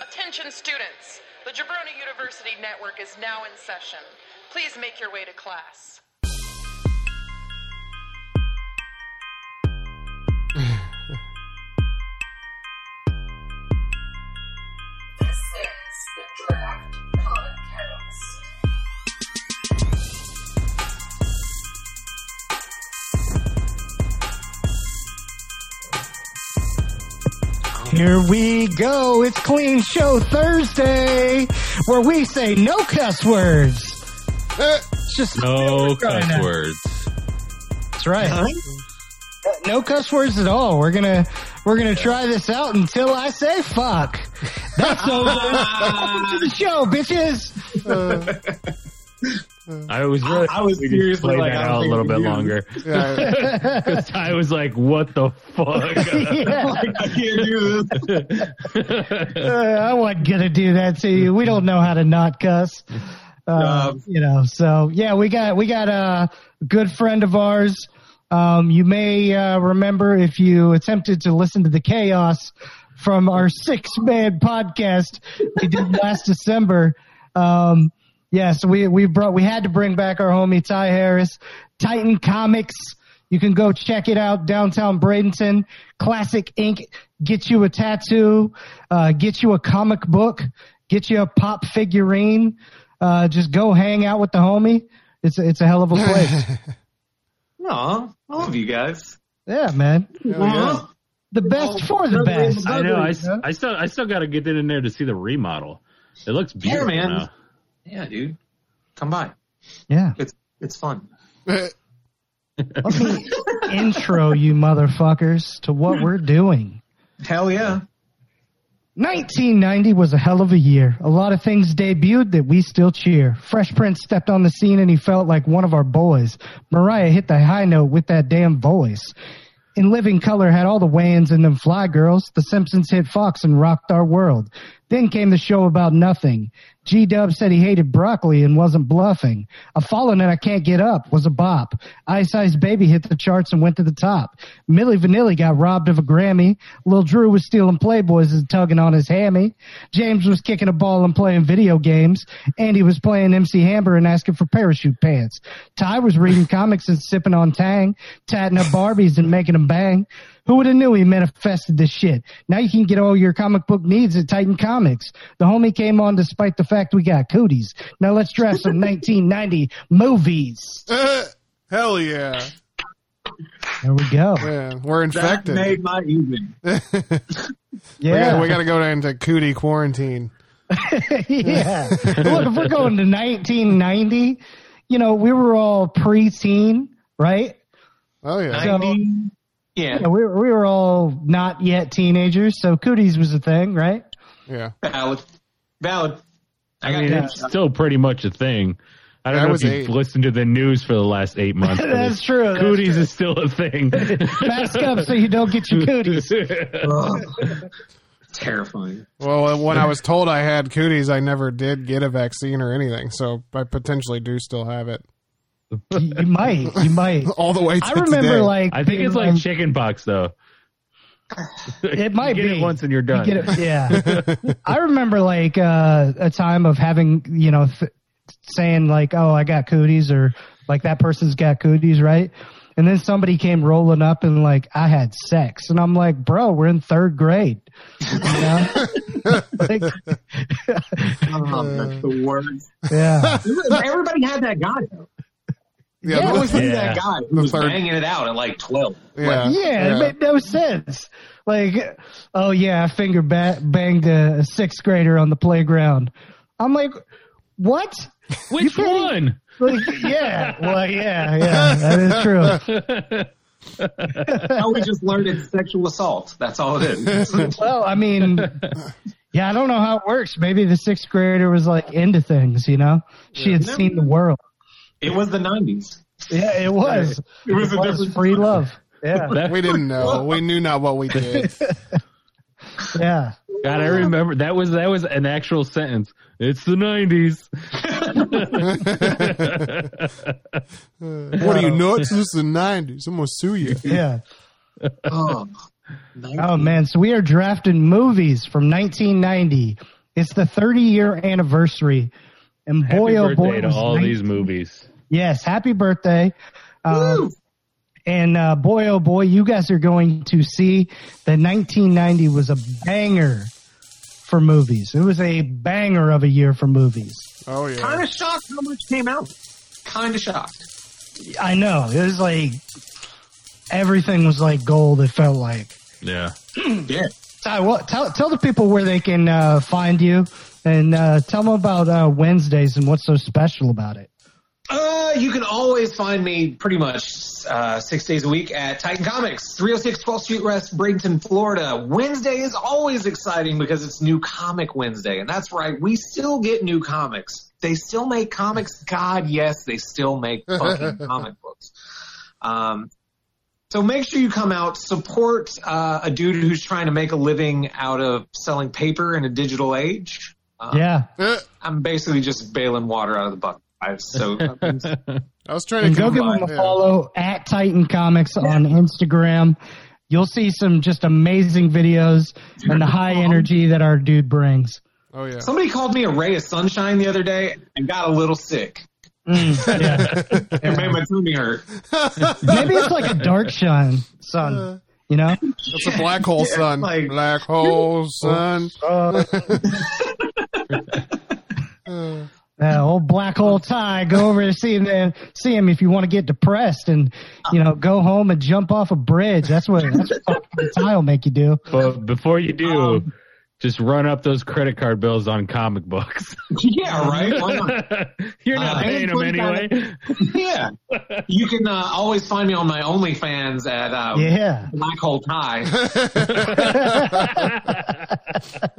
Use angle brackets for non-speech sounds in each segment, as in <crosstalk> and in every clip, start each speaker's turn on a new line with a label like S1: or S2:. S1: Attention students, the Jabrona University Network is now in session. Please make your way to class.
S2: This is the Draft Podcast.
S3: Here we go. It's Clean Show Thursday, where we say no cuss words. Eh, It's just
S4: No
S3: Try
S4: cuss
S3: that.
S4: words.
S3: that's right. Uh, No cuss words at all. We're gonna we're gonna try this out until I say fuck. That's over. Welcome to the show, bitches. <laughs>
S4: I was really,
S5: I was
S4: we need to
S5: seriously
S4: play
S5: like,
S4: that
S5: I don't
S4: out a
S5: think
S4: little
S5: we
S4: bit
S5: do.
S4: longer
S6: Yeah,
S4: <laughs> because I was like, "What the fuck?"
S3: yeah,
S5: I can't do this.
S3: uh, I wasn't gonna do that to you. We don't know how to not cuss. Uh,
S5: Um,
S3: you know, so yeah, we got we got a good friend of ours. Um, you may uh, remember if you attempted to listen to the chaos from our six man podcast we did last December. Um, yeah, so we we brought we had to bring back our homie Ty Harris, Titan Comics. You can go check it out downtown Bradenton. Classic Ink. Get you a tattoo. Uh, get you a comic book. Get you a pop figurine. Uh, just go hang out with the homie. It's a, it's a hell of a place.
S5: Aw, I love you guys.
S3: yeah, man.
S5: Aw.
S3: The best for the best.
S4: <laughs> I know. I, s- I still, I still got to get in there to see the remodel. It looks beautiful
S5: man.
S4: now.
S5: Yeah, dude. Come by. <laughs>
S3: Yeah.
S5: It's it's fun.
S3: Let me intro you motherfuckers to what we're doing.
S5: Hell yeah.
S3: 1990 was a hell of a year. A lot of things debuted that we still cheer. Fresh Prince stepped on the scene and he felt like one of our boys. Mariah hit the high note with that damn voice. In Living Color had all the Wayans and them Fly Girls. The Simpsons hit Fox and rocked our world. Then came the show about nothing. G Dub said he hated broccoli and wasn't bluffing. A Fallen and I Can't Get Up was a bop. Ice Ice Baby hit the charts and went to the top. Millie Vanilli got robbed of a Grammy. Lil Drew was stealing Playboys and tugging on his hammy. James was kicking a ball and playing video games. Andy was playing MC Hammer and asking for parachute pants. Ty was reading <laughs> comics and sipping on Tang, tatting up Barbies and making them bang. Who would have knew he manifested this shit? Now you can get all your comic book needs at Titan Comics. The homie came on despite the fact we got cooties. Now let's draft some <laughs> 1990 movies.
S6: yeah. <laughs> Hell yeah.
S3: There we go.
S6: yeah. We're
S5: That
S6: infected.
S5: made my evening.
S3: Yeah.
S6: Yeah, we got to go into cootie quarantine.
S3: <laughs> yeah. Look, if we're going to 1990, you know, we were all preteen, right?
S6: Oh yeah.
S3: So-
S5: Yeah,
S3: Yeah, we, we were all not yet teenagers, so cooties was a thing, right?
S6: Yeah.
S5: valid. Valid. I
S4: I
S5: got
S4: mean,
S3: yeah.
S4: it's still pretty much a thing. I don't
S6: I
S4: know if
S6: was
S4: you've
S6: eight.
S4: listened to the news for the last eight months.
S3: <laughs>
S4: but
S3: That's
S4: it's-
S3: true, that's
S4: Cooties
S3: true.
S4: is still a thing.
S3: Mask up so you don't get your cooties.
S5: <laughs> Ugh. Terrifying.
S6: Well, uh, when I was told I had cooties, I never did get a vaccine or anything, so I potentially do still have it
S3: <laughs>
S6: <laughs>
S3: You, you might, you might.
S6: all the way to
S3: I remember,
S6: today.
S3: like,
S4: <laughs> I think it's like chickenpox, though.
S3: It might
S4: you get
S3: be.
S4: it once and you're done.
S3: You get it- yeah. I remember like uh, a time of having, you know, th- saying like, "Oh, I got cooties," or like that person's got cooties, right? And then somebody came rolling up and like, "I had sex," and I'm like, "Bro, we're in third grade." You
S4: <laughs>
S3: know? Like,
S5: Oh, that's the worst.
S3: yeah,
S5: Everybody had that guy. though.
S6: <laughs> yeah,
S5: I
S6: the-
S5: always knew
S4: Yeah.
S5: that guy who was
S6: third-
S5: banging it out at like twelve.
S6: yeah,
S3: yeah, it made no sense. Like, oh yeah, I finger ba- banged a sixth grader on the playground. I'm like, what?
S4: <laughs> Which
S3: You can't-
S4: one?
S3: Like, <laughs> yeah, well, yeah, yeah, that is true.
S5: Now we just learned it's sexual assault. That's all it is.
S6: <laughs>
S3: Well, I mean, yeah, I don't know how it works. Maybe the sixth grader was like into things, you know? She had
S5: Yeah.
S3: seen the world.
S5: it was the nineties.
S3: Yeah, it was.
S5: It was a different
S3: free love. Yeah,
S4: That-
S6: we
S3: <laughs>
S6: didn't know. We knew not what we did.
S3: yeah.
S4: God, I remember that was that was an actual sentence. It's the nineties.
S6: what are you nuts? This is the nineties. I'm gonna sue you.
S3: Yeah.
S5: Oh,
S3: Oh man, so we are drafting movies from 1990. It's the 30 year anniversary. And boy,
S4: Happy
S3: oh boy,
S4: birthday
S3: it
S4: to
S3: was
S4: all
S3: 19
S4: these movies.
S3: Yes, happy birthday. Um, and uh, boy, oh boy, you guys are going to see that 1990 was a banger for movies. It was a banger of a year for movies.
S6: Oh yeah. <laughs>
S5: Kind of shocked how much came out. Kind of shocked.
S3: I know. It was like everything was like gold, it felt like.
S4: Yeah.
S5: Yeah.
S3: Ty, what, tell, tell the people where they can uh, find you and uh, tell them about uh, Wednesdays and what's so special about it.
S5: Uh, you can always find me pretty much uh, six days a week at Titan Comics, 306 12th Street West, Bradenton, Florida. Wednesday is always exciting because it's New Comic Wednesday. And that's right, we still get new comics. They still make comics. God, yes, they still make fucking comic books. Um, so make sure you come out, support uh, a dude who's trying to make a living out of selling paper in a digital age. Um,
S3: Yeah.
S6: Eh,
S5: I'm basically just bailing water out of the bucket. I- So
S6: I was trying
S3: And
S6: to
S3: go give
S6: combine-
S3: them a
S6: yeah.
S3: follow at Titan Comics on Instagram. You'll see some just amazing videos and the high energy that our dude brings.
S6: Oh yeah.
S5: Somebody called me a ray of sunshine the other day and got a little sick. <laughs> It made my tummy hurt.
S3: Maybe it's like a dark shine sun, you know?
S6: It's a
S3: <laughs>
S6: black hole sun.
S5: like-
S6: black hole sun.
S3: Uh, old black hole Ty, go over and see him, and see him if you want to get depressed and, you know, go home and jump off a bridge. That's what, that's what fucking Ty will make you do.
S4: But before you do, just run up those credit card bills on comic books.
S5: Yeah, right. Why not?
S4: <laughs> You're not
S5: Uh,
S4: paying them anyway.
S5: Yeah. You can uh, always find me on my OnlyFans at uh,
S3: Yeah.
S5: Black Hole Tie.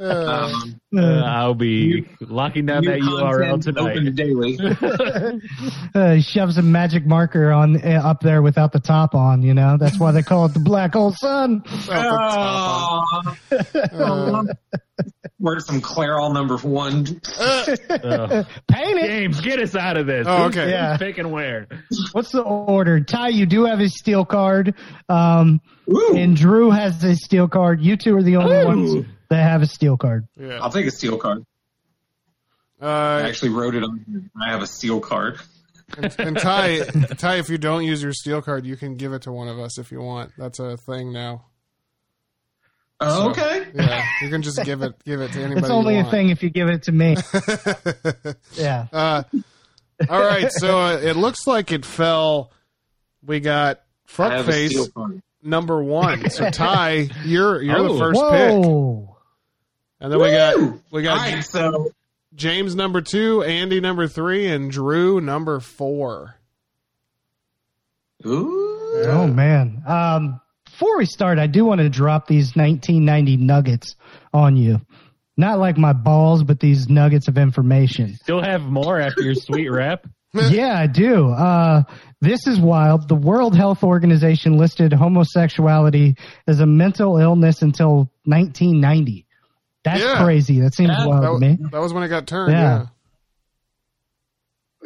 S3: Oh,
S6: Oh,
S5: Um,
S4: Uh, I'll be locking down
S5: new
S4: that URL
S5: content
S4: tonight.
S5: open daily.
S3: uh, shoves a magic marker on uh, up there without the top on. You know that's why they call it the black hole sun.
S5: Aw. Aw. Wear some Clairol number one.
S4: Ugh.
S3: Paint it.
S4: James, get us out of this.
S6: Oh, okay.
S3: Yeah.
S4: Who's picking where?
S3: What's the order? Ty, you do have his steel card, um,
S5: Ooh,
S3: and Drew has his steel card. You two are the only ones that have a steel card.
S6: Yeah.
S5: I'll take a steel card. I
S6: Uh,
S5: actually wrote it on. here. I have a steel card.
S3: <laughs>
S6: and Ty, Ty, if you don't use your steel card, you can give it to one of us if you want. That's a thing now.
S5: Oh, okay.
S6: Yeah, you can just give it, give it to anybody.
S3: It's only
S6: you
S3: a
S6: want.
S3: thing if you give it to
S6: <laughs>
S3: me. yeah,
S6: Uh, all right, so uh, it looks like it fell. We got
S5: I have a
S6: fuckface
S5: steel card.
S6: number one. So Ty, you're you're the
S4: Oh.
S6: first pick,
S3: whoa,
S6: and then we got
S5: Woo!
S6: we
S5: All
S6: got
S5: right, so
S6: James number two, Andy number three, and Drew number four.
S5: Ooh.
S3: oh man. Um, before we start, I do want to drop these 1990 nuggets on you. Not like my balls, but these nuggets of
S6: <laughs>
S3: information.
S4: Still have more after your sweet rap.
S3: yeah, I do. Uh, this is wild. The World Health Organization listed homosexuality as a mental illness until 1990. That's
S6: Yeah.
S3: crazy. That seems
S6: That,
S3: wild to me.
S6: that was when it got turned. Yeah,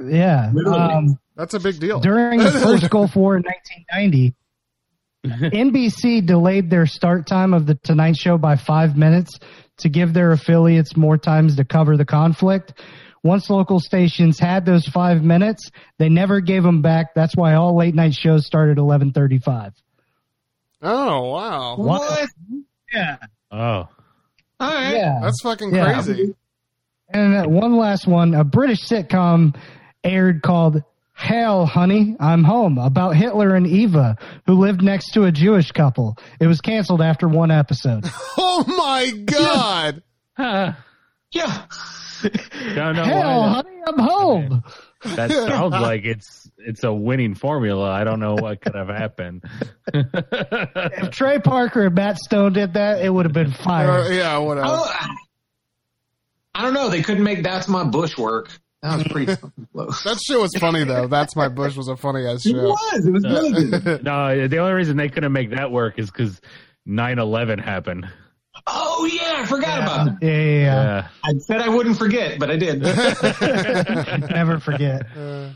S3: Oh, Yeah. Yeah.
S5: Literally.
S3: Um,
S6: that's a big deal.
S3: during the
S5: <laughs>
S3: first Gulf War in 1990, NBC delayed their start time of the Tonight Show by five minutes to give their affiliates more times to cover the conflict. Once local stations had those five minutes, they never gave them back. That's why all late night shows started 11:35.
S6: oh wow,
S5: What?
S3: Yeah,
S4: Oh.
S5: All right.
S3: yeah.
S6: that's fucking
S3: Yeah.
S6: crazy. <laughs>
S3: And uh, one last one, a British sitcom aired called Hell Honey, I'm Home about Hitler and Eva who lived next to a Jewish couple. It was canceled after one episode.
S6: Oh my god.
S5: Yeah.
S4: Don't know
S3: Hell
S4: why
S3: Honey, I'm Home.
S4: that,
S6: <laughs>
S4: that sounds like it's it's a winning formula. I don't know what could have
S6: <laughs>
S4: happened.
S3: If Trey Parker and Matt Stone did that, it would have been
S6: Uh,
S3: fire.
S6: yeah, what else?
S5: Oh, I- I don't know. They couldn't make that's my bush work. That was <laughs> pretty fucking close.
S6: That shit was funny though. That's my bush was a funny ass
S5: It
S6: show.
S5: was. It was really good. <laughs>
S4: no, the only reason they couldn't make that work is because 9-11 happened.
S5: Oh yeah, I forgot about that.
S3: Yeah, yeah, yeah.
S4: Yeah.
S5: I said I wouldn't forget, but I <laughs> did. that
S6: <laughs>
S3: Never forget.
S6: Uh,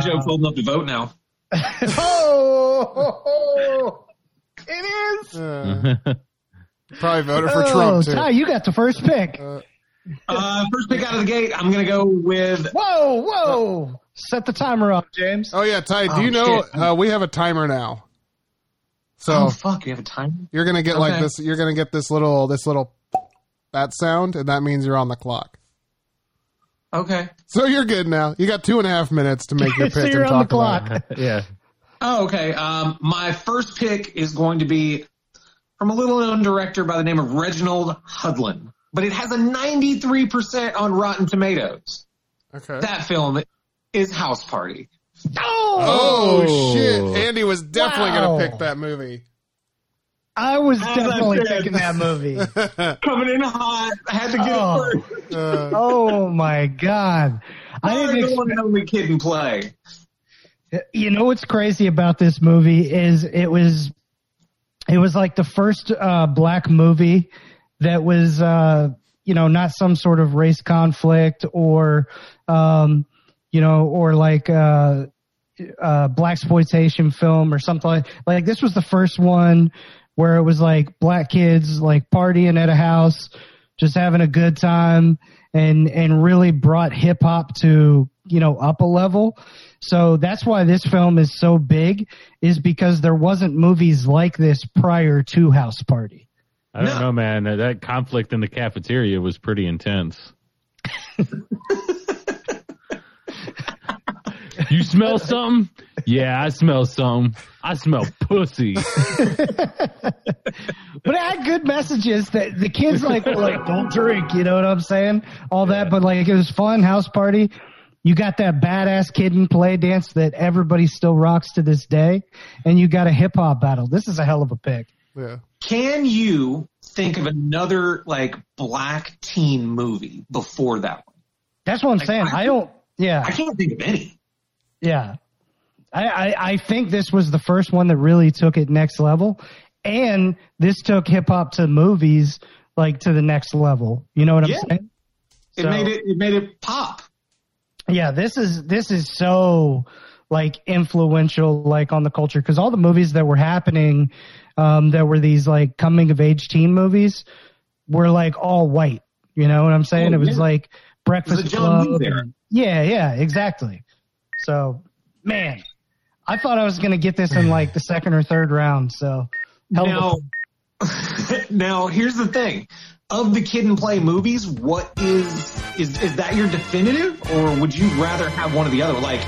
S5: joke's old enough to vote now.
S3: oh, it is.
S4: <laughs>
S6: uh, probably voted for Trump too.
S3: Oh, Ty, you got the first pick.
S6: Uh,
S5: Uh, first pick out of the gate, I'm going to go with.
S3: Whoa, whoa! Set the timer up, James.
S6: Oh yeah, Ty. Do
S5: Oh,
S6: you know
S5: shit.
S6: uh, we have a timer now? So
S5: Oh, fuck. You have a time?
S6: you're gonna get like
S5: Okay.
S6: this. You're gonna get this little this little that sound, and that means you're on the clock.
S5: Okay.
S6: So you're good now. You got two and a half minutes
S3: <laughs>
S5: <laughs>
S6: to make your pick
S3: so you're
S6: and
S3: on the
S6: talk about
S3: clock.
S6: it.
S4: yeah.
S5: Oh, okay. Um, my first pick is going to be from a little known director by the name of Reginald Hudlin, but it has a 93% on Rotten Tomatoes.
S6: Okay.
S5: That film is House Party.
S6: Oh,
S4: Oh.
S6: shit! Andy was definitely
S3: Wow.
S6: gonna pick that movie. <laughs>
S3: I was
S5: How's that
S3: definitely
S5: fair?
S3: picking that movie.
S5: Coming in hot. I had to get
S3: Oh.
S5: it first.
S6: Uh,
S3: oh my god! I
S5: I
S3: didn't
S5: didn't the
S3: expect
S5: one and only kid in play.
S3: You know what's crazy about this movie is it was it was like the first uh, black movie that was uh, you know not some sort of race conflict or um, you know or like uh, uh, black exploitation film or something like like this was the first one where it was like black kids like partying at a house just having a good time and and really brought hip hop to you know up a level so that's why this film is so big is because there wasn't movies like this prior to house party
S4: I don't know, man. That- That conflict in the cafeteria was pretty intense.
S6: <laughs>
S4: you smell something? Yeah, I smell something. I smell
S6: <laughs>
S4: pussy.
S3: but it had good messages that the kids like were like don't drink you know what i'm saying all that but like it was fun house party you got that badass kid and play dance that everybody still rocks to this day and you got a hip hop battle this is a hell of a pick
S6: yeah.
S5: Can you think of another like black teen movie before that one?
S3: that's what i'm saying i don't yeah
S5: I can't think of any.
S3: Yeah. I, I, I think this was the first one that really took it next level. And this took hip hop to movies like to the next level. You know what I'm
S5: Yeah.
S3: saying?
S5: It
S3: So-
S5: made it it made it pop.
S3: Yeah, this is this is so like influential like on the culture because all the movies that were happening um, that were these like coming of age teen movies were like all white. You know what I'm saying?
S5: Oh,
S3: it was
S5: yeah.
S3: like Breakfast
S5: It was a John
S3: Club.
S5: Woo era.
S3: and- yeah, yeah, exactly. So, man, I thought I was gonna get this in like the second or third round. So, hell of a-
S5: Now, <laughs> now here's the thing: of the kid and play movies, what is is is that your definitive, or would you rather have one or the other? Like,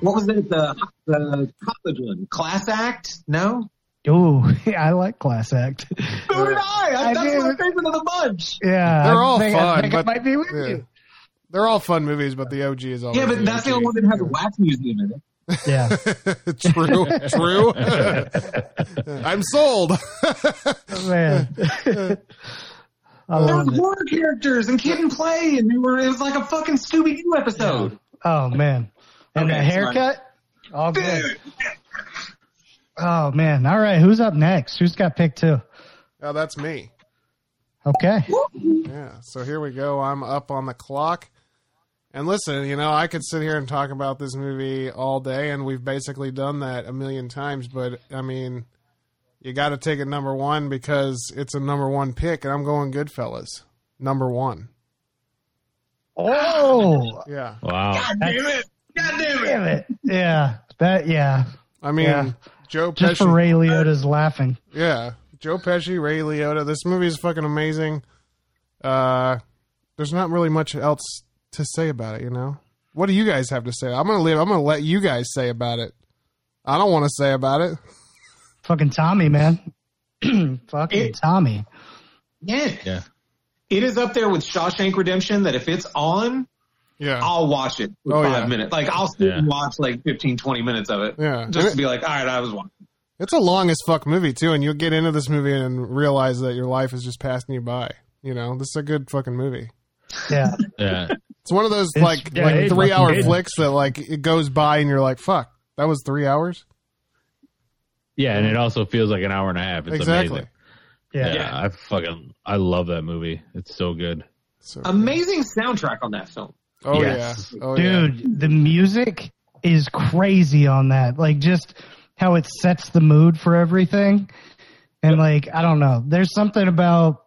S5: what was it? The the college one, Class Act? No,
S3: ooh, <laughs> yeah, I like Class Act.
S5: so did I. I,
S3: I
S5: that's
S3: do.
S5: my favorite of the bunch.
S3: Yeah,
S6: They're
S3: I
S6: all
S3: think- I
S6: fun,
S3: think I
S6: but-
S3: might be with
S6: yeah.
S3: you.
S6: They're all fun movies, but the OG is always.
S5: Yeah, but that's the only one that has a wax museum in it.
S3: Yeah.
S6: true, <laughs> true. <laughs> I'm sold.
S5: <laughs>
S3: man. I
S5: There
S3: love
S5: was <laughs>
S3: it.
S5: horror characters and kid and play, and they were it was like a fucking Scooby Doo episode.
S3: Oh man, and
S5: Okay,
S3: the
S5: it's fine.
S3: haircut, all good. Oh man, all right. Who's up next? Who's got pick two?
S6: oh, that's me.
S3: Okay,
S6: Yeah. So here we go. I'm up on the clock. And listen, you know, I could sit here and talk about this movie all day, and we've basically done that a million times. But I mean, you got to take it number one because it's a number one pick, and I'm going Goodfellas, number one.
S3: Oh,
S6: Yeah.
S4: Wow.
S5: Damn it! God <laughs> damn it!
S3: damn it. Yeah, that. Yeah,
S6: I mean,
S3: Yeah.
S6: Joe Pesci.
S3: just for Ray Liotta's laughing.
S6: Yeah, Joe Pesci, Ray Liotta. This movie is fucking amazing. Uh, there's not really much else to say about it, you know. What do you guys have to say? I'm gonna leave. I'm gonna let you guys say about it. I don't want to say about it.
S3: Fucking Tommy, man. <clears throat> Fucking
S5: It-
S3: Tommy.
S5: Yeah.
S4: Yeah.
S5: It is up there with Shawshank Redemption that if it's on,
S6: Yeah,
S5: I'll watch it for
S6: Oh,
S5: five
S6: yeah.
S5: minutes. Like I'll sit
S4: Yeah.
S5: and watch like 15, 20 minutes of it.
S6: Yeah.
S5: Just to be like, all right, I was watching.
S6: it's a long as fuck movie too, and you'll get into this movie and realize that your life is just passing you by. You know, this is a good fucking movie.
S3: Yeah,
S5: <laughs>
S4: Yeah.
S6: It's one of those
S3: It's-
S6: like
S4: yeah,
S6: like
S4: it's
S6: three hour
S4: fucking good.
S6: flicks that like it goes by and you're like, fuck, that was three hours.
S4: Yeah, and it also feels like an hour and a half. It's
S6: exactly.
S4: amazing.
S3: yeah.
S4: Yeah, I fucking I love that movie. It's so good.
S6: So,
S5: Amazing soundtrack on that film.
S6: oh
S4: Yes.
S6: yeah. Oh yeah.
S3: Dude, the music is crazy on that. Like just how it sets the mood for everything. And like, I don't know. There's something about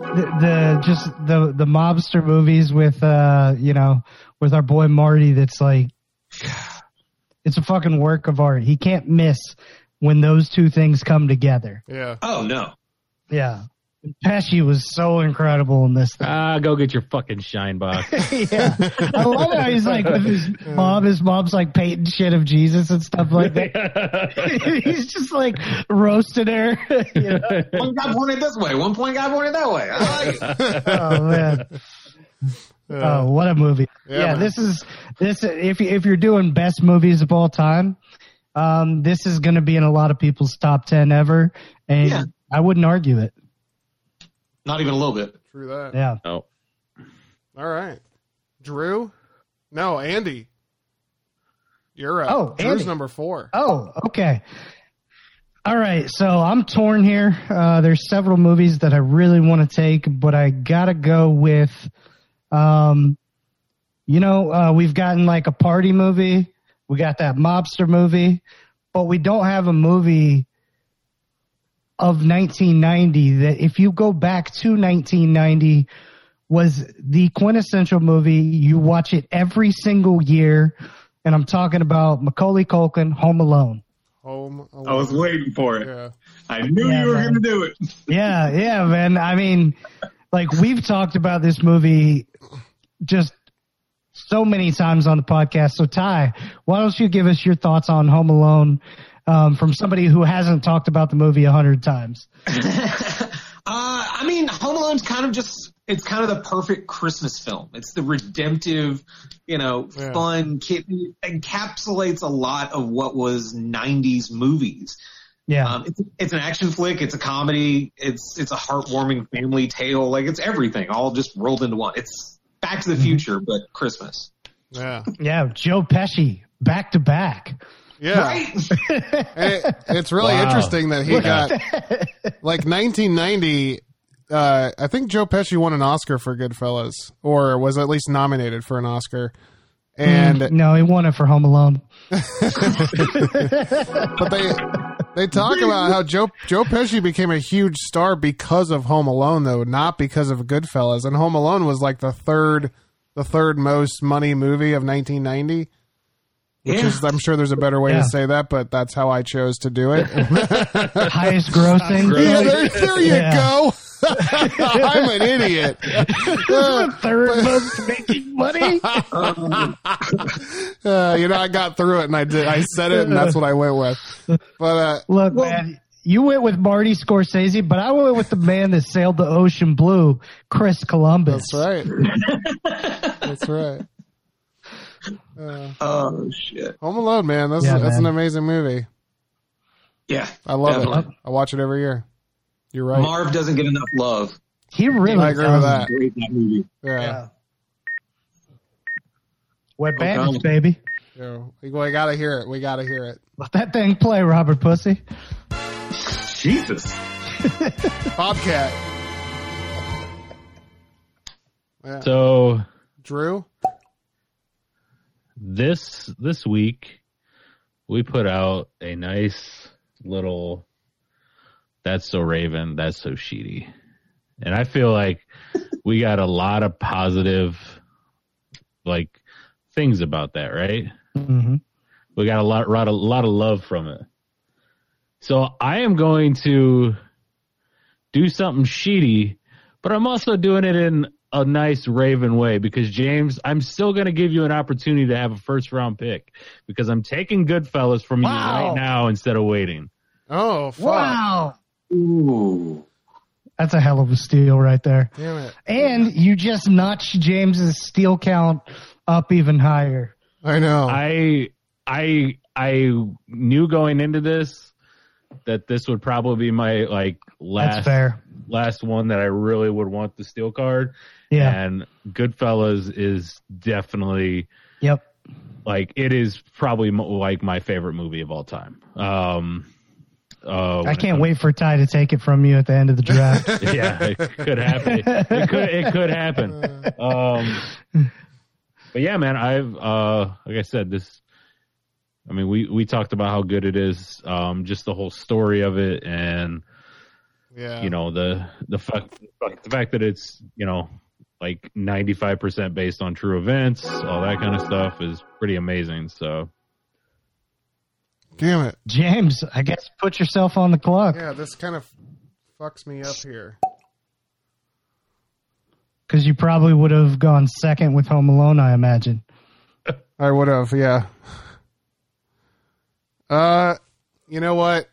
S3: the, the just the the mobster movies with uh you know with our boy Marty that's like <sighs> it's a fucking work of art. He can't miss when those two things come together.
S6: Yeah.
S5: Oh no.
S3: Yeah. Pesci was so incredible in this thing.
S4: Ah, go get your fucking shine box. <laughs>
S3: yeah. I love how he's <laughs> like with his mom, his mom's like painting shit of Jesus and stuff like <laughs> that. he's just like roasting her. <laughs> you know?
S5: One guy pointed this way. One point guy pointed that way. I like it.
S3: Oh man.
S6: Uh,
S3: Oh, what a movie!
S6: Yeah,
S3: Yeah,
S6: man.
S3: this is this. If you- if you're doing best movies of all time, um, this is going to be in a lot of people's top ten ever, and
S5: Yeah.
S3: I wouldn't argue it.
S5: <laughs> Not even a little bit.
S6: True that.
S3: Yeah,
S4: oh.
S6: All right. Drew? No, Andy. You're up.
S3: Oh,
S6: Drew's
S3: Andy.
S6: number four.
S3: Oh, okay. All right, so I'm torn here. Uh, there's several movies that I really want to take, but I gotta go with, um, you know, uh, we've gotten like a party movie, we got that mobster movie, but we don't have a movie of 1990 that, if you go back to 1990, was the quintessential movie. You watch it every single year, and I'm talking about Macaulay Culkin, Home Alone.
S6: Home alone.
S7: I was waiting for it.
S6: Yeah.
S7: I knew
S3: Yeah,
S7: you were
S3: man.
S7: going to do it.
S3: Yeah, yeah, man. I mean, like we've talked about this movie just so many times on the podcast. So Ty, why don't you give us your thoughts on Home Alone um, from somebody who hasn't talked about the movie a hundred times?
S5: <laughs> Uh, I mean, Home Alone's kind of just, it's kind of the perfect Christmas film. It's the redemptive, you know,
S6: Yeah.
S5: fun, kid, encapsulates a lot of what was 90s movies.
S3: Yeah,
S5: Um, it's, it's an action flick, it's a comedy, it's, it's a heartwarming family tale. Like, it's everything, all just rolled into one. It's Back to the
S6: Mm-hmm.
S5: Future, but Christmas.
S6: Yeah.
S3: yeah. Joe Pesci back to back.
S6: Yeah.
S5: Right?
S6: And <laughs> it- it's really
S4: Wow.
S6: interesting that he got <laughs> like 1990. Uh, I think Joe Pesci won an Oscar for Goodfellas, or was at least nominated for an Oscar. And
S3: no, he won it for Home Alone.
S6: but they they
S3: <laughs>
S6: talk about how Joe Joe Pesci became a huge star because of Home Alone, though not because of Goodfellas. And Home Alone was like the third the third most money movie of 1990. Which
S5: Yeah.
S6: is, I'm sure there's a better way
S3: Yeah.
S6: to say that, but that's how I chose to do
S3: <laughs>
S6: it. <laughs>
S3: Highest grossing.
S6: Yeah, there, there
S3: <laughs>
S6: you
S3: Yeah.
S6: go. <laughs> I'm an idiot. <laughs>
S3: The <laughs> third most making money.
S6: Uh, you know, I got through it and I did. I said it, and that's what I went with. But uh,
S3: Look, man, you went with Marty Scorsese, but I went with the man that sailed the ocean blue, Chris Columbus.
S6: that's
S3: <laughs>
S6: right. That's right.
S5: Oh, shit.
S6: Home Alone, man. That's
S3: Yeah,
S6: that's
S3: man.
S6: an amazing movie.
S5: Yeah.
S6: I love it.
S5: definitely.
S6: I watch it every year. You're right.
S5: Marv doesn't get enough love.
S3: He really
S6: I agree with
S3: does.
S6: that.
S7: Great that movie.
S6: Yeah.
S3: Yeah. Wet bandits, baby.
S6: yeah. We, we gotta hear it. We gotta hear it.
S3: Let that thing play, Robert Pussy.
S7: Jesus.
S6: Bobcat.
S4: So
S6: Drew.
S4: this this week we put out a nice little that's so raven that's so sheedy and i feel like we got a lot of positive like things about that right
S3: hmm
S4: we got a lot, lot, a lot of love from it. So I am going to do something shitty, but I'm also doing it in a nice Raven way because James, I'm still going to give you an opportunity to have a first round pick because I'm taking Goodfellas from you
S3: Wow.
S4: right now instead of waiting.
S6: Oh fuck!
S3: Wow.
S5: Ooh.
S3: That's a hell of a steal right there.
S6: Damn it!
S3: And you just notched James's steal count up even higher.
S6: I
S3: Oh.
S6: know.
S4: I, I, I knew going into this that this would probably be my like
S3: That's
S4: last
S3: fair.
S4: last one that I really would want the steal card.
S3: Yeah.
S4: And Goodfellas is definitely
S3: Yep.
S4: like it is probably mo- like my favorite movie of all time. Um, uh,
S3: I can't wait for Ty to take it from you at the end of the draft.
S6: <laughs>
S4: Yeah, it could happen. It could it could happen. Um, but yeah, man, I've uh, like I said, this. I mean, we we talked about how good it is, um, just the whole story of it, and
S6: Yeah.
S4: you know the the fact the fact that it's you know like 95% based on true events all that kind of stuff is pretty amazing so
S6: Damn it.
S3: James, I guess put yourself on the clock
S6: Yeah, this kind of fucks me up here.
S3: because you probably would have gone second with Home Alone, I imagine.
S6: I would have, yeah. Uh, you know what?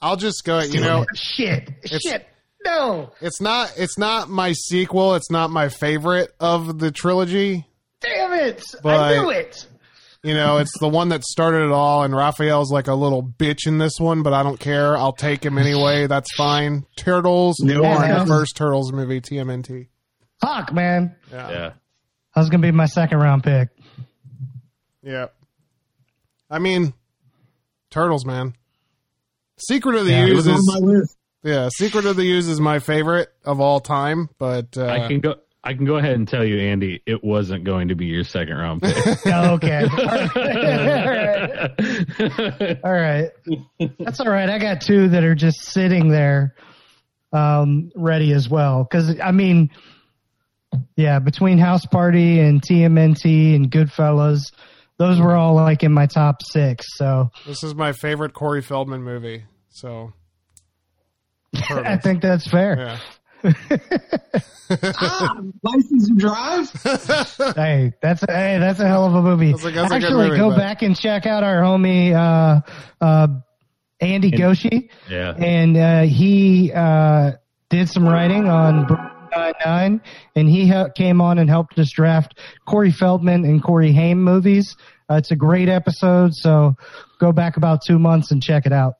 S6: I'll just go. You know,
S3: shit, shit, no,
S6: it's not. It's not my sequel. It's not my favorite of the trilogy.
S3: damn it,
S6: But-
S3: I knew it.
S6: You know, it's the one that started it all, and Raphael's like a little bitch in this one, but I don't care. I'll take him anyway. That's fine. Turtles
S7: No,
S6: are
S3: yeah.
S6: the first Turtles movie, TMNT.
S3: Fuck, man,
S6: Yeah. yeah.
S4: yeah
S3: that was gonna be my second round <laughs> pick.
S6: I mean, Turtles, man. Secret of the
S3: Yeah.
S7: It was on
S6: Ooze is
S7: my list.
S6: yeah. Secret of the Ooze is my favorite of all time, but uh,
S4: i can go i can go ahead and tell you andy it wasn't going to be your second round pick <laughs>
S3: Oh, Okay, all right. All right. That's all right. I got two that are just sitting there um, ready as well. Because, I mean, yeah, between House Party and TMNT and Goodfellas, those were all like in my top six. So
S6: this is my favorite Corey Feldman movie. So
S3: I think that's fair.
S6: yeah,
S5: <laughs>
S7: License to drive?
S3: Hey, that's hey, that's a hell of a movie.
S6: That's a- that's a good
S3: Actually,
S6: movie,
S3: go
S6: but-
S3: back and check out our homie uh, uh, Andy Goshi.
S4: yeah
S3: and uh, he uh, did some writing on Brooklyn Nine, and he hel- came on and helped us draft Corey Feldman and Corey Haim movies. Uh, it's a great episode, so go back about two months and check it out.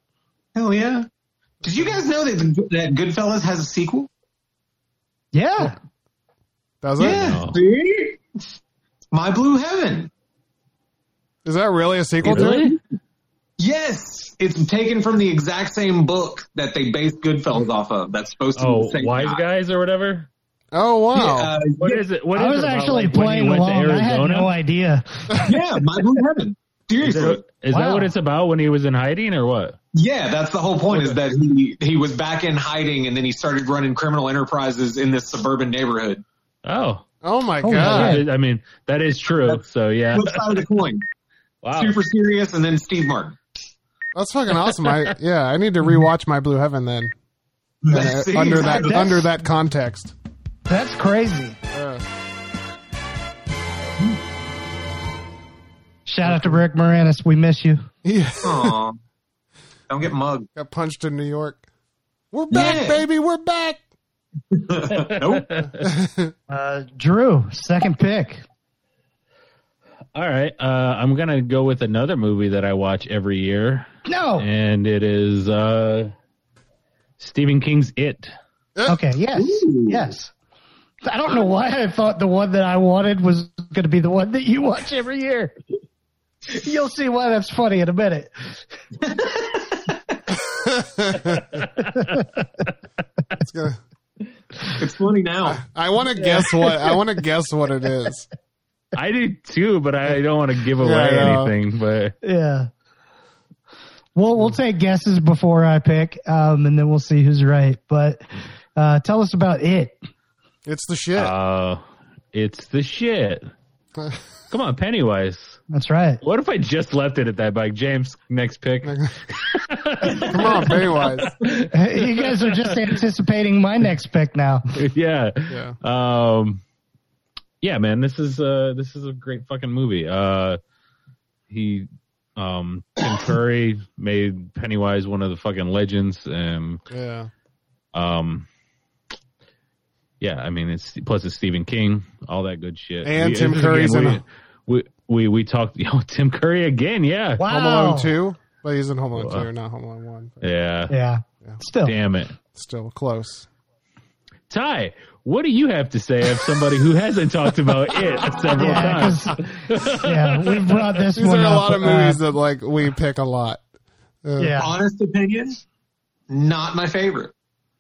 S5: Hell yeah. Did you guys know that, that Goodfellas has a sequel?
S3: Yeah,
S6: does it? Is
S5: Yeah.
S4: No.
S5: See? My Blue Heaven.
S6: that really a
S4: Oh,
S6: sequel to? it?
S5: Yes, it's taken from the exact same book that they based Goodfellas off of. That's supposed to be
S4: oh
S5: the same
S4: wise
S5: guy.
S4: guys or whatever
S6: Oh wow!
S5: Uh,
S4: What is it what
S3: I
S4: is
S3: was
S4: it about,
S3: actually
S4: like, when
S3: playing
S4: you went
S3: along.
S4: to
S3: I had
S4: Arizona?
S3: no idea.
S5: yeah, My Blue Heaven.
S4: <laughs> is,
S5: Seriously.
S4: that- is that
S3: Wow.
S4: what it's about when he was in hiding or what
S5: Yeah, that's the whole point is that he, he was back in hiding and then he started running criminal enterprises in this suburban
S4: <laughs>
S5: neighborhood.
S4: oh
S6: oh my
S3: Oh,
S6: god!
S3: yeah.
S4: i mean that is true so yeah
S5: Flip side of the coin.
S4: wow
S5: Super serious and then Steve Martin.
S6: That's fucking awesome. I yeah, I need to rewatch my Blue Heaven then. Uh,
S5: See,
S6: under
S5: <laughs>
S6: that
S5: exactly.
S6: under that context.
S3: That's crazy.
S6: Uh,
S3: Shout out to Rick Moranis. We miss you.
S6: yeah,
S5: Aw. Don't get mugged.
S6: got punched in New York. We're back,
S5: Yeah.
S6: baby. We're back.
S5: nope.
S3: Uh, Drew, second pick.
S4: All right, uh, I'm gonna go with another movie that I watch every year,
S3: No.
S4: and it is uh, Stephen King's It.
S3: Okay. Yes. Yes. I don't know why I thought the one that I wanted was going to be the one that you watch every year. You'll see why that's funny in a minute.
S6: It's gonna,
S5: It's funny now.
S6: I want to guess what I want to guess what it is.
S4: I do too, but I don't want to give away
S6: I know.
S4: anything. But
S3: Yeah. Well, we'll take guesses before I pick, um, and then we'll see who's right. But uh, tell us about it.
S6: It's the shit. <laughs>
S4: uh, it's the shit. Come on, Pennywise.
S3: That's right. <laughs>
S4: What if I just left it at that? By James, next pick.
S6: Come on, Pennywise.
S3: you guys are just anticipating my next pick now.
S4: <laughs> yeah.
S6: Yeah.
S4: Um, yeah, man, this is uh, this is a great fucking movie. Uh, he, um, <clears throat> Tim Curry made Pennywise one of the fucking legends, and
S6: Yeah.
S4: um, yeah, I mean, it's plus it's Stephen King, all that good shit.
S6: And
S4: We-
S6: Tim
S4: this is
S6: Curry's
S4: again,
S6: in
S4: we,
S6: it.
S4: we we we talked. <laughs> Yo, Tim Curry again, yeah,
S3: Wow.
S6: Home Alone two, but he's in Home Alone
S4: Wow.
S6: two, not Home Alone one. But
S4: yeah.
S3: Yeah. Still.
S4: Damn it,
S6: still close.
S4: Ty. What do you have to say of somebody who hasn't talked about it several
S3: Yeah,
S4: times?
S3: 'cause- yeah, we brought this
S6: These
S3: one
S6: are a
S3: up,
S6: lot of
S3: uh,
S6: movies that like we pick a lot. Uh,
S3: yeah.
S5: Honest opinion, not my favorite.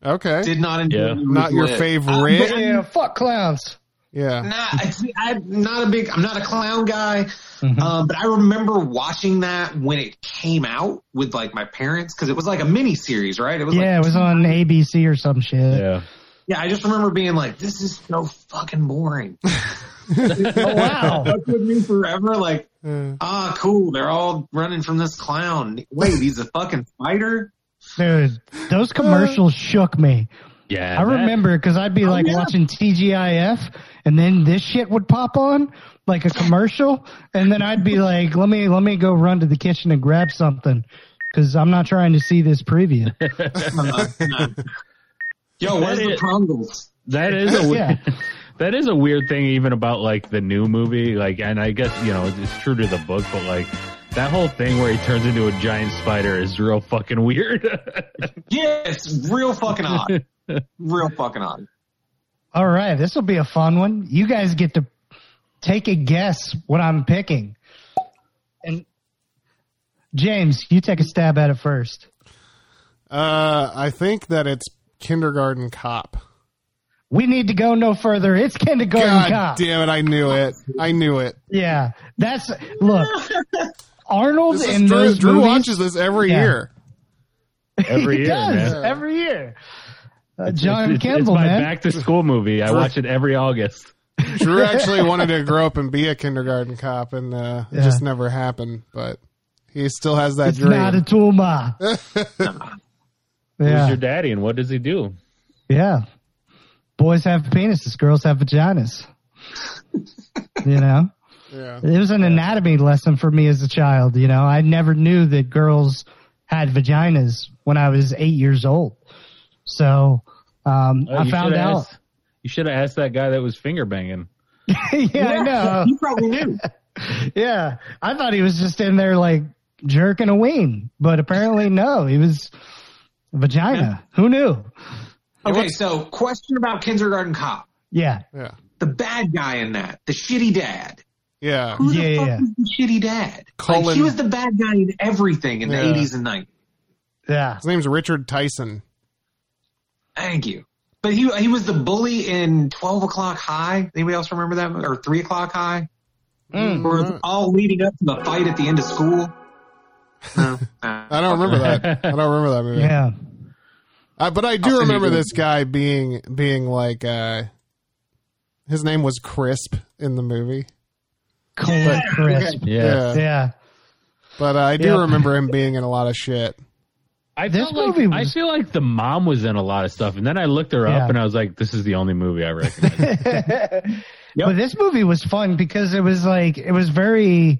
S6: Okay.
S5: Did not enjoy
S4: Yeah.
S5: it.
S6: Not your
S5: Lit.
S6: favorite.
S3: Yeah, fuck clowns.
S6: Yeah.
S5: Nah, I, I'm not a big, I'm not a clown guy,
S4: Mm-hmm.
S5: um, but I remember watching that when it came out with like my parents because it was like a mini series, right? It was
S3: Yeah,
S5: like,
S3: it was on ABC or some shit.
S4: Yeah.
S5: yeah. I just remember being like, this is so fucking boring.
S3: Oh, Wow.
S5: <laughs> Stuck with me forever. Like,
S6: Uh,
S5: ah, cool. They're all running from this clown. Wait, he's a fucking
S4: <laughs>
S5: spider.
S3: <laughs> Dude, those commercials shook me.
S4: Yeah.
S3: I remember because I'd be like
S5: yeah.
S3: watching TGIF, and then this shit would pop on like a commercial, and then I'd be like, "Let me let me go run to the kitchen and grab something." Because I'm not trying to see this preview.
S5: Uh, Yo, where's
S4: That
S5: the
S4: is-
S5: Prongles?
S4: That is
S3: <laughs>
S4: a
S3: Yeah.
S4: weird, <laughs> that is a weird thing even about like the new movie. Like, and I guess you know it's true to the book, but like that whole thing where he turns into a giant spider is real fucking weird. <laughs>
S5: Yeah, it's
S3: <laughs>
S5: real fucking odd. real fucking odd.
S3: All right, this will be a fun one. You guys get to take a guess what I'm picking. And James, you take a stab at it first.
S6: uh, I think that it's kindergarten cop.
S3: We need to go no further. It's kindergarten
S6: God
S3: cop.
S6: damn it! I knew it. I knew it.
S3: Yeah, that's
S6: <laughs>
S3: look. Arnold
S6: This
S3: in
S6: is Drew,
S3: those
S6: Drew
S3: movies,
S6: watches this every
S3: Yeah.
S6: year.
S4: Every
S3: he
S4: year,
S3: does
S4: man.
S3: every year. Uh, John
S4: it's,
S3: Campbell,
S4: it's my
S3: man.
S4: back to school movie. I watch it every August.
S3: <laughs>
S6: Drew actually wanted to grow up and be a kindergarten cop, and uh, it
S3: Yeah.
S6: just never happened. But he still has that
S3: It's
S6: dream.
S3: not a tool,
S6: <laughs>
S3: ma.
S4: Who's
S3: yeah,
S4: your daddy and what does he do?
S3: yeah. Boys have penises, girls have vaginas. you know,
S6: yeah.
S3: it was an anatomy lesson for me as a child. You know, I never knew that girls had vaginas when I was eight years old. So um,
S4: Oh,
S3: I
S4: you
S3: found
S4: shoulda
S3: out.
S4: asked- you should have asked that guy that was finger banging.
S3: <laughs> yeah, I know.
S5: You probably knew.
S3: <laughs> Yeah, I thought he was just in there like jerking a wing, but apparently no, he was vagina. Who knew?
S5: Okay, so question about kindergarten cop.
S3: Yeah,
S6: Yeah.
S5: The bad guy in that, the shitty dad.
S6: Yeah.
S5: Who
S3: Yeah,
S5: the fuck
S3: yeah.
S5: is the shitty dad?
S6: Colin-
S5: Like, he was the bad guy in everything in the
S6: Yeah.
S5: eighties and nineties.
S3: yeah,
S6: His name's Richard Tyson.
S5: Thank you. But he he was the bully in Twelve O'clock High. Anybody else remember that? Or Three O'clock High?
S3: Mm-hmm.
S5: Where it's all leading up to the fight at the end of
S3: <laughs>
S5: school. No, Uh, no.
S6: I don't remember that. I don't remember that movie.
S3: yeah.
S6: Uh, but I
S5: I'll
S6: do
S5: send you
S6: remember
S5: the-
S6: this guy being being like uh, his name was Crisp in the movie.
S3: Cold crisp.
S4: <laughs> Yeah.
S3: Yeah,
S6: But uh, I do
S3: Yeah.
S6: remember him being in a lot of shit.
S4: I
S3: This
S4: feel like,
S3: movie was-
S4: I feel like the mom was in a lot of stuff, and then I looked her
S3: Yeah.
S4: up, and I was like, "This is the only movie
S3: <laughs>
S4: I recognize."
S3: but this movie was fun because it was like it was very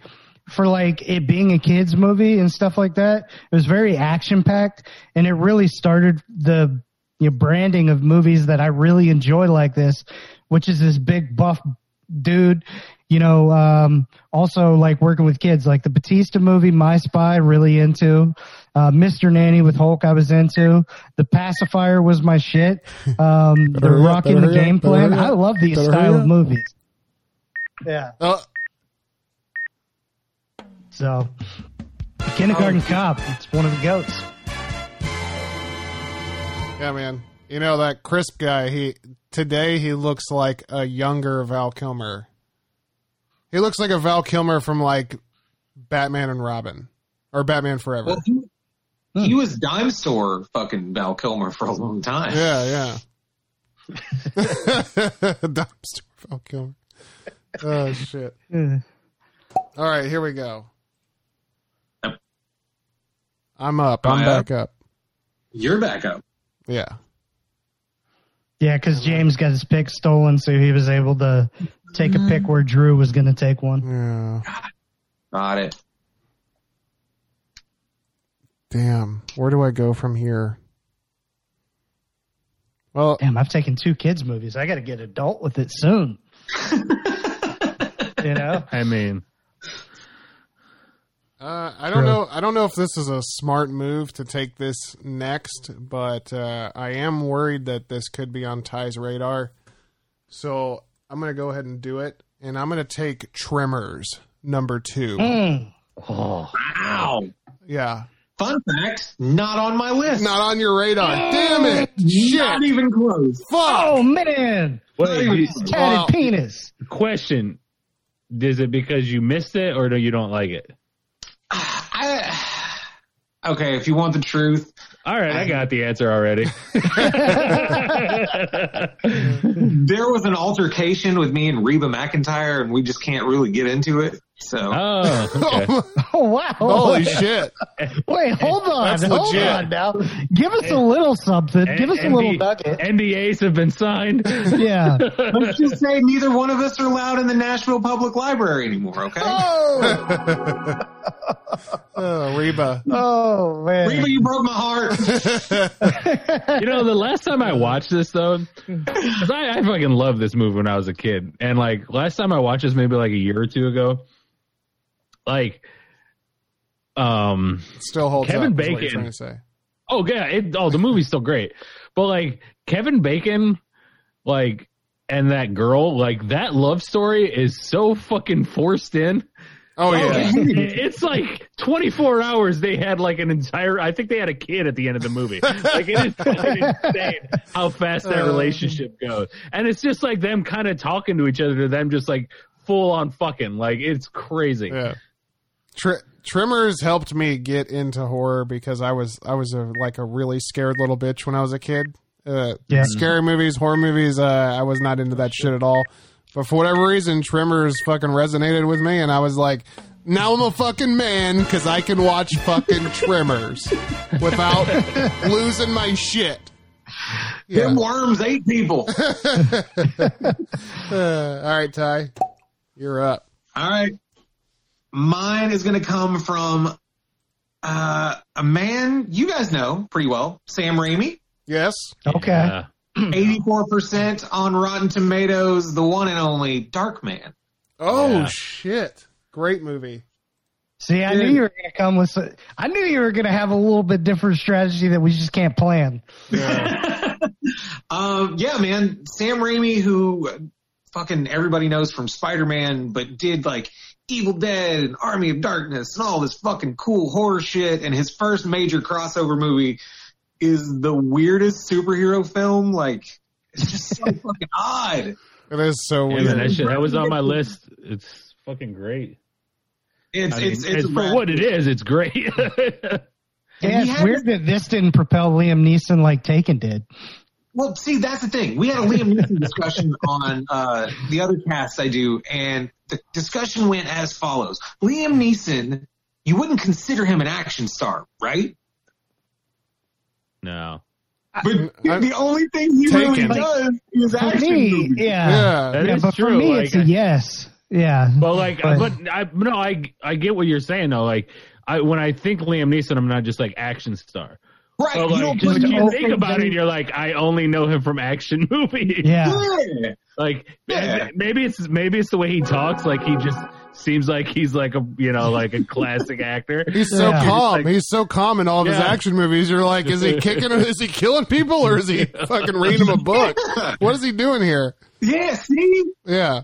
S3: for like it being a kids movie and stuff like that. It was very action packed, and it really started the you know, branding of movies that I really enjoy like this, which is this big buff dude. You know, um, also like working with kids, like the Batista movie, My Spy, really into. Uh, Mr. Nanny with Hulk, I was into. The Pacifier was my shit. Um, the
S6: <laughs> Better hurry up,
S3: Rock in the
S6: better hurry
S3: Game
S6: up, better
S3: Plan.
S6: hurry
S3: I
S6: up,
S3: love these
S6: better hurry
S3: style of
S6: up.
S3: movies. Yeah.
S6: Oh,
S3: So, Kindergarten Cop, Oh, it's one of the goats.
S6: yeah, man. You know that Crisp guy. He today he looks like a younger Val Kilmer. He looks like a Val Kilmer from like Batman and Robin or Batman Forever.
S5: Well, he,
S3: Hmm.
S5: he was dime store fucking Val Kilmer for a long time.
S6: <laughs> Yeah, <laughs> yeah. Dumpster Val Kilmer. Oh shit! All right, here we go.
S5: Yep.
S6: I'm up.
S5: Am
S6: I'm
S5: I
S6: back up.
S5: You're back up.
S6: Yeah.
S3: Yeah, because James got his pick stolen, so he was able to take a pick where Drew was going to take one.
S6: Yeah.
S5: Got it.
S6: Damn. Where do I go from here? Well,
S3: Damn, I've taken two kids' movies. I got to get adult with it <laughs> soon. you know?
S4: I mean,
S6: uh, I don't know. I don't know if this is a smart move to take this next, but uh, I am worried that this could be on Ty's radar. So I'm going to go ahead and do it, and I'm going to Mm. take Tremors number two.
S3: Mm.
S5: Wow.
S6: Yeah,
S5: Fun fact, not on my list.
S6: Not on your radar. Damn it.
S5: Not
S6: Shit.
S5: even close.
S6: Fuck.
S3: Oh man,
S4: Wait, you-
S3: tatted
S6: Wow.
S3: penis.
S4: question: Is it because you missed it, or do you don't like it?
S5: I, okay, if you want the truth,
S4: All right, I got the answer already.
S5: there was an altercation with me and Reba McIntyre, and we just can't really get into it. So
S4: oh, okay.
S3: Oh wow.
S6: <laughs> Holy shit.
S3: Wait, hold on,
S6: That's
S3: hold
S6: legit.
S3: on now. Give us a little something. <laughs> Give us a little
S4: ND
S3: nugget.
S4: NDAs have
S3: <laughs>
S4: been signed.
S3: Yeah.
S5: let's just say neither one of us are allowed in the Nashville Public Library anymore. Okay,
S3: Oh.
S6: Oh, Reba.
S3: Oh man.
S5: Reba, you broke my heart.
S4: You know, the last time I watched
S3: <laughs>
S4: this though, 'cause I, I fucking loved this movie when I was a kid, and like last time I watched this, maybe like a year or two ago, like, um,
S6: Still holds
S4: Kevin
S6: up. is what you're
S4: Bacon.
S6: trying to say.
S4: oh yeah, it, oh the movie's still great, but like Kevin Bacon, like, and that girl, like that love story is so fucking forced in.
S6: Oh, yeah.
S4: it's like 24 hours they had like an entire i think they had a kid at the end of the movie like it is fucking insane how fast that relationship goes and it's just like them kind of talking to each other to them just like full on fucking like it's crazy
S6: Yeah. Tri- Trimmers helped me get into horror because I was I was a, like a really scared little bitch when I was a kid. Uh,
S3: Yeah.
S6: Scary movies, horror movies, uh, I was not into that shit at all. But for whatever reason, Trimmers fucking resonated with me, and I was like, now I'm a fucking man because I can watch fucking Trimmers without losing my shit. Yeah.
S5: Them worms ate people.
S6: Uh, all right, Ty, you're up.
S5: All right. Mine is going to come from uh, a man you guys know pretty well, Sam Raimi.
S6: Yes.
S3: Okay.
S4: Uh,
S5: 84% on Rotten Tomatoes, the one and only Dark Man.
S6: Oh
S4: Yeah.
S6: shit! Great movie.
S3: See, I knew you were gonna come with. some- I knew you were gonna have a little bit different strategy that we just can't plan.
S5: Um, yeah, man. Sam Raimi, who uh, fucking everybody knows from Spider Man, but did like Evil Dead and Army of Darkness and all this fucking cool horror shit. And his first major crossover movie is the weirdest superhero film. Like, it's just
S4: <laughs>
S5: so fucking odd.
S6: It is so
S4: yeah,
S6: weird.
S4: man, that, shit, that was on my list it's fucking great
S5: It's,
S4: I mean,
S5: it's, it's,
S4: it's- for what it is it's great <laughs>
S5: And
S3: Yeah,
S5: we
S3: it's
S5: had
S3: weird that this didn't propel Liam Neeson like Taken did.
S5: Well, see, that's the thing. We had a Liam Neeson
S6: <laughs>
S5: discussion on uh, the other cast I do, and the discussion went as follows: Liam Neeson, you wouldn't consider him an action star, right?
S4: no
S5: But
S6: I-
S5: the only thing he
S6: Taken.
S5: really
S6: Like,
S5: does is
S3: For
S5: action
S3: me,
S5: movies.
S3: yeah,
S6: yeah.
S4: That
S3: yeah,
S4: is
S3: but
S4: true
S3: for me,
S4: like,
S3: it's a yes. Yeah.
S4: But like, but, I no, I I get what you're saying though. Like, I when I think Liam Neeson, I'm not just like action star.
S5: Right?
S4: But
S6: Oh,
S5: you
S4: like,
S5: don't
S4: just
S5: put
S4: you
S5: him-
S4: think about it, you're like, I only know him from action <laughs> movies.
S3: yeah.
S5: Yeah.
S4: Like,
S5: Yeah.
S4: maybe it's maybe it's the way he talks. Like, he just seems like he's like a you know like a classic actor.
S6: He's so
S3: Yeah.
S6: calm.
S4: Like-
S6: He's so calm in all of his
S4: Yeah.
S6: action movies. You're like, is he kicking? is he killing people, or is he fucking reading him a book? What is he doing here?
S5: Yeah. See,
S6: Yeah,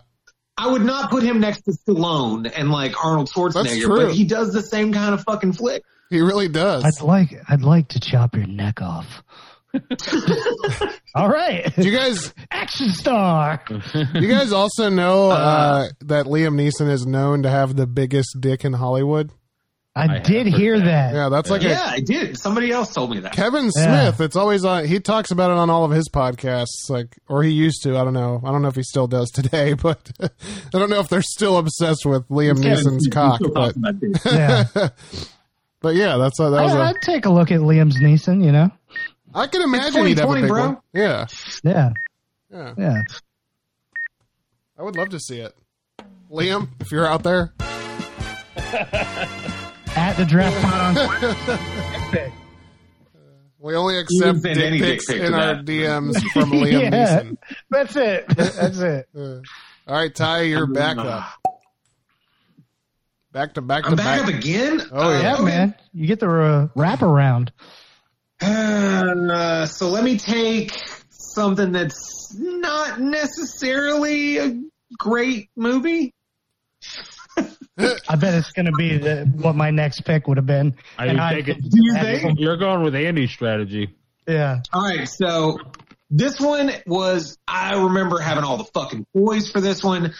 S5: I would not put him next to Stallone and like Arnold Schwarzenegger,
S6: true.
S5: but he does the same kind of fucking flick.
S6: he really does.
S3: I'd like I'd like to chop your neck off. All right.
S6: Do you guys?
S3: Action star.
S6: do You guys also know uh, that Liam Neeson is known to have the biggest dick in Hollywood.
S3: I,
S4: have
S3: did
S4: heard
S3: hear
S4: that.
S3: that.
S6: Yeah, that's like
S5: Yeah,
S6: a,
S5: I did. Somebody else told me that.
S6: Kevin
S3: Yeah.
S6: Smith. It's always on. He talks about it on all of his podcasts, like or he used to. I don't know. I don't know if he still does today, <laughs> but I don't know if they're still obsessed with Liam Neeson's
S4: <laughs>
S6: cock. But
S3: Yeah.
S6: <laughs> but yeah, that's <laughs> uh, that was. a.
S3: I, I'd take a look at Liam's Neeson, you know?
S6: I can imagine he'd have a
S5: 2020,
S6: big
S5: bro.
S6: one. Yeah,
S3: Yeah.
S6: yeah.
S3: Yeah.
S6: I would love to see it. Liam, if you're out there,
S3: At the draft pod on
S6: we only accept
S5: send
S6: dick
S5: any dick
S6: pics
S5: pics
S6: in
S5: of
S6: our
S5: that. <laughs>
S6: DMs from Liam
S3: <laughs> Yeah.
S6: Neeson.
S3: That's it. That's it.
S6: <laughs> Uh, all right, Ty, you're back up. Back to back to
S5: I'm back,
S6: back.
S5: up again.
S6: Oh,
S5: Uh,
S3: Yeah,
S5: okay.
S3: man. You get the uh, wraparound.
S5: Uh, so let me take something that's not necessarily a great movie.
S3: I bet it's going to be the, what my next pick would have been.
S4: I
S3: And <laughs>
S4: would take it.
S5: Do you think?
S4: You're going with Andy's strategy.
S3: Yeah.
S5: All right, so this one was I remember having all the fucking boys for this one.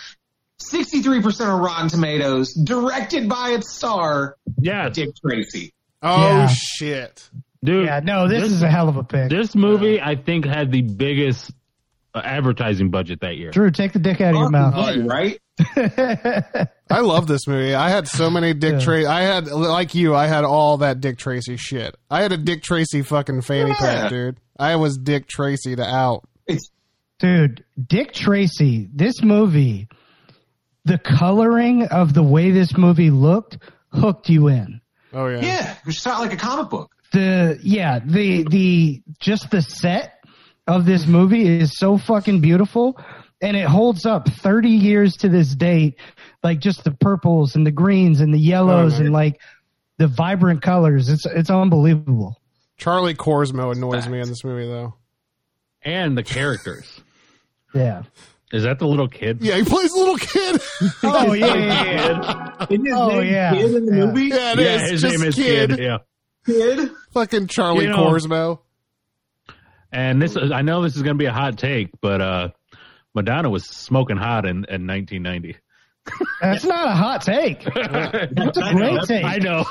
S5: 63% on Rotten Tomatoes, directed by its star,
S4: Yeah,
S5: Dick Tracy.
S6: Oh
S3: Yeah.
S6: shit!
S4: dude.
S3: Yeah. No, this
S4: This-
S3: is a hell of a pick.
S4: This movie, I think, had the biggest uh, advertising budget that year.
S3: Drew, take the dick out of your mouth.
S5: Fucking Right?
S6: I love this movie. I had
S3: <laughs>
S6: so many Dick
S3: Yeah.
S6: Tracy. I had like you. I had all that Dick Tracy shit. I had a Dick Tracy fucking fanny
S5: Yeah.
S6: pack, dude. I was Dick Tracy to out.
S5: It's
S3: Dude, Dick Tracy, this movie, the coloring of the way this movie looked hooked you in.
S6: Oh yeah.
S5: yeah, it's just not like a comic book.
S3: The yeah, the the just the set of this movie is so fucking beautiful and it holds up 30 years to this date like just the purples and the greens and the yellows
S6: Oh, no.
S3: and like the vibrant colors. It's it's unbelievable.
S6: Charlie Corsmo annoys me in this movie though.
S4: And the characters.
S3: Yeah.
S4: Is that the little kid?
S6: Yeah, he plays a
S4: <laughs>
S6: little kid.
S3: Oh yeah, yeah, yeah.
S5: <laughs> Isn't his
S3: Oh,
S5: name
S3: yeah.
S5: Kid in the
S3: Yeah.
S5: movie?
S6: yeah, it
S4: Yeah,
S6: is.
S4: his
S6: Just
S4: name is
S6: kid.
S4: Kid. Yeah.
S5: Kid?
S6: Fucking Charlie
S4: You know-
S6: Corsmo.
S4: And this, is- I know this is going to be a hot take, but uh, Madonna was smoking hot in, in 1990.
S3: That's not a hot take. That's
S4: <laughs>
S3: a
S4: I
S3: great
S4: know.
S3: take.
S4: I,
S3: <laughs>
S4: know.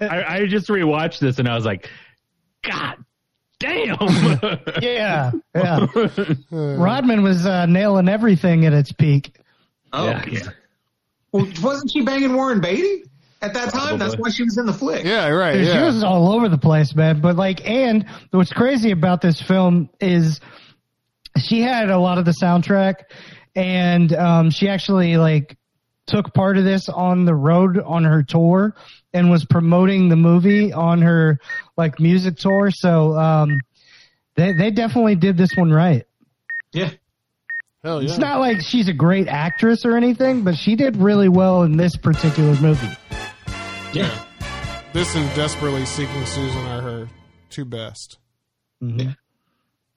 S4: I, I just rewatched this and I was like, God
S3: <laughs>
S4: damn. <laughs>
S5: <laughs>
S3: Yeah, yeah. Rodman was uh, nailing everything at its peak.
S5: Oh,
S4: Yeah, yeah.
S5: Well, wasn't she banging Warren Beatty at that time? That's why
S4: Probably.
S5: she was in the flick.
S6: Yeah, right.
S3: Dude,
S6: Yeah.
S3: She was all over the place, man. But like, and what's crazy about this film is she had a lot of the soundtrack, and um, she actually like took part of this on the road on her tour and was promoting the movie on her like music tour. So um, they they definitely did this one right.
S5: Yeah.
S6: Hell yeah.
S3: It's not like she's a great actress or anything, but she did really well in this particular movie.
S5: Yeah.
S6: this and Desperately Seeking Susan are her two best.
S3: Mm-hmm.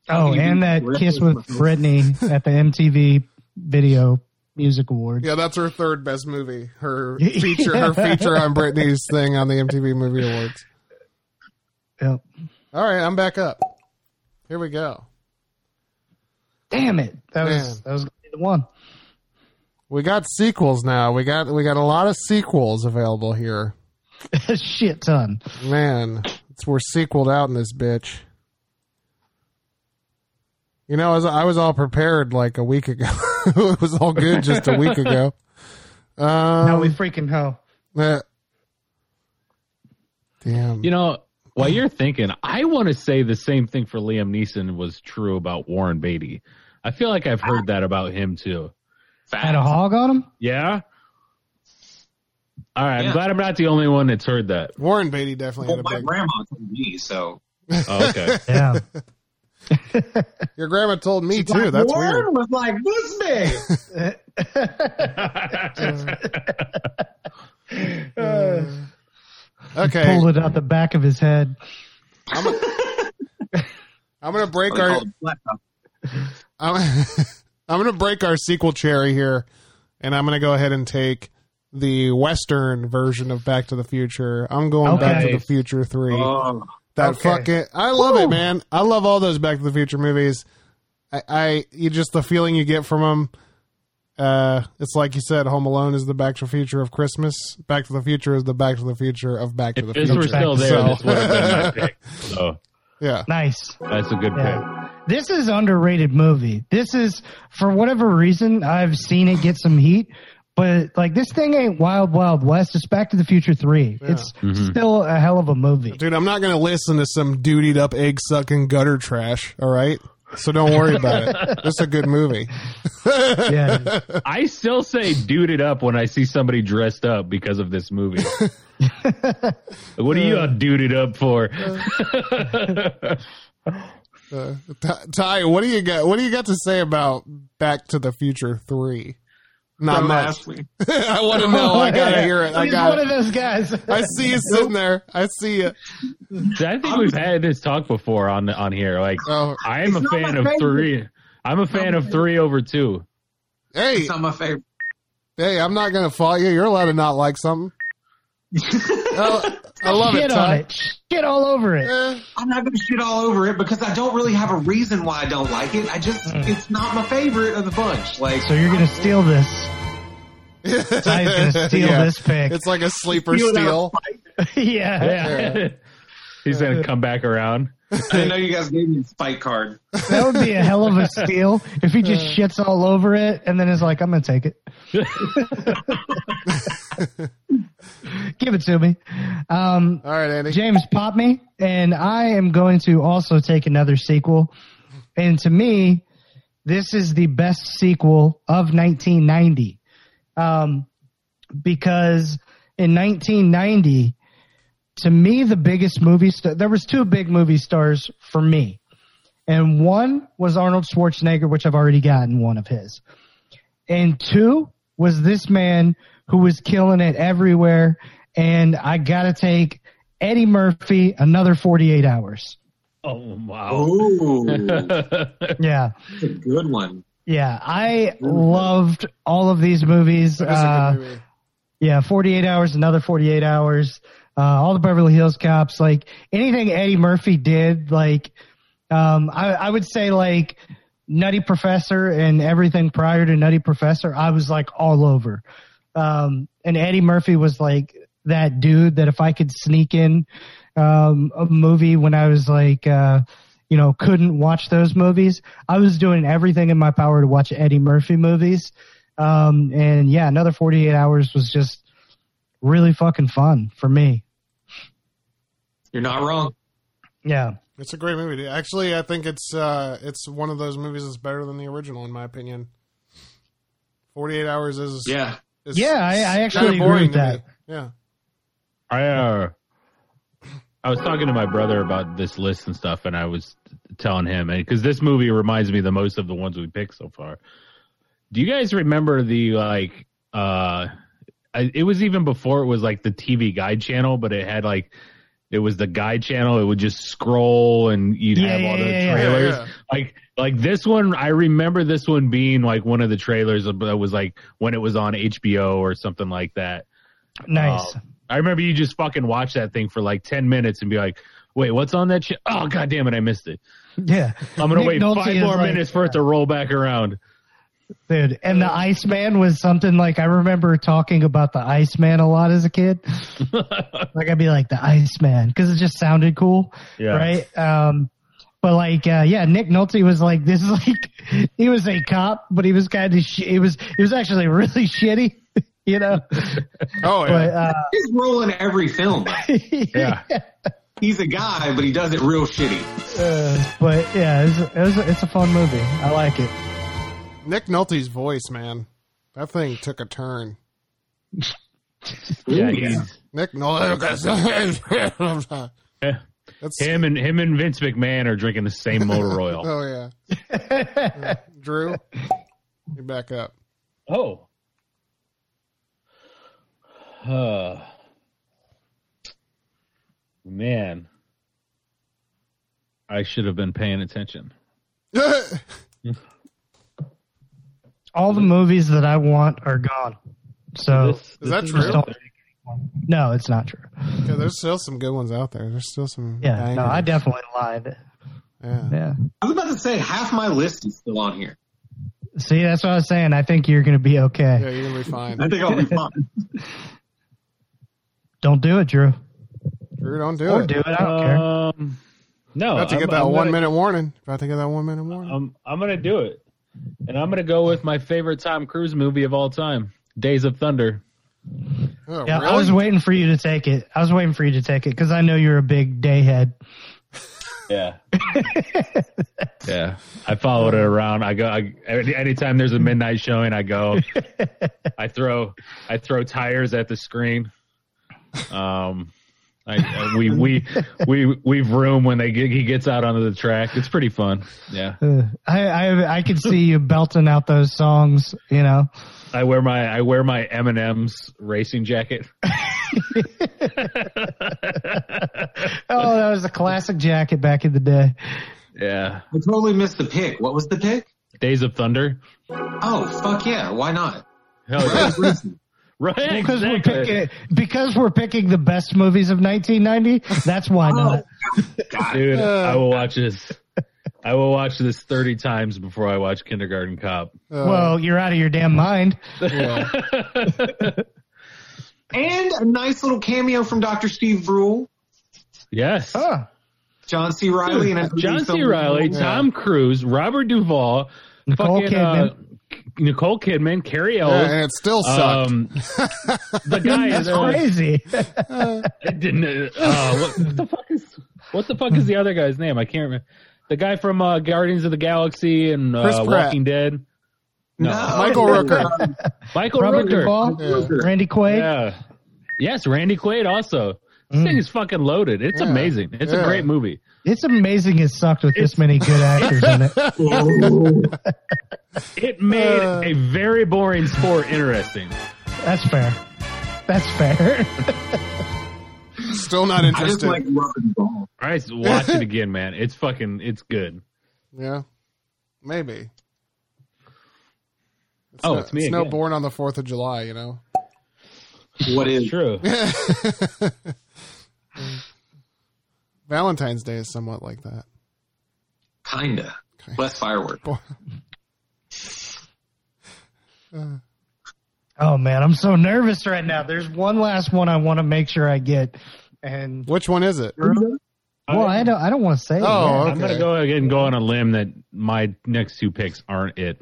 S3: Oh, and that kiss with Britney at the MTV Video Music Awards.
S6: Yeah, that's her third best movie.
S4: <laughs>
S6: Her
S3: Yeah.
S6: feature, her feature on Britney's thing on the MTV Movie Awards.
S3: Yep.
S6: All right, I'm back up. Here we go.
S3: Damn it, that was
S6: Man.
S3: that was gonna be the one. <laughs>
S6: We got sequels now. We got we got a lot of sequels available here.
S3: A shit ton.
S6: Man, it's, we're sequeled out in this bitch. You know, as I was all prepared like a week ago. <laughs> it was all good just a week ago.
S3: Now
S6: Um,
S3: we freaking hell.
S6: uh, damn.
S4: You know, while you're thinking, I want to say the same thing for Liam Neeson was true about Warren Beatty. I feel like I've heard that about him too.
S3: Had a hog on him.
S4: Yeah? All right.
S5: Yeah.
S4: I'm glad I'm not the only one that's heard that.
S6: Warren Beatty definitely
S5: Well,
S6: had a
S5: Oh, my
S6: big.
S5: grandma told me, so.
S4: Oh, okay.
S3: <laughs> Yeah.
S6: Your grandma told me too. That's
S5: Warren
S6: weird.
S5: was like this big. <laughs>
S3: Uh,
S6: Okay,
S3: Pulled it out the back of his head.
S6: I'm gonna break
S5: oh,
S6: our. <laughs> I'm, I'm gonna break our sequel cherry here, and I'm gonna go ahead and take the Western version of Back to the Future. I'm going Back to
S3: Okay.
S6: the Future three.
S5: Oh,
S6: that
S3: okay.
S6: fucking. I love it, man. I love all those Back to the Future movies. I, I you just the feeling you get from them. Uh, it's like you said, Home Alone is the Back to the Future of Christmas. Back to the Future is the Back to the Future of Back to the
S4: If this were
S6: Future.
S4: still there,
S6: So-
S4: this would have been my pick. So
S6: Yeah,
S3: Nice.
S4: that's a good pick.
S3: Yeah. This is underrated movie. This is for whatever reason I've seen it get some heat, but like this thing ain't Wild Wild West. It's Back to the Future Three. It's still a hell of a movie.
S6: Dude, I'm not going to listen to some dutied up egg sucking gutter trash. All right. So don't worry about it. This is a good movie.
S3: <laughs> Yeah,
S4: I still say dude it up when I see somebody dressed up because of this movie. what are you all dude it up for? <laughs>
S6: Uh, Ty- Ty, what do you got? What do you got to say about Back to the Future Three? Not
S5: from
S6: much.
S5: last week.
S6: <laughs> I want to know. I gotta hear it. I
S3: He's one
S6: got
S3: of
S6: it.
S3: those guys.
S6: I see you sitting there. I see you.
S4: I think we've had this talk before on on here. Like
S6: Oh,
S4: I am a <laughs> fan of three. I'm a fan of three over two.
S6: hey,
S5: It's not my favorite.
S6: Hey, I'm not gonna fault you. You're allowed to not like something. Oh, I love
S3: Shit
S6: it,
S3: on
S6: Todd.
S3: it. Shit all over it.
S6: Eh,
S5: I'm not gonna shit all over it because I don't really have a reason why I don't like it. I just it's not my favorite of the bunch. Like
S3: So you're gonna steal this. Ty's
S6: <laughs>
S3: gonna steal
S6: Yeah.
S3: this pick.
S6: It's like a sleeper steal.
S3: <laughs> yeah.
S6: <laughs>
S4: Yeah. He's gonna come back around.
S5: I know you guys gave me a spike card.
S3: That would be a hell of a steal if he just shits all over it and then is like, I'm gonna take <laughs> it. Give it to me. Um,
S6: All right, Andy.
S3: James, pop me, and I am going to also take another sequel. And to me, this is the best sequel of 1990, um, because in 1990, to me, the biggest movie star there was two big movie stars for me, and one was Arnold Schwarzenegger, which I've already gotten one of his, and two was this man who was killing it everywhere. And I gotta take Eddie Murphy another 48
S6: <laughs>
S3: hours.
S4: Oh
S5: <laughs>
S4: wow.
S5: Ooh,
S3: Yeah.
S5: that's a good one.
S3: Yeah. I loved all of these movies.
S6: That's a
S3: Uh,
S6: good movie.
S3: yeah. 48 hours, another 48 hours. Uh, all the Beverly Hills cops, like anything Eddie Murphy did, like, um, I, I would say like Nutty Professor and everything prior to Nutty Professor, I was like all over. Um, and Eddie Murphy was like that dude that if I could sneak in um, a movie when I was like, uh, you know, couldn't watch those movies, I was doing everything in my power to watch Eddie Murphy movies. Um, and yeah, another 48 hours was just really fucking fun for me.
S5: You're not wrong.
S3: Yeah.
S6: It's a great movie. dude. Actually, I think it's uh, it's one of those movies that's better than the original, in my opinion. Forty eight hours is
S5: Yeah,
S6: is
S3: Yeah, I, I
S6: kinda
S3: actually agree
S6: boring
S3: with
S6: to
S3: that.
S6: me. Yeah,
S4: I uh, I was talking to my brother about this list and stuff, and I was telling him, and because this movie reminds me the most of the ones we picked so far. Do you guys remember the like? uh I, It was even before it was like the TV Guide channel, but it had like. It was the guide channel. It would just scroll, and you'd
S3: Yeah,
S4: have all
S3: yeah,
S4: the
S3: yeah, yeah.
S4: trailers.
S6: Yeah, yeah.
S4: Like, like this one, I remember this one being like one of the trailers that was like when it was on HBO or something like that.
S3: Nice.
S4: Um, I remember you just fucking watch that thing for like ten minutes and be like, "Wait, what's on that shit? Oh god damn it, I missed it.
S3: <laughs> yeah.
S4: I'm gonna
S3: Nick
S4: wait
S3: Nolte
S4: five
S3: is
S4: more
S3: like-
S4: minutes for it to roll back around."
S3: Dude, and the Iceman was something like I remember talking about the Iceman a lot as a
S4: <laughs>
S3: kid. like I'd be like the Iceman because it just sounded cool,
S4: Yeah.
S3: right? Um, but like, uh, yeah, Nick Nolte was like <laughs> this is like he was a cop, but he was kind of sh- he was he was actually really <laughs> shitty, you know.
S6: Oh yeah.
S3: But uh, <laughs>
S5: his role in every film.
S4: Yeah,
S5: He's a guy, but he does it real shitty.
S3: uh, but yeah, it's, it was, it's a fun movie. I like it.
S6: Nick Nolte's voice, man, that thing took a turn.
S4: yeah. he's-
S6: Nick <laughs> Nolte.
S4: yeah.
S6: That's
S4: Him and him and Vince McMahon are drinking the same
S6: <laughs>
S4: motor oil.
S6: Oh yeah. Drew, you back up. <laughs>
S4: oh. <sighs> Uh, man, I should have been paying attention.
S3: All the movies that I want are gone. So
S4: This-
S6: Is that
S4: this
S6: true?
S3: don't- no, it's not true.
S6: Yeah, there's still some good ones out there. There's still some.
S3: Yeah, no,
S6: bangers.
S3: I definitely lied.
S6: Yeah.
S3: Yeah.
S5: I was about to say half my list is still on here.
S3: See, that's what I was saying. I think you're going to be okay.
S6: yeah, you're gonna be fine.
S5: I think I'll be fine.
S3: Don't do it, Drew.
S6: Drew, don't do
S3: Or
S6: it.
S3: do it. I don't care.
S4: Um, no,
S6: About to
S4: I'm-
S6: get that
S4: I'm
S6: one
S4: gonna- Uh,
S6: minute warning. About to get that one minute warning.
S4: I'm I'm gonna do it, and I'm gonna go with my favorite Tom Cruise movie of all time, Days of Thunder.
S6: oh,
S3: Yeah,
S6: really?
S3: I was waiting for you to take it. I was waiting for you to take it because I know you're a big day head.
S4: Yeah. yeah, I followed it around. I go I, any- anytime there's a midnight showing, I go. I throw I throw tires at the screen. Um, I, I- we we we we've room when they get, he gets out onto the track. It's pretty fun. Yeah,
S3: Ugh. I, I I could see you belting out those songs. You know,
S4: I wear my I wear my M&M's racing jacket.
S3: oh, that was a classic jacket back in the day.
S4: Yeah.
S5: I totally missed the pick. What was the pick?
S4: Days of Thunder.
S5: Oh fuck yeah! Why not?
S4: Hell yeah. right,
S3: Because
S4: exactly.
S3: we're picking because we're picking the best movies of 1990. That's why not.
S4: Dude, I will watch this. I will watch this 30 times before I watch Kindergarten Cop.
S6: Uh,
S3: Well, you're out of your damn mind. <laughs>
S6: yeah.
S5: And a nice little cameo from Dr. Steve Brule,
S4: Yes.
S3: Huh.
S5: John C. Riley, and everybody
S4: John
S5: filmed
S4: C.
S5: in
S4: Riley,
S5: Florida.
S4: Tom Cruise, Robert Duvall,
S3: Nicole
S4: fucking, uh, Nicole Kidman, Carrie
S6: Yeah, and
S4: Elwes.
S6: it still sucked.
S4: oh, um, <laughs> the guy
S3: That's
S4: is uh,
S3: crazy.
S4: it didn't. Uh, uh, what, what the fuck is what the fuck is the other guy's name? I can't remember. The guy from uh, Guardians of the Galaxy and
S6: Chris
S4: uh,
S6: Pratt.
S4: Walking Dead. No,
S6: Michael Rooker.
S4: Michael
S3: Robert
S4: Rooker.
S3: Duvall,
S6: Yeah.
S3: Randy Quaid.
S4: Yeah. Yes, Randy Quaid also. This thing is fucking loaded. It's
S6: Mm. Yeah.
S4: amazing. It's
S6: Yeah.
S4: a great movie.
S3: It's amazing it sucked with this many good actors in it.
S4: It made
S6: Uh.
S4: a very boring sport interesting.
S3: That's fair. That's fair.
S6: Still not
S7: I just
S6: interested.
S7: like rubbing balls.
S4: All right, so watch
S6: <laughs>
S4: it again, man. It's fucking, it's good.
S6: yeah, maybe. It's
S4: Oh,
S6: no,
S4: it's me
S6: no
S4: again.
S6: born on the Fourth of July, you know.
S5: What is?
S4: It's
S6: <laughs>
S4: true.
S6: Valentine's Day is somewhat like that.
S5: Kinda. Less fireworks.
S3: Oh man, I'm so nervous right now. There's one last one I want to make sure I get, and
S6: Which one is it?
S3: well, I don't, I don't want to say. it
S6: Oh,
S3: yet.
S6: okay.
S4: I'm gonna go ahead and go on a limb that my next two picks aren't it.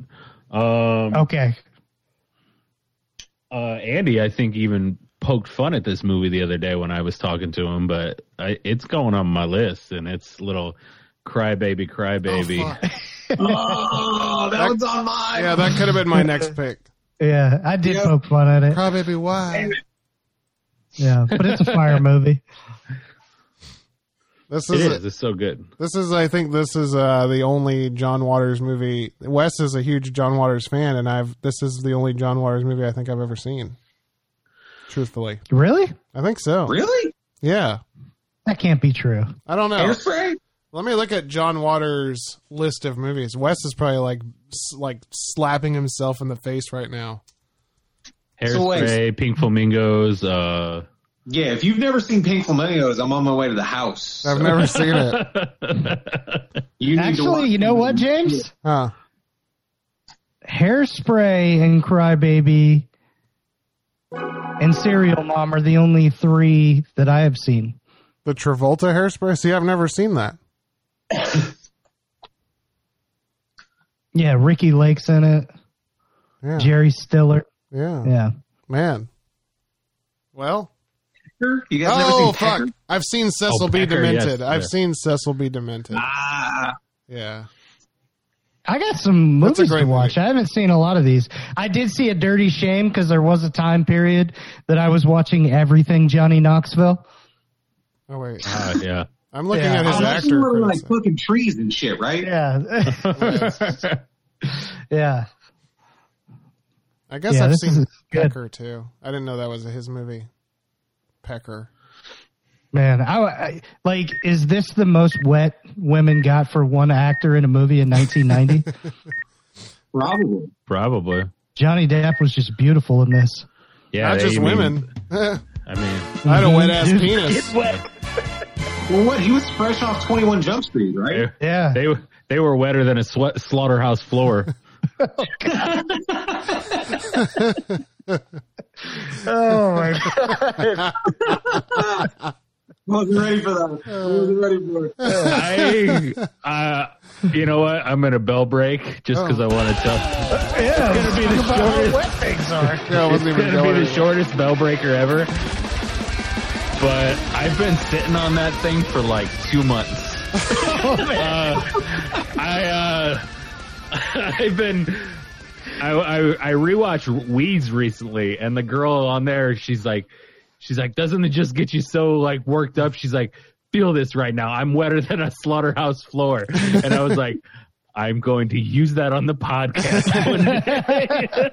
S4: Um,
S6: Oh.
S3: okay.
S4: uh, Andy, I think even poked fun at this movie the other day when I was talking to him, but I, it's going on my list, and it's little crybaby, crybaby.
S6: Oh, fuck.
S5: Oh, that one's on mine.
S6: yeah, that could have been my next pick.
S3: Yeah, I did
S5: Yeah.
S3: poke fun at it.
S6: Probably why.
S3: Yeah, but it's a fire movie.
S6: This
S4: it
S6: is,
S4: is. It's so good.
S6: this is I think this is uh, the only John Waters movie. Wes is a huge John Waters fan, and I've this is the only John Waters movie I think I've ever seen. Truthfully,
S3: Really?
S6: I think so.
S5: Really?
S6: Yeah,
S3: That can't be true.
S6: I don't know.
S5: Hairspray?
S6: Let me look at John Waters' list of movies. Wes is probably like s- like slapping himself in the face right now.
S5: So wait.
S4: Hairspray, Pink Flamingos. <laughs> Uh,
S5: Yeah, if you've never seen Pink Flamingos, I'm on my way to the house.
S6: I've never seen
S4: <laughs>
S6: it.
S5: You need to watch
S3: Actually, you know
S5: it.
S3: what, James?
S6: Huh.
S3: Hairspray and Crybaby and Serial Mom are the only three that I have seen.
S6: The Travolta hairspray? See, I've never seen that.
S3: Yeah, Ricky Lake's in it.
S6: Yeah.
S3: Jerry Stiller.
S6: Yeah.
S3: Yeah.
S6: Man. Well.
S5: You guys never
S6: Oh,
S5: seen
S6: fuck.
S5: Pecker?
S6: I've seen Cecil B.
S4: Pecker, yes,
S6: Demented. I've
S4: yeah.
S6: seen Cecil B. Demented.
S5: Ah,
S6: Yeah.
S3: I got some
S6: That's a
S3: movies
S6: great
S3: to watch.
S6: movie.
S3: I haven't seen a lot of these. I did see a Dirty Shame because there was a time period that I was watching everything Johnny Knoxville.
S6: Oh, wait.
S4: uh, yeah. <laughs>
S6: I'm looking
S3: Yeah.
S6: at his
S5: oh, that's
S6: actor.
S5: more like
S6: credits.
S5: fucking trees and shit, right?
S3: Yeah, <laughs> yeah.
S6: I guess
S3: Yeah,
S6: I've
S3: this is
S6: seen
S3: good.
S6: Pecker, too. I didn't know that was his movie. Pecker.
S3: Man, I, I like. Is this the most wet women got for one actor in a movie in 1990?
S7: Probably.
S4: Probably.
S3: Johnny Depp was just beautiful in this.
S4: Yeah.
S6: Not
S4: they-
S6: just
S4: I mean-
S6: women. <laughs> I
S4: I mean,
S6: had a
S3: <laughs>
S6: wet ass
S3: Dude,
S6: penis.
S5: Well, what? He was fresh off 21 Jump Street,
S4: they,
S5: right?
S3: Yeah,
S4: they were they were wetter than a sweat, slaughterhouse floor.
S3: oh my god.
S7: I wasn't ready for that. I wasn't ready for it.
S4: <laughs> I, uh, you know what? I'm gonna bell break just because
S6: Oh.
S4: I want to tell.
S3: Yeah, it's
S4: gonna be the shortest-
S3: wet things are.
S6: Yeah, I
S4: It's
S6: wasn't even
S4: gonna
S6: going
S4: be the
S6: anywhere.
S4: shortest bell breaker ever. But I've been sitting on that thing for like two
S6: <laughs>
S4: months.
S6: Oh,
S4: Uh, I uh, <laughs> I've been. I, I I rewatched Weeds recently, and the girl on there, she's like, she's like, doesn't it just get you so like worked up? She's like, feel this right now. I'm wetter than a slaughterhouse floor, and I was like, I'm going to use that on the podcast
S6: <laughs>
S4: one day.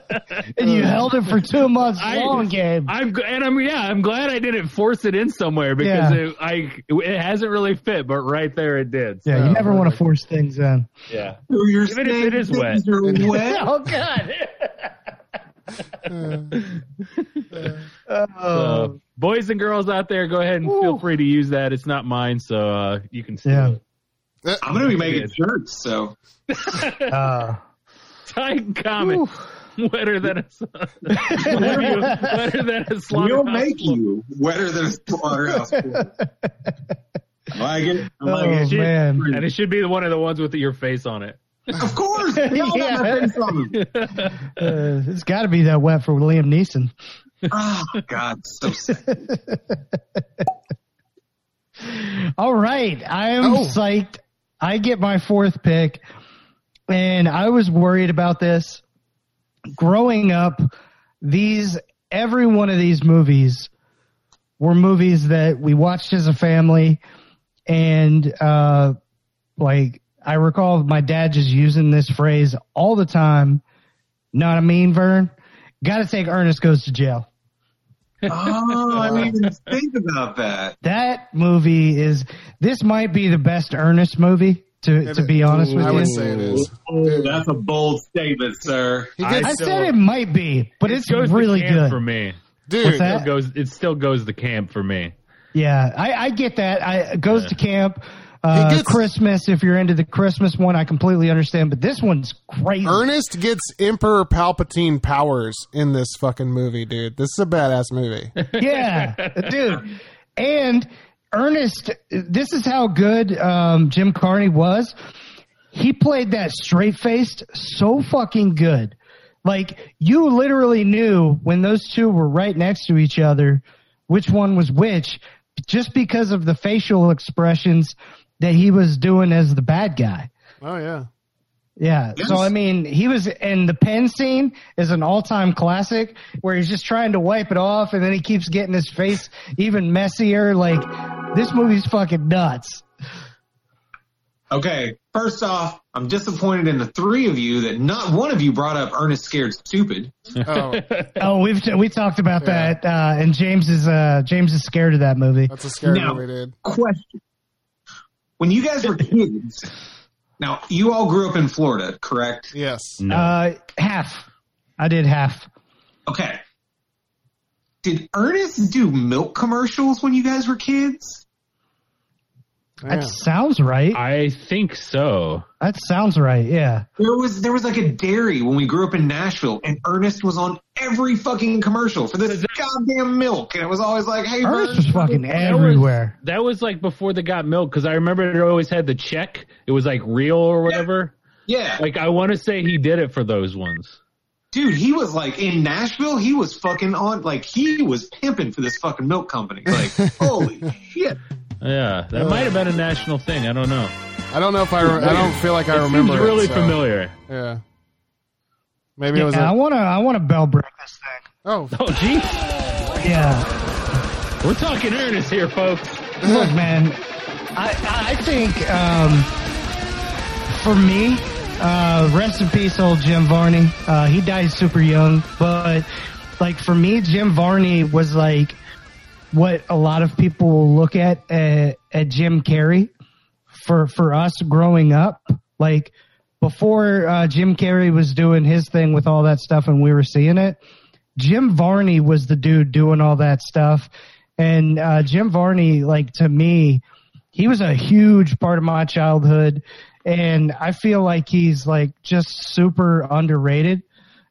S3: And you held it for two months
S4: I-
S3: long, Gabe.
S4: I'm g- and I'm yeah, I'm glad I didn't force it in somewhere because
S3: Yeah.
S4: it, I it hasn't really fit, but right there it did.
S3: yeah,
S6: Oh,
S3: you never want to force things in.
S4: yeah.
S7: So you're
S4: <laughs> Even if
S7: saying
S4: it
S3: <laughs>
S4: is wet.
S7: things are wet?
S3: Oh god.
S6: <laughs>
S3: Um,
S4: So, Uh, boys and girls out there, go ahead and feel free to use that. It's not mine, so uh, you can steal
S3: Yeah.
S4: it. <laughs>
S5: I'm gonna be making shirts, so
S3: Uh,
S4: Titan Comic. <laughs> Wetter than a wetter than a
S7: We'll
S4: slaughterhouse
S7: make
S4: floor.
S7: you wetter than a slaughterhouse. <laughs> floor. like it? I like
S3: Oh,
S7: it.
S4: Shit.
S3: man.
S4: and it should be one of the ones with your face on it.
S7: Of
S5: <laughs>
S7: course, they all got my
S3: Yeah.
S7: face on them.
S3: Uh, it's got to be that wet for Liam Neeson.
S7: Oh God, so sick.
S3: All right. I am
S6: Oh.
S3: psyched. I get my fourth pick. And I was worried about this. Growing up, these every one of these movies were movies that we watched as a family and uh like I recall my dad just using this phrase all the time. Know what I mean, Vern? Gotta take Ernest goes to jail.
S5: oh,
S7: I didn't even think about that.
S3: That movie is. This might be the best Ernest movie. To
S6: It
S3: to
S6: is-
S3: be honest with
S6: I
S3: you,
S6: would say it is.
S7: Oh,
S6: Dude,
S7: that's a bold statement, sir.
S6: he
S4: I-
S6: gets,
S3: I
S4: So-
S3: said it might be, but it's
S4: goes to
S3: really
S4: camp
S3: good.
S4: for me.
S6: dude,
S3: that?
S4: It goes. It still goes to camp for me.
S3: Yeah, I, I get that. I it goes to camp. Uh,
S6: He gets-
S3: Christmas. If you're into the Christmas one, I completely understand. But this one's crazy.
S6: Ernest gets Emperor Palpatine powers in this fucking movie, dude. This is a badass
S3: <laughs>
S6: movie.
S3: yeah, dude. And Ernest, this is how good um, Jim Carney was. He played that straight faced so fucking good. Like you literally knew when those two were right next to each other, which one was which, just because of the facial expressions that he was doing as the bad guy. <laughs>
S6: Oh yeah.
S3: Yeah. So I mean, he was and the pen scene is an all-time classic where he's just trying to wipe it off and then he keeps getting his face even messier like this movie's fucking nuts.
S5: Okay, first off, I'm disappointed in the three of you that not one of you brought up Ernest Scared Stupid.
S6: Oh,
S3: Oh, we've we talked about that uh and James is uh James is scared of that movie.
S6: that's a scary
S5: No.
S6: movie, dude.
S5: Question. When you guys were kids, now you all grew up in Florida, correct?
S6: Yes.
S4: No.
S3: Uh half. I did half.
S5: Okay. Did Ernest do milk commercials when you guys were kids?
S6: Yeah.
S3: That sounds right.
S4: I think so.
S3: That sounds right. Yeah.
S5: There was there was like a dairy when we grew up in Nashville, and Ernest was on every fucking commercial for this goddamn milk, and it was always like, "Hey,
S3: Ernest
S5: Ernest,
S3: was fucking
S4: That was-
S3: everywhere.
S4: That was like before they got milk because I remember it always had the check. It was like real or whatever.
S5: yeah,
S4: Like I want to say he did it for those ones.
S5: dude, he was like in Nashville, he was fucking on, like he was pimping for this fucking milk company. <laughs> Like, holy shit!
S4: Yeah, that might have been a national thing. I don't know.
S6: I don't know if I. Re- I don't feel like I remember.
S4: Seems really
S6: it, so,
S4: familiar.
S6: Yeah. Maybe it
S3: Yeah,
S6: was.
S3: I
S6: A,
S3: want to I want to bell break this thing.
S6: oh,
S4: Oh, jeez.
S3: Yeah.
S4: We're talking Ernest here, folks.
S3: Look, man, I, I think um, for me, uh, rest in peace, old Jim Varney. Uh, he died super young, but like for me, Jim Varney was like what a lot of people will look at at, at Jim Carrey for for us growing up, like before uh, Jim Carrey was doing his thing with all that stuff and we were seeing it. Jim Varney was the dude doing all that stuff, and uh, Jim Varney, like to me, he was a huge part of my childhood, and I feel like he's like just super underrated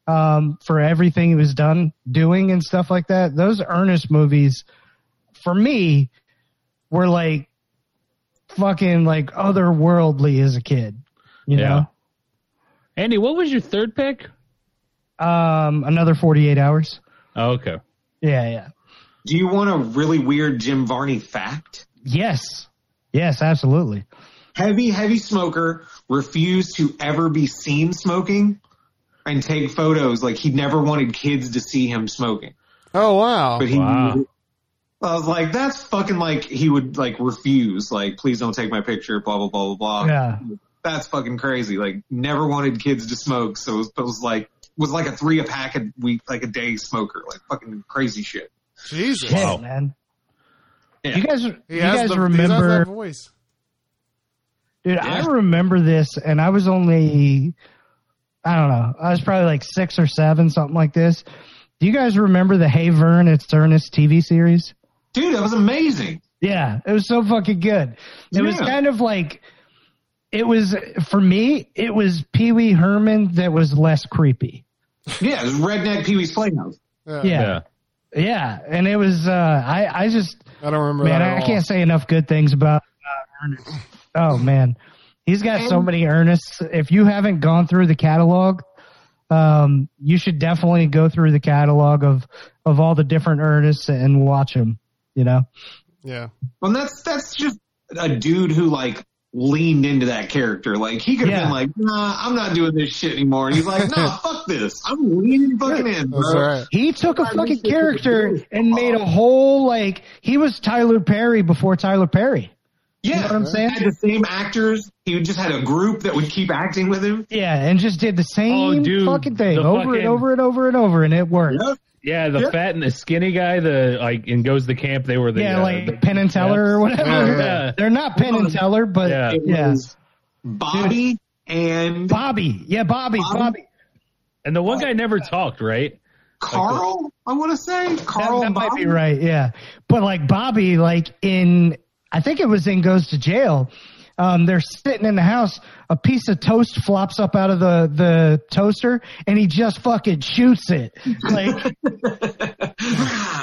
S3: um, for everything he was done doing and stuff like that. Those Ernest movies, for me, were like fucking like otherworldly as a kid. You
S4: Yeah. Andy, what was your third pick?
S3: know, um, another forty eight hours.
S4: Oh, okay.
S3: Yeah, yeah,
S5: Do you want a really weird Jim Varney fact?
S3: yes, yes, absolutely.
S5: Heavy, heavy smoker refused to ever be seen smoking and take photos. Like he never wanted kids to see him smoking,
S6: oh wow.
S5: but he.
S4: Wow.
S5: I was like, that's fucking like he would like refuse, like please don't take my picture, blah blah blah blah blah.
S3: Yeah.
S5: That's fucking crazy. Like never wanted kids to smoke, so it was, it was like was like a three a pack a week, like a day smoker, like fucking crazy shit.
S6: Jesus.
S3: Shit, man.
S5: Yeah.
S3: You guys,
S6: He
S3: you
S6: has
S3: guys
S6: the, He has that
S3: remember,
S6: voice.
S3: dude?
S5: Yeah.
S3: I remember this, and I was only, I don't know, I was probably like six or seven, something like this. Do you guys remember the Hey Vern, it's Ernest TV series?
S5: Dude, that was amazing.
S3: Yeah, it was so fucking good. It was
S5: Yeah.
S3: kind of like it was for me. It was Pee Wee Herman that was less creepy.
S5: Yeah, it was Redneck Pee Wee's Playhouse.
S3: Yeah, yeah, and it was. Uh, I I just
S6: I don't remember
S3: man,
S6: that. at
S3: I, I
S6: all.
S3: can't say enough good things about uh, Ernest. Oh man, he's got so many Ernests. If you haven't gone through the catalog, um, you should definitely go through the catalog of of all the different Ernests and watch them. You know.
S6: Yeah.
S5: Well, that's that's just a dude who like leaned into that character. Like he could have
S3: Yeah.
S5: been like, "Nah, I'm not doing this shit anymore." And he's like,
S3: <laughs>
S5: "Nah, fuck this. I'm leaning fucking in, bro."
S6: That's right.
S3: He took a fucking
S5: least they took a
S3: character
S5: dude.
S3: and made a whole like he was Tyler Perry before Tyler Perry.
S5: Yeah,
S3: know what I'm saying?
S5: He had the same actors. He just had a group that would keep acting with him.
S3: Yeah, and just did the same
S4: Oh, dude,
S3: fucking thing
S4: the
S3: over
S4: fucking-
S3: and over and over and over, and it worked.
S5: Yep.
S4: Yeah, the
S5: Yep.
S4: fat and the skinny guy, the like, and goes to camp. They were the
S3: yeah,
S4: uh,
S3: like
S4: the- Oh,
S3: Penn and Teller or whatever.
S6: Yeah,
S4: yeah.
S3: <laughs> They're not Penn and Teller, but
S4: Yeah.
S3: yeah,
S5: It was Bobby and
S3: Bobby. Yeah, Bobby.
S5: Bobby?
S3: Bobby.
S4: and the one guy never talked, right?
S5: Carl. I want to say
S3: That,
S5: Carl.
S3: that
S5: and
S3: might
S5: Bobby.
S3: be right. Yeah, but like Bobby, like in I think it was in Goes to Jail. Um, they're sitting in the house. A piece of toast flops up out of the the toaster, and he just fucking shoots it. Like <laughs>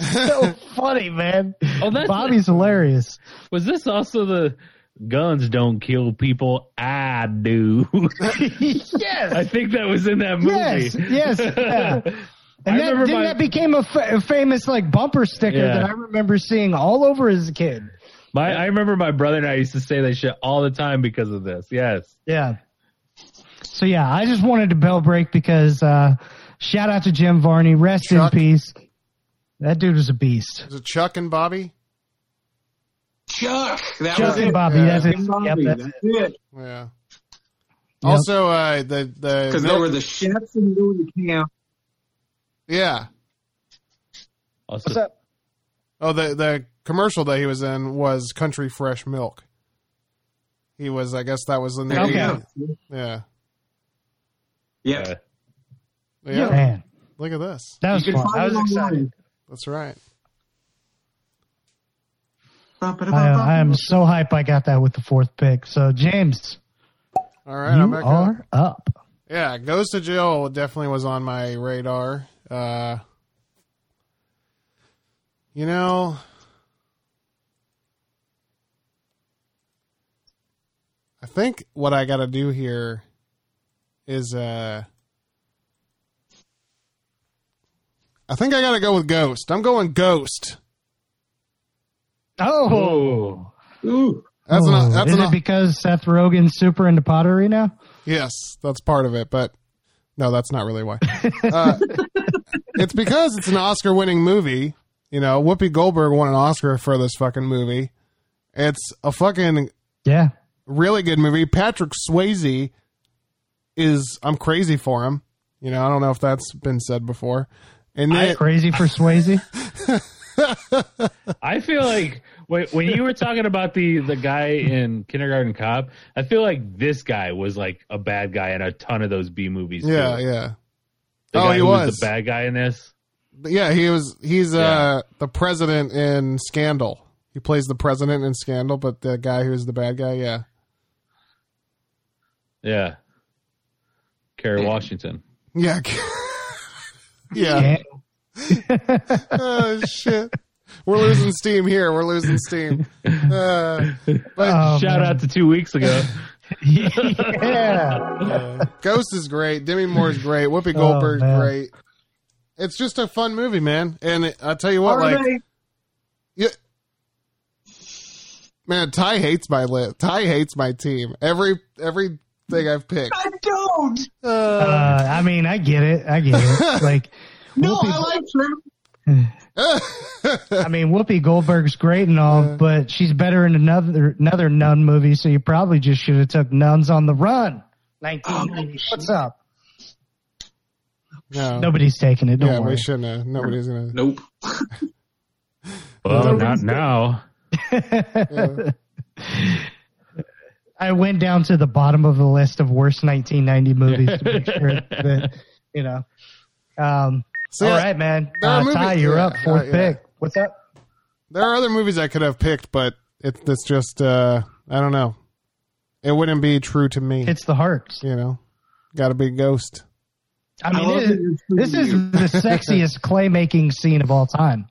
S3: so funny, man.
S4: Oh, that's-
S3: Bobby's hilarious.
S4: Was this also the guns don't kill people? I do. I
S3: <laughs> yes,
S4: think that was in that movie.
S3: yes, yes.
S4: <laughs>
S3: Yeah.
S4: I
S3: And that,
S4: remember
S3: didn't
S4: my-
S3: that became a, fa- a famous like bumper sticker
S4: Yeah.
S3: that I remember seeing all over as a kid.
S4: My, I remember my brother and I used to say that shit all the time because of this. Yes.
S3: Yeah. So yeah, I just wanted to bell break because uh, shout out to Jim Varney, rest
S6: Chuck.
S3: in peace. That dude was a beast.
S6: Is it Chuck and Bobby?
S5: Chuck. That
S3: Chuck
S5: was
S3: and
S5: it.
S3: Bobby,
S6: Yeah.
S3: that's it.
S5: And Bobby.
S3: Yep, that's it.
S5: That's it.
S6: Yeah. Also, uh, the the
S5: Because they were the chefs and they were the camp.
S6: yeah.
S4: Also,
S3: What's up?
S6: Oh, the the commercial that he was in was Country Fresh Milk. He was, I guess, that was in the
S5: There you
S3: Okay.
S5: go.
S6: yeah.
S5: Yep.
S6: yeah,
S3: Man,
S6: Look at this.
S3: that
S5: You
S3: was
S5: can
S3: fun.
S5: find
S3: I was
S5: it
S3: excited.
S5: online.
S6: That's right.
S3: I, I am so hype I got that with the fourth pick. So James,
S6: All right, I'm
S3: you
S6: back up.
S3: are up.
S6: Yeah, Goes to Jail definitely was on my radar. Uh, you know, I think what I got to do here is, uh, I think I got to go with Ghost. I'm going Ghost.
S3: Oh,
S4: Whoa.
S5: Ooh.
S6: That's
S3: Oh,
S6: an, that's
S3: is
S6: an,
S3: it because Seth Rogen's super into pottery now?
S6: Yes, that's part of it, but no, that's not really why. Uh, it's because it's an Oscar-winning movie. You know, Whoopi Goldberg won an Oscar for this fucking movie. It's a fucking
S3: Yeah,
S6: really good movie. Patrick Swayze is I'm crazy for him. You know, I don't know if that's been said before. And then,
S3: crazy for Swayze.
S4: I feel like when, when you were talking about the, the guy in Kindergarten Cop, I feel like this guy was like a bad guy in a ton of those B movies. too.
S6: yeah, yeah,
S4: The
S6: Oh,
S4: guy
S6: he
S4: who
S6: was.
S4: the bad guy in this.
S6: yeah. He was he's
S4: Yeah.
S6: uh the president in Scandal. He plays the president in Scandal, but the guy who's the bad guy, yeah.
S4: Yeah. Kerry Washington.
S6: Yeah. <laughs> <laughs> yeah.
S3: Yeah.
S6: Oh shit. We're losing steam here. We're losing steam. Uh, but
S3: Oh,
S4: Shout
S3: man.
S4: out to two weeks ago.
S3: <laughs> yeah.
S6: Ghost is great. Demi Moore's great. Whoopi Goldberg's
S3: man.
S6: great. It's just a fun movie, man. And it- I'll tell you what,
S5: Are
S6: like,
S5: they?
S6: yeah, man, Ty hates my list. Ty hates my team. Every every thing I've picked.
S5: I don't.
S6: Uh,
S3: Uh, I mean, I get it. I get
S6: <laughs>
S3: it. Like,
S5: No,
S3: Whoopi,
S5: I like Trevor.
S3: <sighs> I mean, Whoopi Goldberg's great and all, but she's better in another another nun movie. So you probably just should have took Nuns on the Run.
S6: Oh,
S3: Nineteen ninety. What's up?
S6: no.
S3: Nobody's taking it. Don't
S6: yeah,
S3: worry.
S6: we shouldn't. Have. Nobody's gonna.
S5: Nope.
S4: Well, not now.
S3: <laughs> I went down to the bottom of the list of worst nineteen ninety movies to make sure that you know. Um,
S6: So,
S3: All
S6: yeah,
S3: right, man.
S6: there are
S3: Uh,
S6: movies-
S3: Ty, you're
S6: yeah,
S3: up. Fourth
S6: yeah.
S3: pick. What's up?
S6: There are other movies I could have picked, but it, it's just uh, I don't know. It wouldn't be true to me.
S3: It's the hearts.
S6: you know, got to be ghost.
S3: I
S7: I
S3: mean,
S7: love
S3: it-
S7: that you're true
S3: this
S7: to
S3: is
S7: you.
S3: the
S7: <laughs>
S3: sexiest claymaking scene of all time.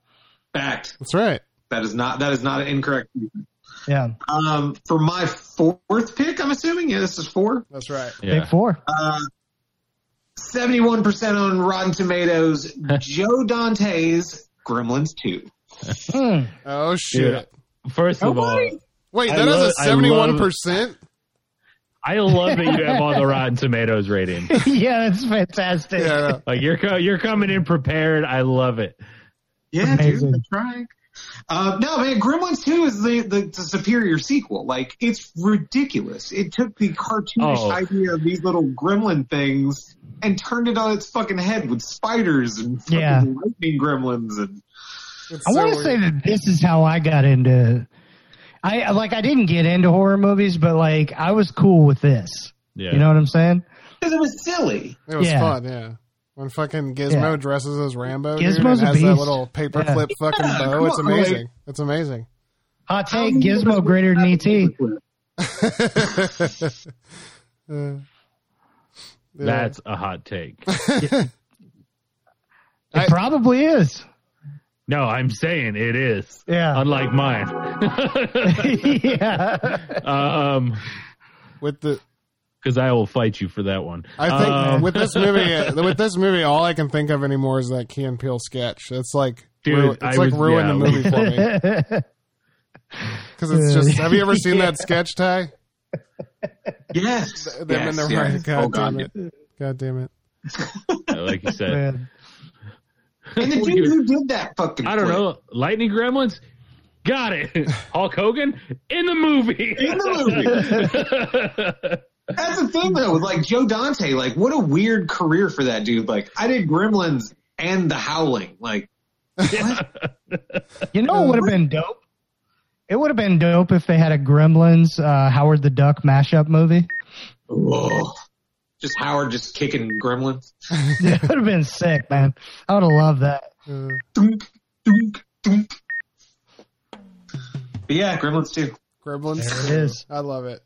S5: Fact.
S6: That's right.
S5: That is not that is not an incorrect. statement.
S3: Yeah,
S5: Um, for my fourth pick, I'm assuming yeah, this is four.
S6: That's right.
S4: Yeah.
S3: pick four.
S5: Seventy-one percent on Rotten
S3: <laughs>
S5: Tomatoes. Joe Dante's Gremlins Two.
S3: Hmm. <laughs>
S6: Oh shit!
S4: First of all,
S6: Wait,
S4: I
S6: that has
S4: love-
S6: a
S4: I
S6: seventy-one percent.
S4: I love that you have all the Rotten Tomatoes rating.
S3: <laughs> yeah, that's fantastic.
S6: Yeah, I know.
S4: Like you're co- you're coming in prepared. I love it.
S5: Yeah,
S3: Amazing.
S5: dude, I'm trying. Uh, no, man, Gremlins 2 is the, the, the superior sequel. Like, it's ridiculous. It took the cartoonish
S4: Oh.
S5: idea of these little gremlin things and turned it on its fucking head with spiders and fucking
S3: Yeah.
S5: lightning gremlins. And
S6: It's
S3: I
S6: so
S3: want to
S6: weird.
S3: say that this is how I got into. I like I didn't get into horror movies, but like I was cool with this.
S4: Yeah.
S3: You know what I'm saying?
S5: because it was silly.
S6: it was
S3: yeah.
S6: fun. Yeah, when fucking Gizmo
S3: Yeah.
S6: dresses as Rambo, dude, and
S3: Gizmo's a
S6: has that
S3: beast.
S6: little
S3: Yeah.
S6: paperclip
S3: <laughs>
S6: fucking bow.
S5: come
S6: It's
S5: on, like-
S6: amazing. It's amazing. <laughs>
S3: Hot take: Gizmo greater than E ET.
S6: Uh, yeah.
S4: That's a hot take.
S6: I-
S3: It probably is.
S4: No, I'm saying it is.
S3: Yeah.
S4: Unlike mine.
S3: <laughs> yeah.
S4: <laughs> um,
S6: with the
S4: because I will fight you for that one.
S6: I think
S4: Um,
S6: with this movie, uh, with this movie, all I can think of anymore is that Key and Peele sketch. It's like,
S4: Dude,
S6: ru- it's
S4: I
S6: like
S4: was-
S6: ruined
S4: yeah,
S6: the movie for me because it's
S3: Uh,
S6: just. Have you ever
S3: <laughs>
S6: seen
S3: yeah.
S6: that sketch, Ty?
S5: Yes.
S6: Them
S5: yes,
S6: in the
S5: yes.
S6: rain. God
S5: Oh,
S6: damn
S5: God.
S6: it! God damn it!
S4: Uh, like you said,
S3: Man.
S5: And the dude who did that fucking
S4: I don't
S5: flick.
S4: know. Lightning Gremlins. Got it. Hulk Hogan in the movie.
S5: In the
S4: <laughs>
S5: That's the thing though, with like Joe Dante, like what a weird career for that dude. Like I did Gremlins and The Howling. Like
S3: You know, it would have been dope. It would have been dope if they had a Gremlins uh, Howard the Duck mashup movie.
S5: Ugh. Just Howard just kicking gremlins.
S3: <laughs> it would have been sick, man. I would have loved that.
S6: Uh,
S5: Dunk, dunk, dunk. But yeah, gremlins too.
S6: Gremlins.
S3: There it is.
S6: <laughs> I love it.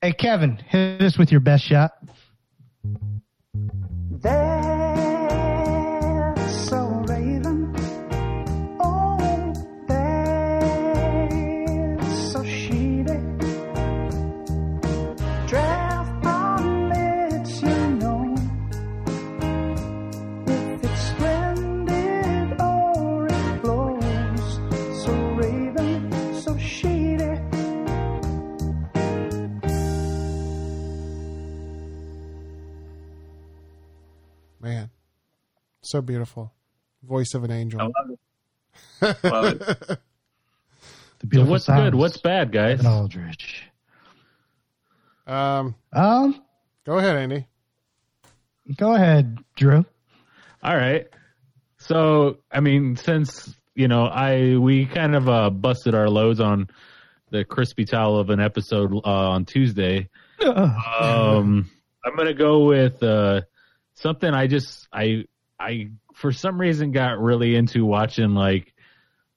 S3: Hey, Kevin, hit us with your best shot.
S6: Man, so beautiful. Voice of an angel.
S5: <laughs> Love it.
S3: The
S4: So
S3: beautiful
S4: what's
S3: sounds
S4: good? What's bad,
S3: of
S4: guys?
S3: an Aldrich.
S5: Oh.
S6: Um,
S3: Um,
S6: go ahead, Andy.
S3: go ahead, Drew.
S4: All right. So, I mean, since you know, I we kind of uh, busted our loads on the crispy towel of an episode uh, on Tuesday. Um, <laughs> I'm gonna go with uh, something I just I I for some reason got really into watching like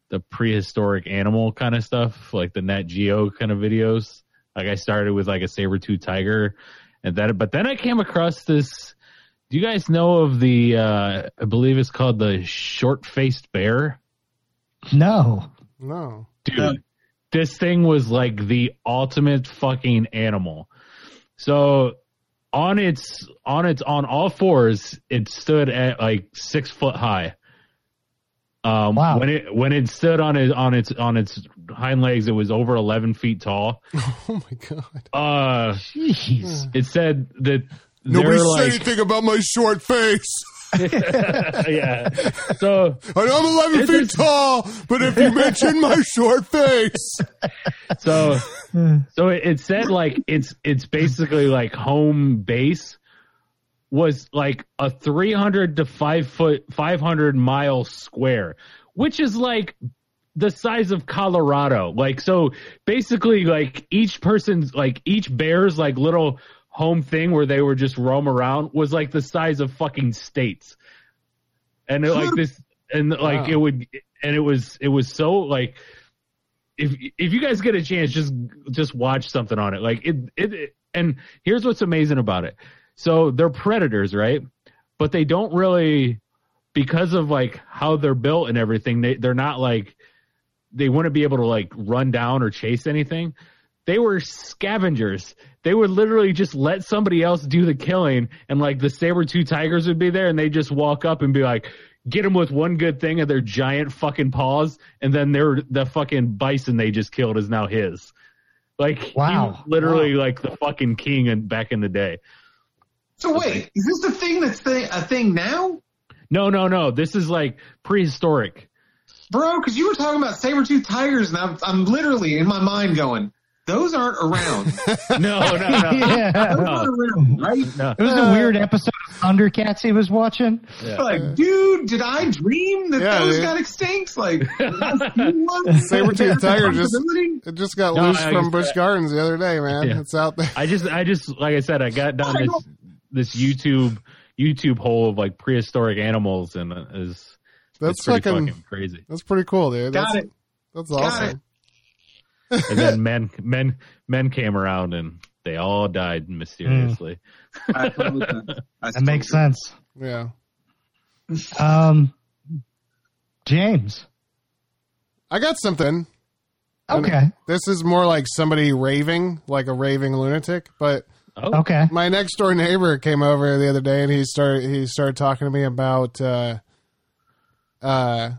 S4: the prehistoric animal kind of stuff, like the Nat Geo kind of videos. Like I started with like a saber tooth tiger, and that but then I came across this. Do you guys know of the? Uh, I believe it's called the short faced bear.
S3: No.
S6: No. <laughs>
S4: Dude,
S3: Uh,
S4: this thing was like the ultimate fucking animal. So on its on its on all fours, it stood at like six foot high. Um,
S3: Wow.
S4: when it when it stood on it on its on its hind legs, it was over eleven feet tall.
S6: Oh my god.
S4: Uh,
S3: Jeez.
S4: it said that
S6: Nobody
S4: they're
S6: said
S4: like
S6: anything about my short face.
S4: yeah. So
S6: And I'm 11 feet tall, but
S4: <laughs>
S6: if you mention my short face,
S4: So, so it, it said like it's it's basically like home base was like a three hundred to five foot five hundred mile square, which is like the size of Colorado. Like so, basically like each person's like each bear's like little home thing where they were just roam around was like the size of fucking states. and it, like this, and like
S6: Wow.
S4: it would, and it was it was so like. If if you guys get a chance, just just watch something on it. Like it, it, it and here's what's amazing about it. So they're predators, right? But they don't really because of like how they're built and everything, they they're not like they wouldn't be able to like run down or chase anything. They were scavengers. They would literally just let somebody else do the killing, and like the saber two tigers would be there, and they just walk up and be like, "Get them with one good thing of their giant fucking paws," and then their the fucking bison they just killed is now his. Like he
S3: Wow.
S4: was literally like the fucking king and back in the day.
S5: So wait, is this the thing that's th- a thing now,
S4: No, no, no. This is like prehistoric.
S5: bro? Because you were talking about saber-tooth tigers, and I'm, I'm literally in my mind going, those aren't
S4: <laughs>
S5: around. Those
S4: No, no,
S6: <laughs>
S4: no.
S3: yeah.
S5: aren't around, right?
S4: no.
S3: It was a weird episode of Thundercats he was watching.
S5: Like, dude, did I dream that
S6: Yeah,
S5: those
S6: dude.
S5: got extinct? <laughs> Like, saber-tooth
S6: Saber-tooth tiger just- It just got
S4: No,
S6: loose
S4: I
S6: from
S4: just-
S6: Bush Gardens the other day, man.
S4: Yeah.
S6: It's out there.
S4: I just, I just, like I said, I got down this this YouTube YouTube hole of like prehistoric animals, and it is it's
S6: That's
S4: pretty
S6: fucking,
S4: fucking, crazy.
S6: That's pretty cool, dude.
S5: Got
S6: that's,
S5: it.
S6: That's
S5: Got
S6: awesome.
S5: it.
S4: And
S6: <laughs>
S4: then men, men, men came around, and they all died mysteriously.
S7: I totally done. I
S3: That makes sense.
S6: Yeah.
S3: Um, James.
S6: I got something. And
S3: Okay.
S6: This is more like somebody raving, like a raving lunatic. But
S4: Oh,
S3: Okay.
S6: my next door neighbor came over the other day and he started he started talking to me about uh uh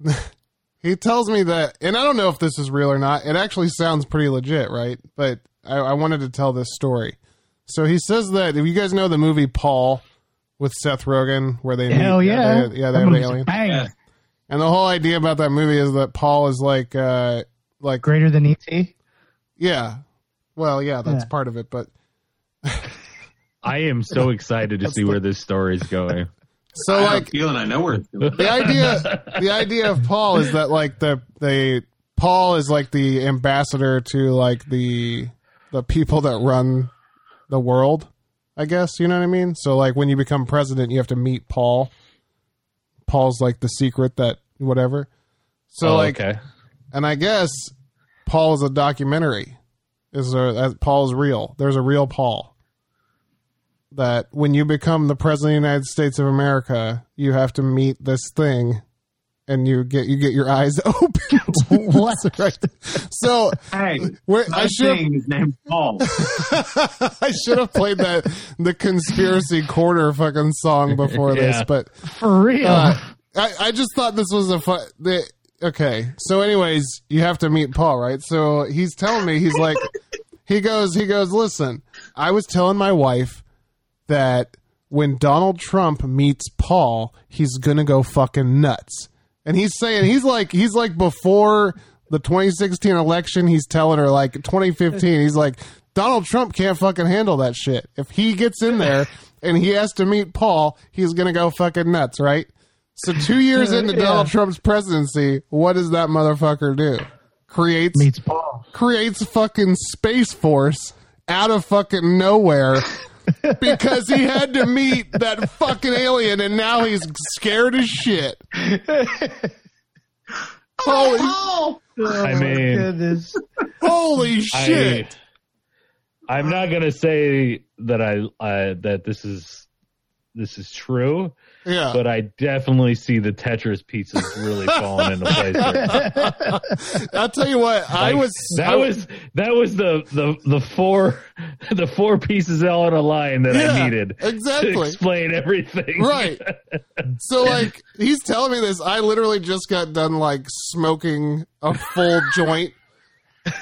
S6: <laughs> he tells me that and I don't know if this is real or not. It actually sounds pretty legit, right? But I, I wanted to tell this story. So he says that if you guys know the movie Paul with Seth Rogen where they
S3: Hell
S6: meet-
S3: yeah. That
S6: they, yeah they have an
S3: movie's a
S6: alien.
S3: banger.
S6: And the whole idea about that movie is that Paul is like uh like
S3: Greater than E E.T.
S6: yeah. Well, yeah, that's
S3: Yeah.
S6: part of it, but
S4: I am so excited to see where this story is
S6: <laughs>
S4: going.
S6: so
S7: I
S6: like
S7: have a feeling I know where it's going.
S5: <laughs>
S6: the idea the idea of Paul is that like the the Paul is like the ambassador to like the the people that run the world, I guess, you know what I mean? So like when you become president you have to meet Paul. Paul's like the secret that whatever. So
S4: oh,
S6: like
S4: okay,
S6: and I guess Paul is a documentary. Is there that Paul's real? There's a real Paul. That when you become the president of the United States of America, you have to meet this thing, and you get you get your eyes <laughs> open. <laughs>
S3: What?
S6: so
S7: Hey,
S6: where, I
S7: I'm
S6: should
S7: saying his name's Paul.
S6: <laughs> I should have played that the conspiracy quarter fucking song before this,
S4: Yeah.
S3: <laughs>
S6: but
S3: For real.
S6: Uh, I, I just thought this was a fun. The, okay, so anyways, you have to meet Paul, right? So he's telling me he's like, he goes, he goes. Listen, I was telling my wife that when Donald Trump meets Paul, he's gonna go fucking nuts. And he's saying he's like he's like before the 2016 election, he's telling her like 2015, he's like Donald Trump can't fucking handle that shit. If he gets in there and he has to meet Paul, he's gonna go fucking nuts, right? So two years into Donald Trump's presidency, what does that motherfucker do? Creates
S3: Meets Paul.
S6: creates fucking Space Force out of
S4: <laughs>
S6: fucking nowhere because he had to meet that fucking alien and now he's scared as shit.
S5: Oh,
S6: holy,
S4: I mean.
S3: Goodness.
S6: holy shit.
S4: I, I'm not gonna say that I uh, that this is this is true,
S6: yeah.
S4: but I definitely see the Tetris pieces really falling into place. Right
S6: I'll tell you what, I
S4: Like,
S6: was
S4: that
S6: I-
S4: was that was the the the four <laughs> the four pieces all in a line that
S6: Yeah,
S4: I needed to <laughs>
S6: exactly.
S4: explain <laughs> everything.
S6: Right. <laughs> So like he's telling me this. I literally just got done like smoking a full joint.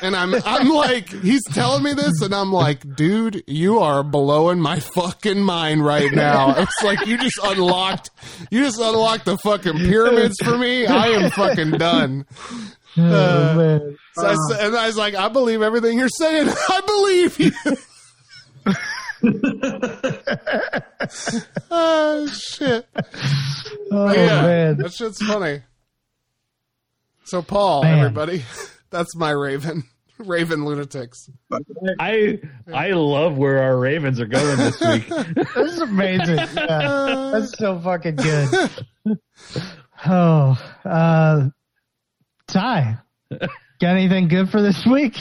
S6: And I'm I'm like he's telling me this and I'm like, dude, you are blowing my fucking mind right now. It's like you just unlocked you just unlocked the fucking pyramids for me. I am fucking done.
S3: Oh, man.
S6: So I s and I was like, I believe everything you're saying. <laughs> I believe you. <laughs> oh shit.
S3: Oh,
S6: yeah,
S3: man.
S6: that shit's funny. So Paul,
S3: Man.
S6: everybody, <laughs> that's my Raven. <laughs> Raven lunatics.
S4: I I love where our Ravens are going this
S6: <laughs>
S4: week.
S3: This is amazing. <laughs> Yeah, that's so fucking good. <laughs>
S6: <laughs>
S3: Oh, uh, Ty, got anything good for this week?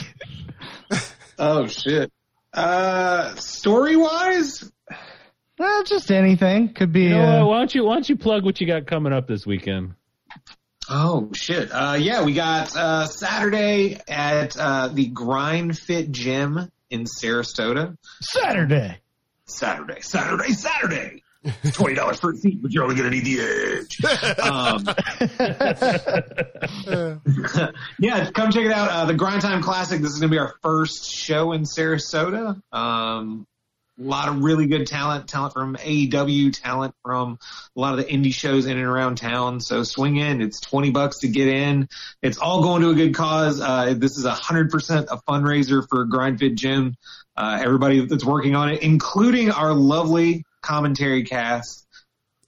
S5: Oh shit. Uh, story wise,
S3: Well, just anything could be.
S4: You know
S3: uh,
S4: what? Why don't you why don't you plug what you got coming up this weekend?
S5: Oh shit! Uh, yeah, we got uh, Saturday at uh, the Grind Fit Gym in Sarasota.
S3: uh, Saturday.
S5: Saturday, Saturday,
S6: <laughs>
S5: Saturday. Twenty dollars per seat, but you're only gonna need the
S6: <laughs>
S5: edge. Um,
S6: Uh,
S5: <laughs> yeah, come check it out. Uh, the Grind Time Classic. This is gonna be our first show in Sarasota. Um, a lot of really good talent, talent from AEW, talent from a lot of the indie shows in and around town. So swing in. It's 20 bucks to get in. It's all going to a good cause. Uh, this is 100% a fundraiser for GrindFit Gym. Uh, everybody that's working on it, including our lovely commentary cast,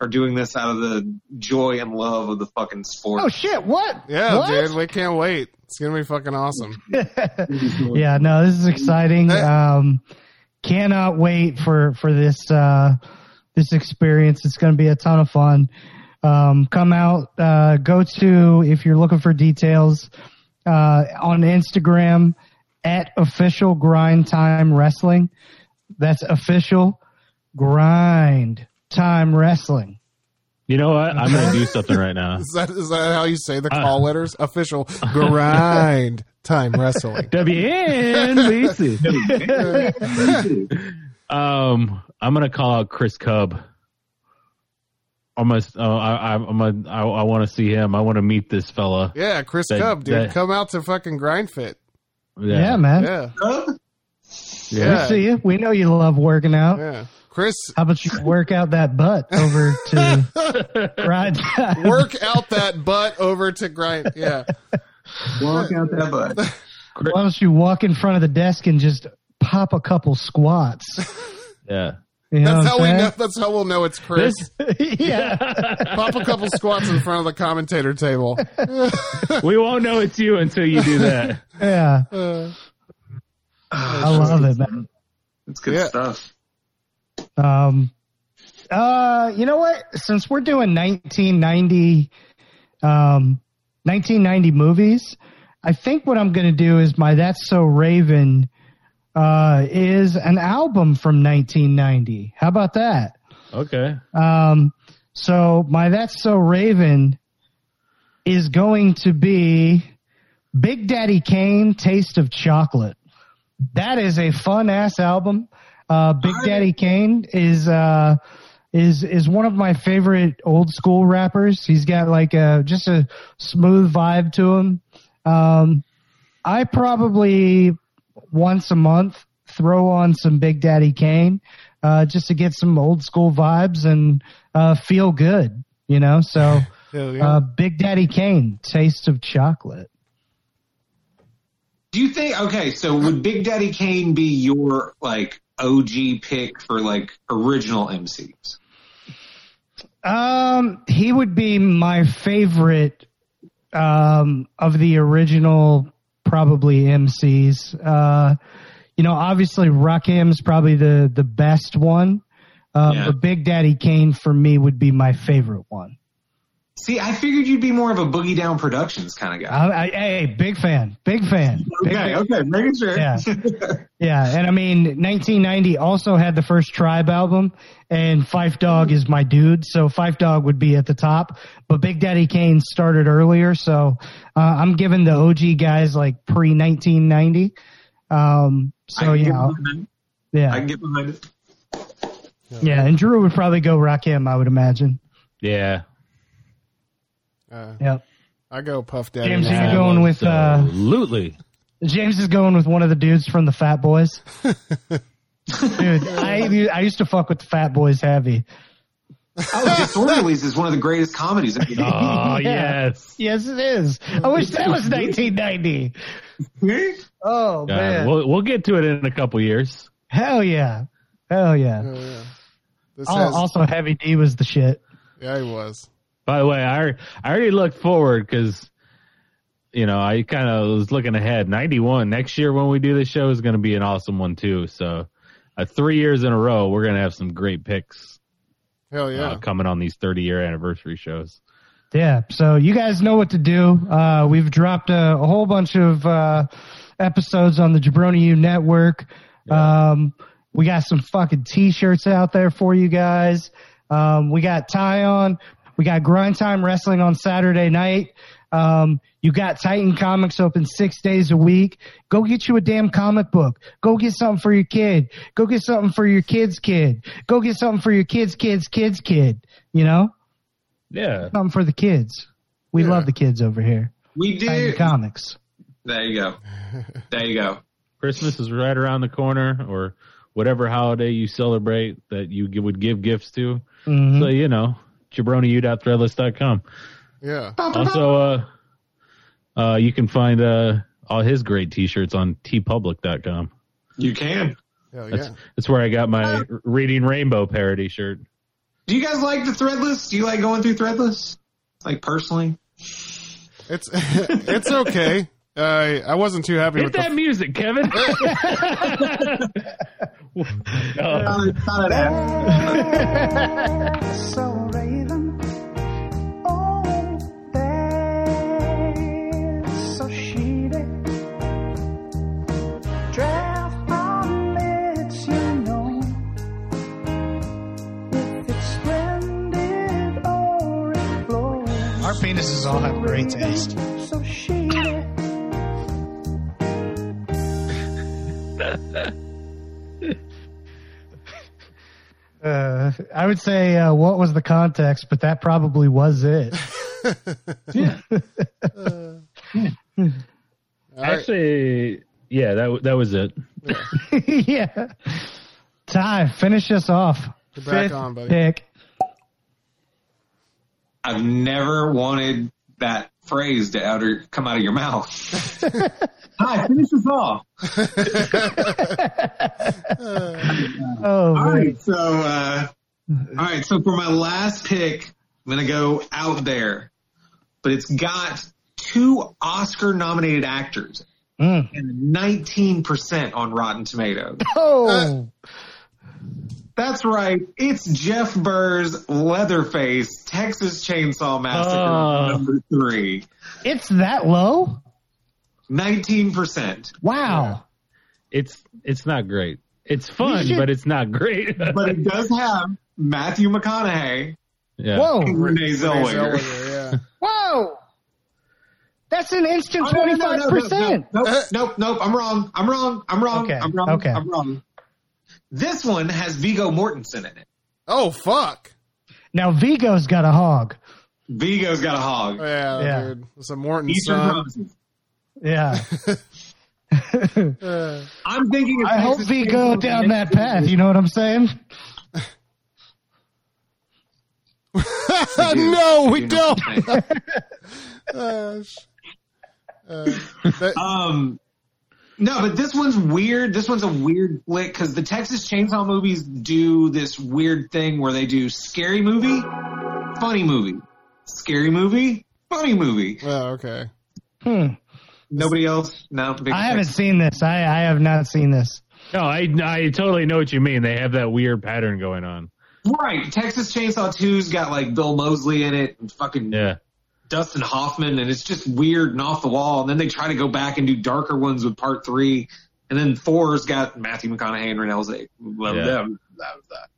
S5: are doing this out of the joy and love of the fucking sport.
S3: Oh shit! What?
S6: yeah,
S3: What?
S6: dude, we can't wait. It's gonna be fucking awesome.
S3: yeah, no, this is exciting. Um, cannot wait for for this uh, this experience. It's going to be a ton of fun. Um, come out. Uh, go to if you're looking for details uh, on Instagram at official grind time wrestling. That's official grind time wrestling.
S4: You know what? I'm gonna do something right now.
S6: Is that is that how you say
S3: Uh.
S6: the call letters? Official grind
S3: <laughs>
S6: time wrestling.
S4: WNBC. um, I'm gonna call out Chris Cub. I'm gonna, uh, I, I'm gonna, I, I want to see him. I want to meet this fella.
S6: Yeah, Chris
S4: That-
S6: Cub, dude,
S4: that-
S6: come out to fucking grind fit.
S3: Yeah, man.
S6: Yeah,
S3: We see you. We know you love working out.
S6: yeah. Chris,
S3: How about you work out that butt over to
S6: <laughs>
S3: ride time?
S6: work out that butt over to grind. Yeah,
S7: Walk out that butt.
S3: Why don't you walk in front of the desk and just pop a couple squats?
S6: <laughs>
S4: Yeah.
S3: You know
S6: that's
S3: what
S6: how
S3: I'm
S6: we
S3: saying?
S6: know. That's how we'll know it's Chris.
S3: <laughs>
S6: <laughs>
S3: yeah,
S6: Pop a couple squats in front of the commentator
S3: <laughs>
S6: table.
S4: We won't know it's you until you do that.
S3: yeah.
S6: Uh,
S3: I love it, man.
S5: It's good
S6: Yeah.
S5: stuff.
S3: Um, uh, you know what? Since we're doing 1990, um, 1990 movies, I think what I'm going to do is my That's So Raven uh, is an album from 1990. How about that?
S4: Okay.
S3: Um, so my that's so Raven is going to be Big Daddy Kane, Taste of Chocolate. That is a fun ass album. Uh, Big Daddy Kane is uh, is is one of my favorite old school rappers. He's got like a just a smooth vibe to him. Um, I probably once a month throw on some Big Daddy Kane uh, just to get some old school vibes and uh, feel good, you know. So,
S6: hell yeah.
S3: uh, Big Daddy Kane, Taste of Chocolate.
S5: Do you think? Okay, so would Big Daddy Kane be your like OG pick for like original MCs?
S3: Um, he would be my favorite um, of the original, probably MCs. Uh, you know, obviously Rakim's probably the the best one. Uh,
S5: Yeah.
S3: But Big Daddy Kane for me would be my favorite one.
S5: See, I figured you'd be more of a boogie down productions kind of guy.
S3: Uh, I, I, hey, big fan, big fan. Big fan.
S5: Okay, okay, making sure.
S3: Yeah. Yeah, and I mean, 1990 also had the first Tribe album, and Fife Dog is my dude, so Fife Dog would be at the top. But Big Daddy Kane started earlier, so uh, I'm giving the OG guys like pre 1990. Um, so
S5: I can get
S3: yeah,
S5: behind it. I
S3: yeah,
S5: can get behind it.
S3: yeah. And Drew would probably go Rakim, I would imagine.
S4: Yeah.
S6: Uh,
S3: Yep.
S6: I go Puff Daddy.
S3: James,
S6: man.
S3: you're going with, uh,
S4: absolutely.
S3: <laughs> James is going with one of the dudes from the Fat Boys. Dude, I I used to fuck with the Fat Boys heavy.
S5: Oh, Disorderlies is one of the greatest comedies. Ever.
S4: Oh
S3: Yeah.
S4: yes.
S3: Yes, it is. I wish that was 1990. Oh
S4: God,
S3: man,
S4: we'll we'll get to it in a couple years.
S3: hell yeah, hell yeah.
S6: Oh, yeah. This
S3: Al-
S6: has,
S3: Oh, also, Heavy D was the shit.
S6: yeah, he was.
S4: By the way, I I already looked forward because you know, I kind of was looking ahead. 91 next year when we do this show is going to be an awesome one too. So, uh, three years in a row, we're going to have some great picks
S6: Hell
S4: uh,
S6: yeah.
S4: coming on these 30 year anniversary shows.
S3: Yeah. So you guys know what to do. Uh, we've dropped a, a whole bunch of uh, episodes on the Jabroni U network. Um, we got some fucking t-shirts out there for you guys. Um, we got tie on. We got grind time wrestling on Saturday night. Um, you got Titan Comics open six days a week. Go get you a damn comic book. Go get something for your kid. Go get something for your kid's kid. Go get something for your kid's kid's kid's kid. You know?
S4: Yeah.
S3: something for the kids. We
S6: Yeah.
S3: love the kids over here.
S5: We do.
S3: Titan Comics.
S5: There you go. There you go.
S4: Christmas is right around the corner or whatever holiday you celebrate that you gi- would give gifts to.
S3: Mhm.
S4: So, you know, jabroniu.threadless.com.
S6: Yeah.
S5: Uh-huh.
S4: Also, uh, uh, you can find uh, all his great t-shirts on tpublic.com.
S5: You can.
S6: Hell
S4: That's
S6: yeah.
S4: that's where I got
S3: Oh.
S4: my reading rainbow parody shirt.
S5: Do you guys like the threadless? Do you like going through threadless? Like personally?
S6: It's <laughs> it's okay. Uh, I wasn't too happy
S4: Hit
S6: with the
S4: that music,
S3: <laughs>
S4: Kevin.
S3: Um,
S4: Uh,
S8: So raven, oh, that's so shady. Draft on you know if it's splendid or it blows.
S9: Our penises all have great taste.
S8: So shady.
S3: Uh, I would say uh, what was the context, but that probably was it.
S6: all right.
S4: actually, yeah, that w- that was it.
S3: <laughs> yeah. Ty, finish us off.
S6: Get back
S3: Fifth
S6: on, buddy.
S3: pick.
S5: I've never wanted that phrase to outer come out of your <laughs> mouth. Hi, finish this off.
S3: Oh,
S5: All
S3: man.
S5: right, so uh, all right, so for my last pick, I'm gonna go out there, but it's got two Oscar-nominated actors
S3: Mm.
S5: and 19 percent on Rotten Tomatoes. Uh,
S3: oh,
S5: That's right, it's Jeff Burr's Leatherface Texas Chainsaw Massacre
S4: Oh.
S5: number three.
S3: it's that low?
S5: 19 percent,
S3: Wow.
S4: It's it's not great. It's fun,
S3: should-
S4: but it's not great.
S3: <laughs>
S5: but it does have Matthew McConaughey
S4: <laughs> yeah.
S3: Whoa.
S5: and Renee
S6: Renee
S5: Zellweger.
S6: Zellweger, yeah.
S3: Whoa. That's an instant
S5: Oh, no, no,
S3: 25%.
S5: no, no, no, Nope, nope, nope, nope. I'm wrong. I'm wrong. I'm wrong.
S3: Okay,
S5: I'm wrong.
S3: okay.
S5: I'm wrong. This one has Vigo Mortensen in it.
S6: Oh fuck.
S3: Now, Vigo's got a hog.
S5: Vigo's got a hog.
S6: Oh, yeah,
S3: Yeah.
S6: dude. It's a Morton
S5: Eastern
S6: son.
S5: Promises.
S3: Yeah.
S6: Uh,
S5: I'm thinking.
S3: <laughs>
S5: of
S3: I hope
S5: Texas
S3: we go
S5: Chainsaw
S3: down that
S5: Massacre.
S3: path. You know what I'm saying?
S6: <laughs> no, we
S5: <laughs> You know
S6: don't.
S5: what I'm saying?
S6: Uh, sh- uh,
S3: <laughs>
S6: that-
S5: um, no, but this one's weird. This one's a weird flick because the Texas Chainsaw movies do this weird thing where they do scary movie, funny movie, scary movie, funny movie.
S6: oh, okay.
S5: Nobody else? No. big
S3: I Hmm. haven't
S5: Texas-
S3: seen this. I, I have not seen this.
S4: No, I I totally know what you mean. They have that weird pattern going on.
S5: Right. Texas Chainsaw 2's got like Bill Mosley in it and fucking
S4: Yeah.
S5: Dustin Hoffman, and it's just weird and off the wall. And then they try to go back and do darker ones with part three. And then four's got Matthew McConaughey and Renee Zellweger. Blah, blah,
S4: Yeah.
S5: blah, blah, blah.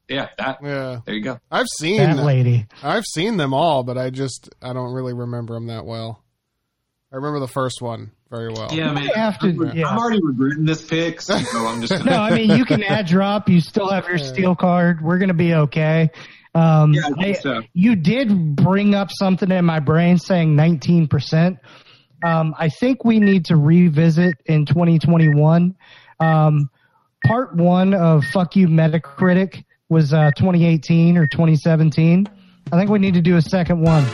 S5: Yeah, that.
S6: Yeah,
S5: There you go.
S6: I've seen
S3: That lady.
S6: I've seen them all, but I just I don't really remember them that well. I remember the first one very well.
S5: Yeah, man.
S3: I have to.
S5: I'm
S3: Yeah.
S5: already regretting this pick, so I'm
S3: <laughs>
S5: just
S3: No,
S5: gonna,
S3: I mean you
S5: <laughs>
S3: can add drop. You still have your steel card. We're gonna be okay. Um,
S5: Yeah, I think
S3: I-
S5: so.
S3: You did bring up something in my brain saying 19%. Um, I think we need to revisit in 2021. Um, part one of Fuck You Metacritic was uh, 2018 or 2017. I think we need to do a second one.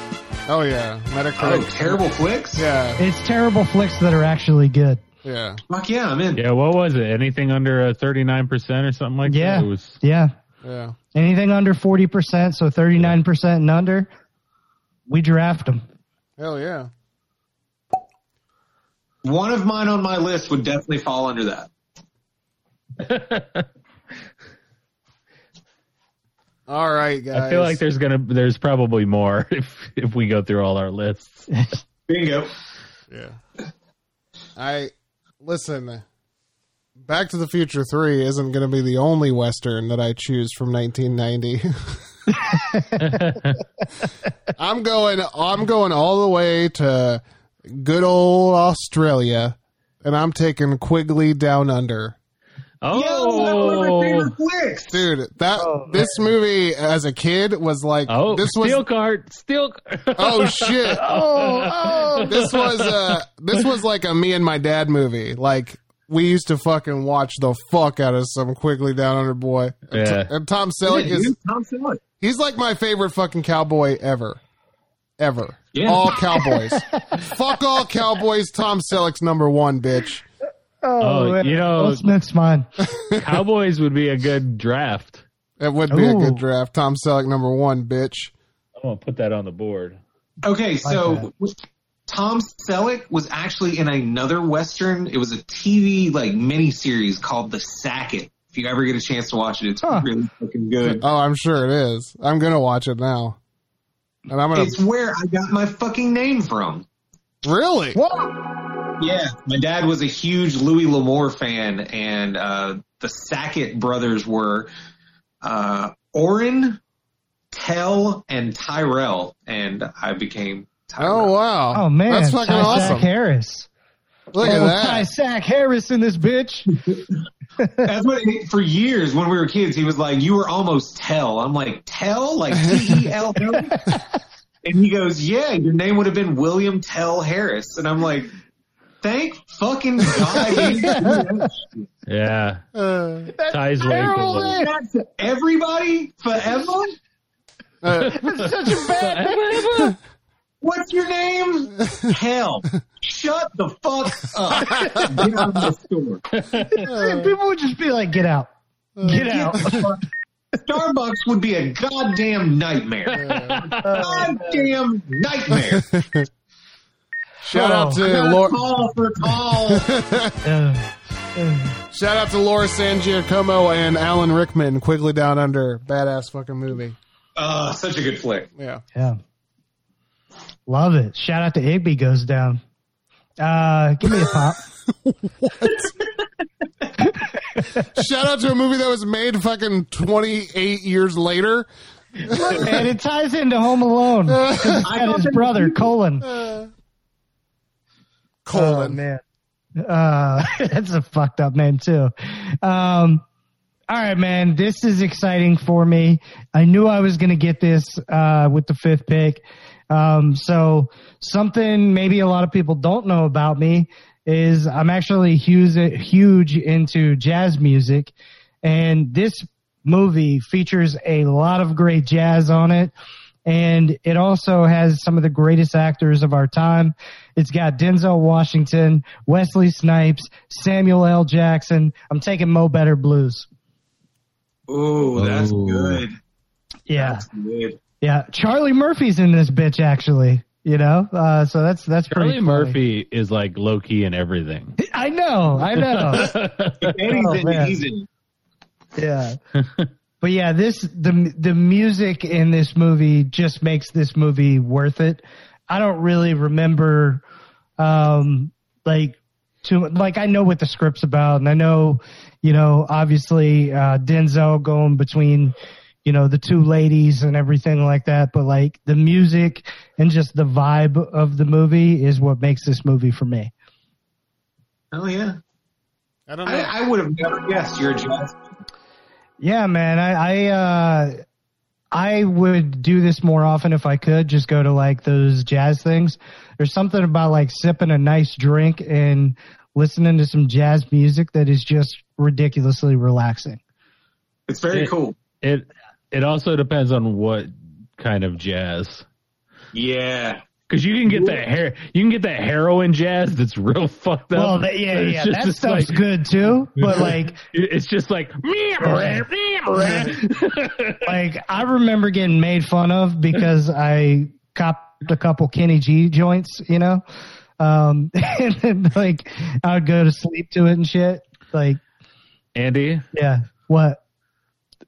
S6: Oh yeah, Metacritic.
S5: Oh, terrible flicks?
S6: Yeah,
S3: It's terrible flicks that are actually good.
S6: yeah.
S5: Fuck yeah, I'm in.
S4: Yeah, what was it? Anything under thirty nine percent or something like
S3: Yeah.
S4: that? It was
S3: Yeah.
S6: Yeah.
S3: Anything under 40%, so 39% and under, we draft them.
S6: Hell yeah.
S5: One of mine on my list would definitely fall under that.
S6: All right, guys.
S4: I feel like there's gonna there's probably more <laughs> if if we go through all
S3: <laughs>
S4: our lists.
S5: Bingo.
S6: Yeah. I listen. Back to the Future Three isn't going to be the only Western that I choose
S4: <laughs>
S6: from 1990. I'm going. I'm going all the way to good old Australia, and I'm taking Quigley Down Under.
S4: Oh,
S5: Flicks.
S6: Dude, that this movie as a kid was like
S4: oh,
S6: this was
S4: steel card, steel. <laughs>
S6: oh shit
S3: <laughs> Oh, oh.
S6: this was uh this was like a me and my dad movie. Like we used to fucking watch the fuck out of some Quigley Down Under boy. And,
S4: Yeah.
S6: T- and Tom Selleck
S5: Yeah,
S6: is
S5: dude, Tom Selleck.
S6: he's like my favorite fucking cowboy ever. Ever.
S5: Yeah.
S6: All cowboys. <laughs> fuck all cowboys. Tom Selleck's number one, bitch.
S4: Oh,
S3: man.
S4: you know-
S3: Will Smith's mine.
S4: Cowboys would be a good draft.
S6: It would be a
S3: Ooh.
S6: good draft. Tom Selleck number one, bitch.
S4: I'm gonna put that on the board.
S5: Okay, so
S3: that.
S5: Tom Selleck was actually in another western. It was a TV like miniseries called The Sacket. If you ever get a chance to watch it, it's
S3: Huh.
S5: really fucking good.
S6: Oh, I'm sure it is. I'm gonna watch it now. And I'm gonna
S5: It's where I got my fucking name from.
S6: Really?
S3: What?
S5: Yeah, my dad was a huge Louis L'Amour fan, and uh, the Sackett brothers were uh, Orrin, Tell, and Tyrell, and I became
S6: Oh
S5: Tyrell.
S6: wow.
S3: Oh man,
S6: That's fucking
S3: Ty Zach
S6: awesome.
S3: Harris.
S6: Look at
S3: oh,
S6: that.
S3: Ty Sack Harris in this bitch.
S5: That's what for years when we were kids, he was like, "You were almost Tell." I'm like, "Tell, like T E L." L?" And he goes, "Yeah, your name would have been William Tell Harris," and I'm like, "Thank fucking God!" he didn't do that shit."
S4: Yeah,
S6: Uh,
S4: ties way too
S3: terrible
S4: low.
S3: name.
S5: That's everybody forever.
S6: uh,
S3: That's such a bad
S5: What's your name? Hell. Shut the fuck up. Get out of the store.
S3: name. People would just be like, "Get out,
S6: Uh,
S3: get out."
S5: Starbucks would be a goddamn nightmare. Goddamn nightmare.
S6: shout out
S3: Oh.
S6: to
S5: Gotta
S6: Laura.
S5: Call for call.
S3: <laughs> Uh,
S6: Shout out to Laura San Giacomo and Alan Rickman. Quigley Down Under, badass fucking movie.
S5: Uh, such a good flick.
S6: Yeah.
S3: yeah, love it. Shout out to Igby goes down. Uh, give me a
S6: <laughs>
S3: pop.
S6: Shout out to a movie that was made fucking twenty eight years later.
S3: and it ties into Home
S6: <laughs>
S3: Alone. And his brother Colin. Oh
S6: Colon.
S3: man, uh, <laughs> that's a fucked up name too. Um, all right, man, this is exciting for me. I knew I was going to get this uh, with the fifth pick. Um, so something maybe a lot of people don't know about me is I'm actually huge, huge into jazz music, and this movie features a lot of great jazz on it and it also has some of the greatest actors of our time. It's got Denzel Washington, Wesley Snipes, Samuel L. Jackson. I'm taking Mo Better Blues.
S5: Ooh, that's
S4: Ooh.
S5: good.
S3: Yeah,
S5: That's good.
S3: yeah. Charlie Murphy's in this bitch, actually. You know, uh, so that's that's pretty
S4: Charlie
S3: funny.
S4: Murphy is like low key in everything.
S3: I know, I
S4: <laughs>
S3: know. Oh,
S5: And he's in-
S3: man.
S5: he's in.
S3: yeah. But yeah, this the the music in this movie just makes this movie worth it. I don't really remember um like too like I know what the script's about and I know, you know, obviously uh Denzel going between you know the two ladies and everything like that, but like the music and just the vibe of the movie is what makes this movie for me.
S5: Oh, yeah.
S6: I don't
S5: I,
S6: know.
S5: I would have never guessed you're a jazz.
S3: Yeah, man. I I uh I would do this more often if I could. Just go to like those jazz things. There's something about like sipping a nice drink and listening to some jazz music that is just ridiculously relaxing.
S5: It's very
S4: It-
S5: cool.
S4: It it also depends on what kind of jazz.
S5: Yeah.
S4: Because you can get that hair, you can get that heroin jazz that's real fucked up.
S3: Well, that, yeah,
S4: It's
S3: yeah,
S4: just-
S3: that
S4: it's
S3: stuff's
S4: like-
S3: good too.
S4: <laughs>
S3: But like,
S4: it- It's just like
S3: <laughs> like I remember getting made fun of because I copped a couple Kenny G joints, you know, Um, <laughs> and then like I would go to sleep to it and shit. Like,
S4: Andy,
S3: yeah, what?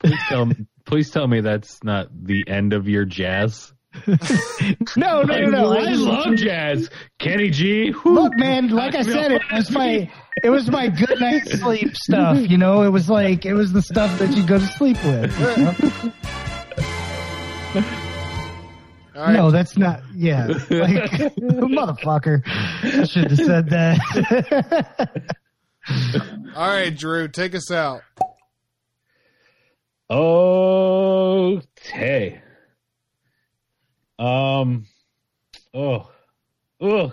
S4: please tell, please tell me that's not the end of your jazz.
S3: No, no, no, no.
S4: I
S3: I just-
S4: love jazz. Kenny G. whew.
S3: Look, man, like I said, it was my it was my good night sleep stuff. You know, it was like it was the stuff that you go to sleep with.
S6: <laughs>
S3: you know?
S6: All right.
S3: No, that's not. Yeah, like <laughs> motherfucker. I should have said that. <laughs>
S6: All right, Drew, take us out.
S4: Okay. Um. Oh. Oh.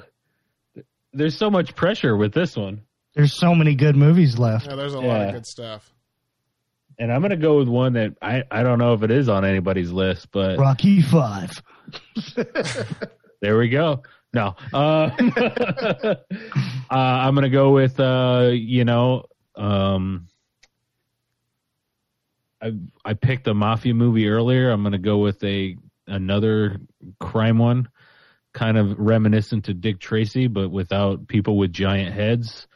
S4: There's so much pressure with this one,
S3: There's so many good movies left.
S6: Yeah, there's a lot
S4: Yeah.
S6: of good stuff.
S4: and I'm gonna go with one that I I don't know if it is on anybody's list, but
S3: Rocky Five.
S4: there we go. No. Uh, <laughs> uh, I'm gonna go with uh, you know, um, I I picked a mafia movie earlier. I'm gonna go with a another crime one, kind of reminiscent to Dick Tracy, but without people with giant heads.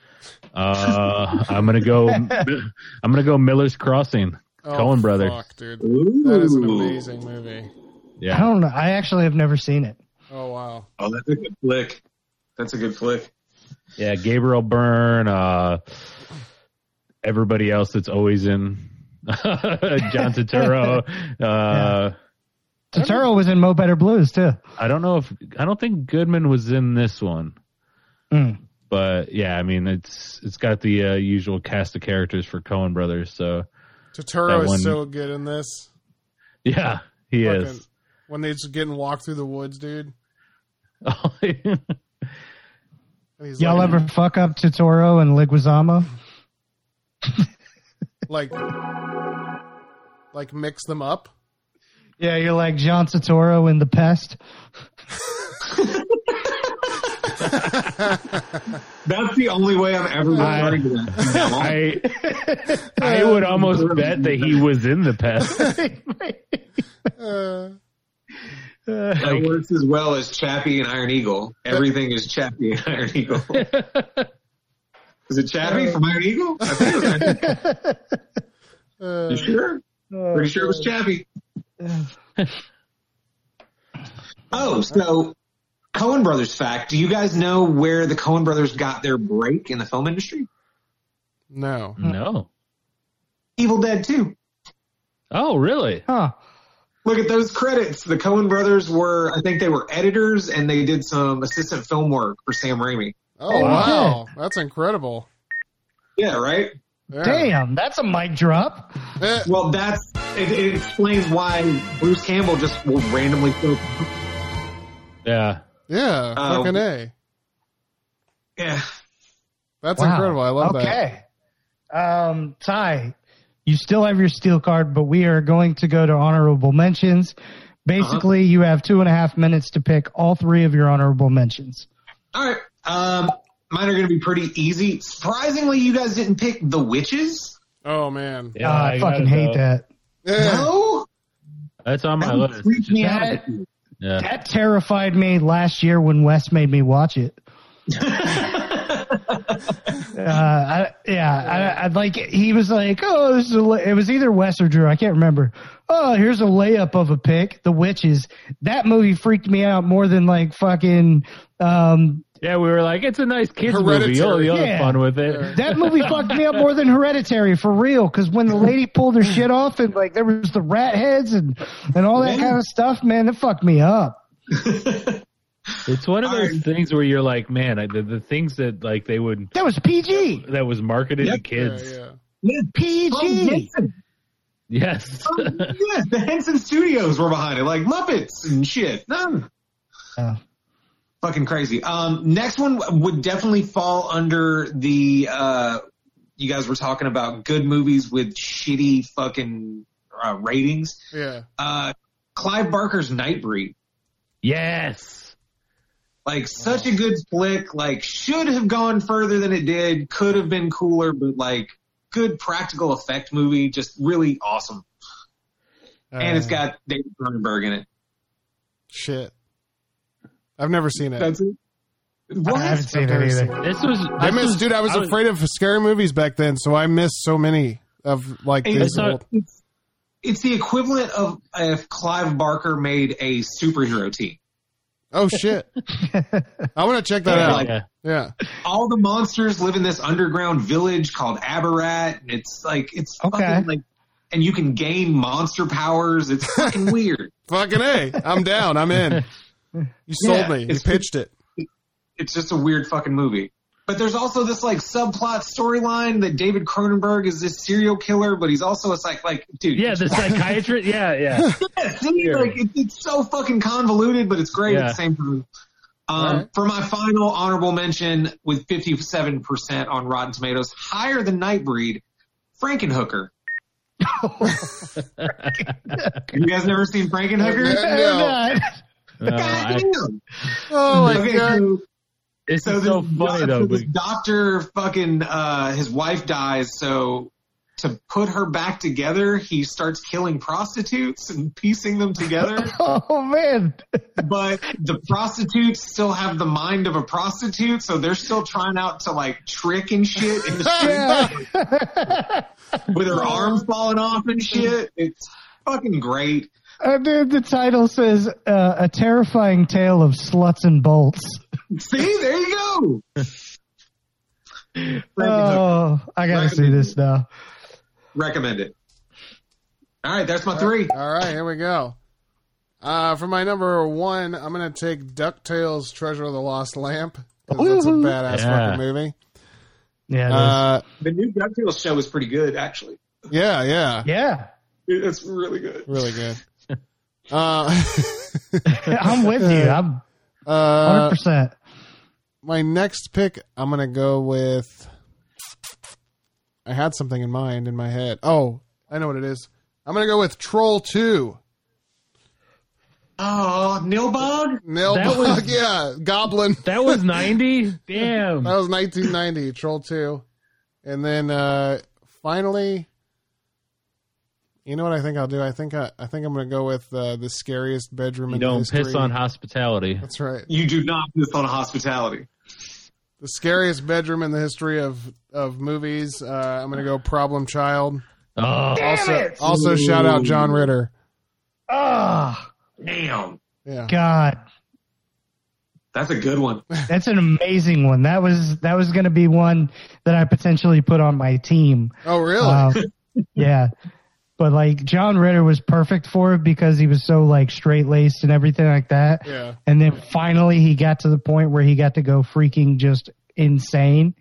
S4: Uh, I'm gonna go. I'm gonna go Miller's Crossing.
S6: Oh,
S4: Coen Brothers.
S6: fuck, dude. That is an
S5: Ooh.
S6: amazing movie.
S4: Yeah.
S3: I don't know. I actually have never seen it.
S6: Oh wow.
S5: Oh, that's a good flick. That's a good flick.
S4: Yeah, Gabriel Byrne, uh, everybody else that's always in <laughs> John Turturro.
S3: <laughs>
S4: Uh,
S3: Totoro was in Mo Better Blues too.
S4: I don't know if I don't think Goodman was in this one,
S3: Mm.
S4: but yeah, I mean it's it's got the uh, usual cast of characters for Cohen Brothers. So
S6: Totoro
S4: That one-
S6: is so good in this.
S4: yeah, he
S6: Fucking-
S4: is.
S6: When they're just getting walked through the woods, dude. And he's
S3: Y'all
S6: like,
S3: ever fuck up Totoro and Liguizamo?
S6: like like mix them up?
S3: Yeah, you're like John Totoro in The
S6: <laughs>
S3: Pest.
S5: That's the only way I'm ever referring to that.
S4: <laughs> I
S3: <laughs>
S4: I would almost bet that he was in the past.
S6: Uh,
S5: That works as well as Chappie and Iron Eagle. Everything is Chappie and Iron Eagle. Is it Chappie from Iron Eagle? I think it was Iron Eagle.
S6: uh,
S5: You sure? Pretty sure it was Chappie. Oh, so Cohen Brothers fact. Do you guys know where the Cohen Brothers got their break in the film industry?
S6: no.
S4: No.
S5: Evil Dead 2.
S4: Oh, really?
S3: Huh.
S5: Look at those credits. The Cohen Brothers were, I think they were editors and they did some assistant film work for Sam Raimi.
S6: Oh wow. That's incredible.
S5: Yeah, right?
S6: Yeah.
S3: Damn, that's a mic drop.
S6: Eh,
S5: Well, that's it, it explains why Bruce Campbell just will randomly throw.
S4: Yeah.
S6: yeah.
S5: Oh.
S6: Fucking A.
S5: Yeah,
S6: That's
S3: Wow.
S6: incredible. I love that.
S3: okay. Um, Ty, you still have your steel card, but we are going to go to honorable mentions. Basically,
S6: Uh-huh.
S3: you have two and a half minutes to pick all three of your honorable mentions.
S5: All right. Um, mine are going to be pretty easy. Surprisingly, you guys didn't pick The Witches.
S6: Oh man.
S4: yeah uh,
S3: Ah, I,
S4: got
S3: fucking
S4: it,
S3: hate
S4: though.
S3: that.
S6: Eh.
S5: No,
S4: That's on my
S5: that would
S4: list.
S5: freak me out.
S3: That-
S4: Yeah.
S3: That terrified me last year when Wes made me watch it. uh, I, yeah, I, I like he was like, oh, this is a la-" it was either Wes or Drew, I can't remember. Oh, here's a layup of a pick, The Witches. That movie freaked me out more than like fucking. Um,
S4: Yeah, we were like, it's a nice kids movie.
S6: Hereditary.
S4: You'll, you'll
S3: Yeah.
S4: have fun with it.
S3: that movie fucked me up more than Hereditary for real. Because when the lady pulled her shit off and like there was the rat heads and and all that kind of stuff, man, it fucked me up.
S4: It's one of those
S5: Alright.
S4: things where you're like, man, I, the, the things that like they would
S3: That was PG.
S4: that was marketed to
S5: Yep.
S6: Yeah,
S4: kids.
S6: yeah.
S3: PG.
S5: Tom Henson.
S4: Yes. <laughs>
S5: Oh, yeah, the Henson Studios were behind it, like Muppets and shit. No.
S3: Yeah.
S5: Fucking crazy. Um, next one would definitely fall under the. Uh, you guys were talking about good movies with shitty fucking uh, ratings.
S6: Yeah.
S5: uh, Clive Barker's Nightbreed.
S4: yes.
S5: Like such a good flick. Like should have gone further than it did. Could have been cooler, but like good practical effect movie. Just really awesome. and it's
S6: Uh,
S5: got David Cronenberg in it.
S6: shit. I've never seen it.
S5: That's it.
S3: I haven't seen it either.
S4: This was.
S6: I
S4: this
S6: missed,
S4: was-
S6: dude. I was afraid of scary movies back then, so I missed so many of like
S5: And
S6: these
S4: it's not-
S6: old.
S5: It's the equivalent of if Clive Barker made a superhero team.
S6: Oh shit! I'm gonna check that
S4: Yeah,
S6: out.
S4: yeah.
S6: yeah,
S5: All the monsters live in this underground village called Aberrat, and it's like it's
S3: Okay.
S5: fucking like, and you can gain monster powers. It's fucking weird.
S6: fucking a. I'm down. I'm in. <laughs> You sold
S5: Yeah,
S6: me. You
S5: it's-
S6: pitched it.
S5: It's just a weird fucking movie. But there's also this like subplot storyline that David Cronenberg is this serial killer, but he's also a psych. Like, dude,
S4: Yeah, the
S6: <laughs>
S4: psychiatrist. Yeah, yeah.
S5: See, like it, it's so fucking convoluted, but it's great at
S4: Yeah.
S5: the same time. Um,
S6: Alright.
S5: For my final honorable mention, with 57% on Rotten Tomatoes, higher than Nightbreed, Frankenhooker.
S4: <laughs>
S5: you guys never seen Frankenhooker?
S6: No.
S4: No, Uh, I-
S5: Goddamn.
S6: <laughs> Oh my
S5: Okay,
S6: god.
S5: so-
S4: it's
S5: so
S4: so, so
S5: this
S4: funny
S5: doc-
S4: though.
S5: this
S4: but-
S5: doctor fucking uh, his wife dies, so to put her back together, he starts killing prostitutes and piecing them
S4: <laughs>
S5: together.
S3: <laughs> Oh man,
S5: but the prostitutes still have the mind of a prostitute, so they're still trying out to like trick and shit in the street with her arms falling off and shit. It's fucking great.
S3: Uh, dude, the title says uh, "A Terrifying Tale of Sluts and Bolts."
S5: See, there you go. Recommend-
S3: Oh, I gotta see this now.
S5: Recommend it. All right, that's my three.
S6: <laughs> All right, here we go. Uh, for my number one, I'm gonna take Ducktales: Treasure of the Lost Lamp. 'cause That's a
S3: Woohoo.
S6: badass
S4: Yeah.
S6: fucking movie.
S3: Yeah, it is.
S6: Uh,
S5: The new DuckTales show is pretty good, actually.
S6: yeah, yeah,
S3: yeah. <laughs>
S5: It's really good.
S6: really good. Uh, <laughs>
S3: I'm with you. I'm 100.
S6: uh,
S3: percent
S6: my next pick, I'm gonna go with. I had something in mind in my head. Oh, I know what it is. I'm gonna go with Troll Two.
S5: Oh, Nilbog?
S6: Nailbug,
S4: was-
S6: <laughs> yeah, Goblin.
S4: that was ninety. Damn.
S6: <laughs> That was 1990, Troll 2. And then uh finally You know what I think I'll do? I think I, I think I'm going to go with uh, the scariest bedroom
S4: you
S6: in
S4: don't
S6: history.
S4: piss on hospitality.
S6: That's right.
S5: You do not miss on hospitality.
S6: The scariest bedroom in the history of of movies. Uh, I'm going to go Problem Child.
S4: Oh,
S6: Also also shout out John Ritter.
S3: Oh
S5: Damn.
S6: Yeah.
S3: God,
S5: That's a good one.
S3: that's an amazing one. That was that was gonna be one that I potentially put on my team.
S6: Oh really? <laughs>
S3: Um, yeah. But like John Ritter was perfect for it because he was so like straight laced and everything like that.
S6: yeah.
S3: And then finally he got to the point where he got to go freaking just insane.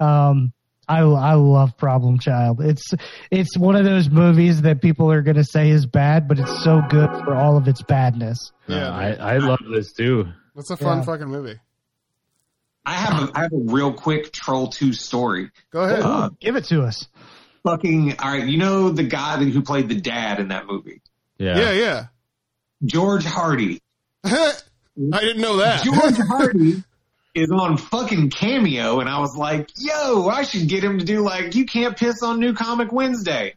S3: Um, I, I love Problem Child. It's it's one of those movies that people are gonna say is bad, but it's so good for all of its badness.
S4: no,
S6: Yeah.
S4: I, I love this too.
S6: That's a fun
S3: Yeah.
S6: fucking movie.
S5: I have a, I have a real quick Troll 2 story.
S6: Go ahead.
S5: Uh,
S3: Give it to us.
S5: fucking, all right, you know the guy that, who played the dad in that movie?
S4: Yeah.
S6: yeah, yeah. <laughs>
S5: George Hardy.
S6: I didn't know that. <laughs>
S5: George Hardy is on fucking Cameo, and I was like, yo, I should get him to do like, you can't piss on New Comic Wednesday.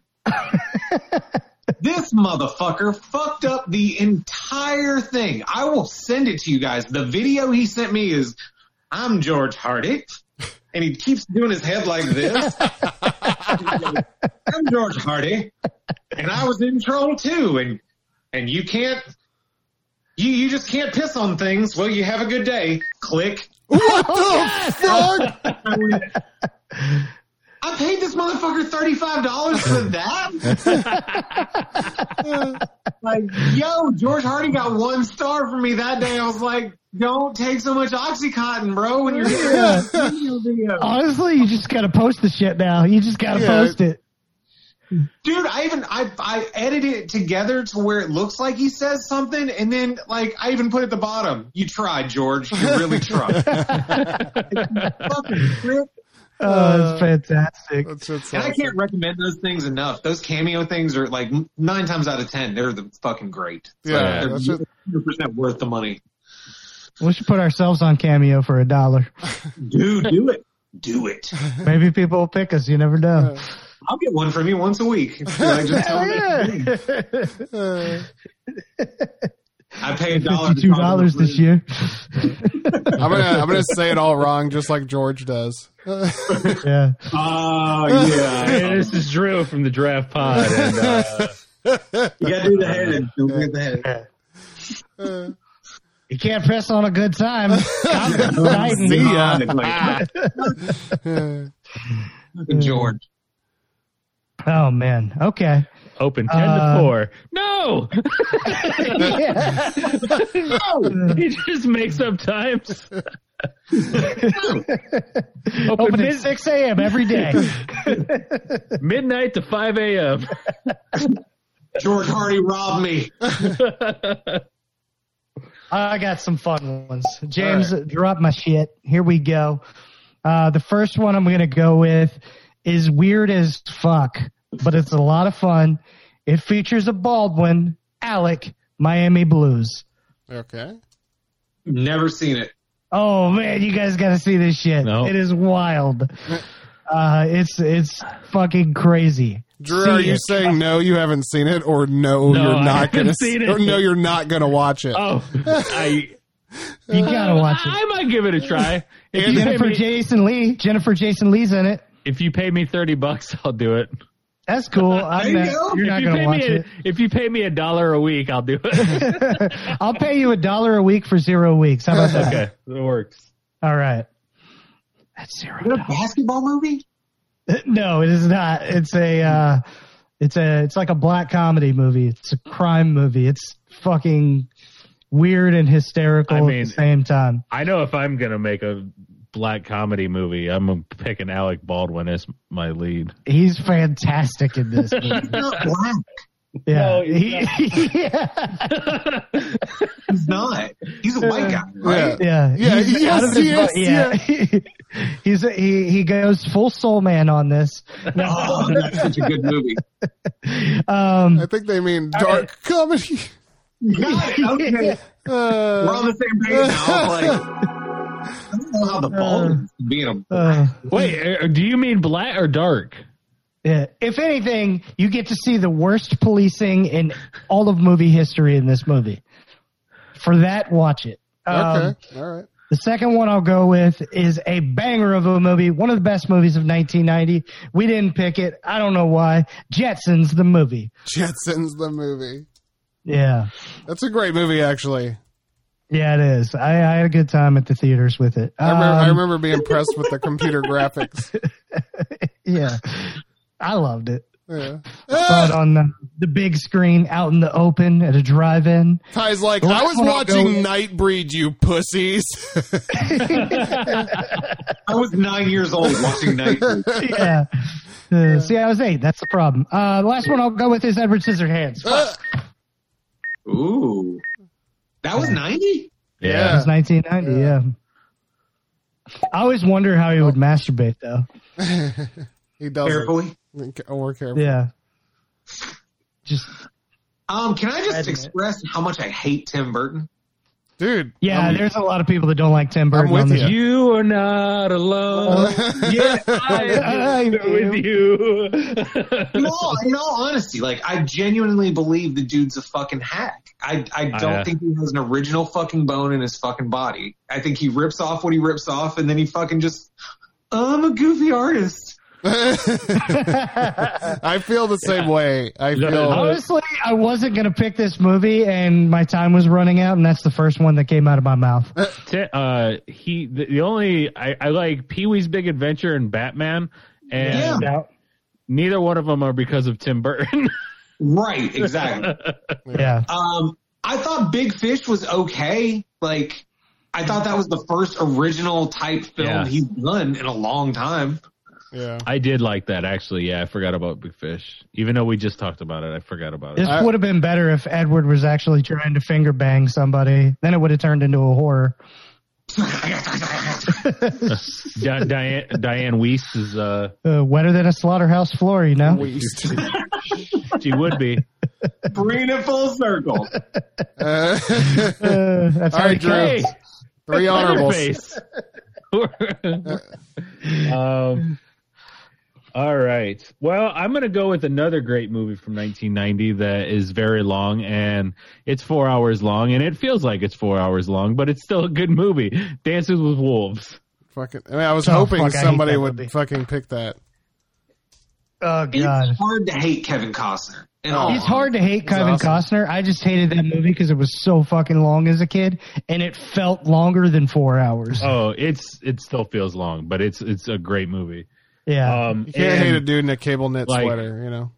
S5: this motherfucker fucked up the entire thing. I will send it to you guys. The video he sent me is, I'm George Hardy. And he keeps doing his head like this. I'm George Hardy. And I was in Troll too. And, and you can't, you, you just can't piss on things. Well, you have a good day. Click.
S6: what the fuck?
S5: I went, I paid this motherfucker $35 for that? like, yo, George Hardy got one star for me that day. I was like, don't take so much Oxycontin, bro, when
S3: <laughs>
S5: you're doing video video.
S3: Honestly, you just gotta post the shit now. You just gotta
S6: Yeah.
S3: post it.
S5: Dude, I even, I, I edited it together to where it looks like he says something, and then, like, I even put at the bottom, you tried, George. You really tried. Fucking prick.
S3: Oh, it's fantastic.
S6: Uh, That's, that's
S5: And I can't recommend those things enough. Those cameo things are like nine times out of ten, they're the fucking great.
S6: Yeah,
S5: They're
S6: that's just,
S5: 100% worth the money.
S3: We should put ourselves on Cameo for a
S6: <laughs>
S3: dollar.
S5: Dude, do it. Do it.
S3: Maybe people will pick us. You never know.
S5: I'll get one from you once a week. Like, just tell me.
S3: <laughs>
S6: uh, eh.
S5: I pay a dollar. to
S3: Fifty-two
S5: talk to
S3: dollars
S5: them.
S3: this year.
S6: I'm gonna I'm gonna say it all wrong, just like George does.
S3: Yeah.
S5: Oh yeah,
S4: Hey, <laughs> this is Drew from the Draft Pod. And,
S6: <laughs>
S4: uh,
S5: you gotta do the headed. Don't forget the headed.
S3: You can't press on a good time.
S6: <laughs>
S3: Stop writing.
S6: See ya.
S5: George.
S3: Oh man. Okay.
S4: open ten
S3: Uh,
S4: to four. No, <laughs>
S3: Yeah. <laughs>
S4: he just makes up times. <laughs> open
S3: Open at
S4: mid-
S3: six a.m. every day.
S4: midnight to five a.m.
S5: George Hardy robbed me.
S3: I got some fun ones. James, drop my shit. Here we go. Uh, the first one I'm going to go with is weird as fuck, but it's a lot of fun. It features a Baldwin, Alec, Miami Blues.
S6: <laughs> Okay.
S5: Never seen it.
S3: Oh man, you guys got to see this shit.
S4: No.
S3: It is wild. Uh, it's it's fucking crazy.
S6: Drew,
S3: See
S6: are you
S3: it.
S6: saying no? You haven't seen it, or no,
S4: No,
S6: you're
S4: I
S6: not
S4: haven't
S6: gonna
S4: seen it.
S6: or no, you're not gonna watch it.
S4: Oh, I
S3: You gotta watch
S4: I, <laughs>
S3: it.
S4: I might give it a try. If you, pay
S3: Jennifer
S4: me,
S3: Jason Lee. Jennifer Jason Lee's in it.
S4: if you pay me thirty bucks, I'll do it.
S3: That's
S4: <laughs>
S3: cool. I'm
S5: you
S3: not,
S5: go.
S3: you're not
S4: if you
S3: gonna
S4: pay
S3: watch
S4: me, a,
S3: it.
S4: if you pay me a dollar a week, I'll do it.
S3: <laughs> I'll pay you a dollar a week for zero weeks. How about that?
S4: okay, it works.
S3: All right. That's zero.
S5: Is it a basketball movie?
S3: <laughs> No, it is not. It's a, uh, it's a, it's like a black comedy movie. It's a crime movie. It's fucking weird and hysterical
S4: I
S3: at
S4: mean-
S3: the same time.
S4: I know if I'm gonna make a black comedy movie, I'm picking Alec Baldwin as my lead.
S3: He's fantastic in this. Movie.
S5: He's not black.
S3: Yeah.
S4: No, he's
S3: He- yeah.
S5: He's not. He's a white guy,
S6: yeah.
S5: right?
S3: <laughs> Yeah.
S6: Yeah,
S3: He's
S6: yes,
S3: out of his
S6: yes,
S3: bu- yeah. <laughs> He's a, he he goes full soul man on this.
S5: Oh, that's such a good movie.
S3: Um,
S6: I think they mean dark comedy. <laughs>
S5: Got
S3: <laughs>
S5: it. <laughs> Okay.
S6: Uh,
S5: We're on the same page now. I was like, I don't know how the Baldwins can be in a
S3: uh,
S4: Wait, uh, do you mean black or dark?
S3: Yeah. If anything, you get to see the worst policing in all of movie history in this movie. For that, watch it. Um,
S6: okay. All right.
S3: The second one I'll go with is a banger of a movie, one of the best movies of 1990. We didn't pick it. I don't know why. Jetsons, the movie.
S6: Jetsons the movie.
S3: Yeah.
S6: That's a great movie, actually.
S3: Yeah, it is. I, I had a good time at the theaters with it.
S6: I remember, I
S3: Um,
S6: remember being impressed with the
S3: <laughs>
S6: computer graphics.
S3: Yeah. I loved it.
S6: Yeah.
S3: Saw it
S6: Ah,
S3: on the, the big screen out in the open at a drive in.
S6: Ty's like,
S3: Well,
S6: I was
S3: that's what I'll go
S6: watching
S3: with."
S6: Nightbreed, you pussies. <laughs>
S5: I was nine years old watching Nightbreed.
S6: <laughs>
S3: yeah. Uh, see, I was eight. That's the problem. Uh, the last one I'll go with is Edward Scissorhands. Fuck,
S6: Uh,
S5: Ooh. That was 90?
S6: Yeah.
S3: It's 1990. Yeah. I always wonder how he would masturbate, though.
S6: he doesn't.
S5: Carefully.
S6: Oh, we're careful.
S3: Yeah. Just
S5: Um, can I
S3: Admit.
S5: just express how much I hate Tim Burton?
S6: Dude,
S3: yeah. there's a lot of people that don't like Tim Burton.
S6: with
S3: on this.
S6: Yeah.
S4: <laughs> You are not alone. yeah, Oh, <laughs> I am with you. <laughs>
S5: In all, in all honesty, like I genuinely believe the dude's a fucking hack. I I don't
S4: yeah.
S5: think he has an original fucking bone in his fucking body. I think he rips off what he rips off, and then he fucking just I'm a goofy artist.
S6: I feel the same way. I
S4: Yeah.
S6: feel.
S3: Honestly, I wasn't gonna pick this movie, and my time was running out, and that's the first one that came out of my mouth.
S4: Ti- uh, he the, the only I, I like Pee Wee's Big Adventure and Batman, and
S5: Yeah.
S3: Yeah.
S4: neither one of them are because of Tim Burton. <laughs>
S5: Right, exactly.
S3: Yeah.
S5: um, I thought Big Fish was okay. Like I thought that was the first original type film
S4: Yeah.
S5: he's done in a long time.
S3: <laughs>
S6: Yeah.
S4: I did like that actually. Yeah, I forgot about Big Fish. Even though we just talked about it, I forgot about it.
S3: This would have been better if Edward was actually trying to finger bang somebody. Then it would have turned into a horror.
S4: Di- Diane Diane Weiss is uh
S3: Uh, wetter than a slaughterhouse floor, you know?
S6: <laughs> Waste.
S4: she would <laughs> be.
S5: Bringing it full circle.
S6: Uh,
S3: Uh, that's
S6: All
S3: how
S6: right,
S3: it goes.
S4: Hey,
S6: three honorables.
S4: <laughs> Leatherface. um, All right. Well, I'm going to go with another great movie from 1990 that is very long and it's four hours long and it feels like it's four hours long, but it's still a good movie. Dances with Wolves.
S6: Fucking, I, mean, I was
S3: Oh,
S6: hoping
S3: fuck, I hate
S6: somebody
S3: that
S6: would
S3: movie.
S6: fucking pick that.
S3: Oh god.
S5: It's hard to hate Kevin Costner. And all
S3: It's hard to hate
S6: It's
S3: Kevin
S6: awesome.
S3: Costner. I just hated that movie because it was so fucking long as a kid, and it felt longer than four hours.
S4: Oh, it's it still feels long, but it's it's a great movie.
S3: yeah,
S4: Um,
S6: You can't hate a
S4: and-
S6: dude in a cable knit
S4: like-
S6: sweater, you know.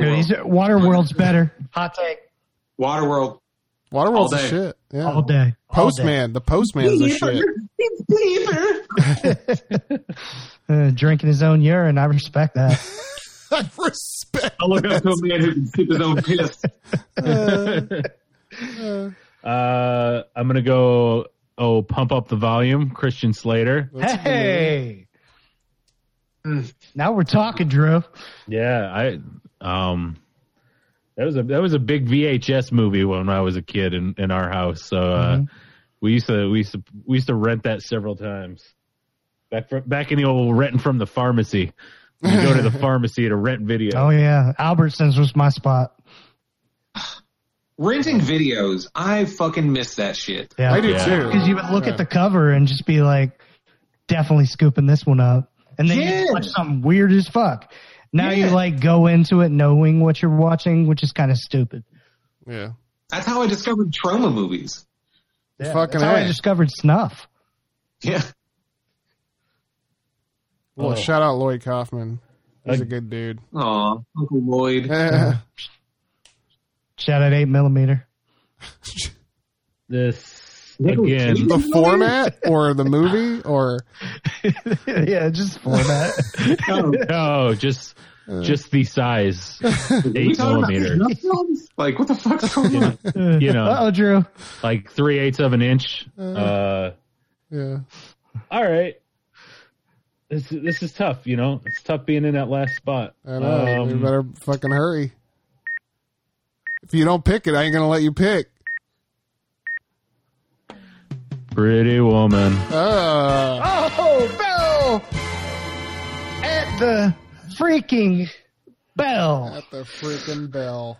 S3: Dude, he's, uh,
S5: Waterworld.
S3: Waterworld's better. Hot take
S5: Waterworld.
S6: Waterworld's
S5: All
S6: a
S5: day.
S6: shit. Yeah.
S3: all day. All day.
S6: Postman. The
S3: <laughs>
S6: postman's a shit.
S3: Uh, drinking his own urine. I respect that.
S6: I respect.
S4: <laughs>
S5: I look up to a man who can sip his own piss.
S4: Uh, I'm going to go. Oh, pump up the volume, Christian Slater.
S3: hey. Now we're talking, Drew.
S4: Yeah, I um that was a that was a big VHS movie when I was a kid in in our house. So uh,
S3: Mm-hmm.
S4: we used to we used to we used to rent that several times. Back from, back in the old renting from the pharmacy. You go
S3: <laughs>
S4: to the pharmacy to rent video.
S3: Oh yeah, Albertsons was my spot.
S5: Renting videos. I fucking miss that shit.
S3: Yeah,
S6: <laughs> I do
S4: Yeah.
S6: too.
S3: because you would look at the cover and just be like, definitely scooping this one up, and then you
S5: Yeah.
S3: watch something weird as fuck. Now you
S5: Yeah.
S3: like go into it knowing what you're watching, which is kind of stupid.
S6: Yeah.
S5: That's how I discovered trauma movies.
S6: Fucking
S3: That's how I
S6: A.
S3: discovered snuff.
S5: Yeah.
S6: Well,
S4: Oh.
S6: shout out Lloyd Kaufman. He's a
S4: Like-
S6: good dude.
S5: Aw, Uncle Lloyd.
S3: Shout out eight millimeter.
S4: This <laughs> again.
S6: <laughs> the format or the movie or
S3: <laughs> yeah, just for that.
S4: No, just just
S3: <laughs>
S4: the size. 8 millimeter.
S5: Like, what the fuck's going on?
S4: You know.
S3: oh, Drew.
S4: Like 3 eighths of an inch. Uh
S6: yeah.
S4: all right. This this is tough, you know. It's tough being in that last spot.
S6: I know. you
S4: Um,
S6: better fucking hurry. If you don't pick it, I ain't gonna let you pick.
S4: Pretty woman.
S6: Uh,
S3: Oh, bell at the freaking bell.
S6: at the freaking bell.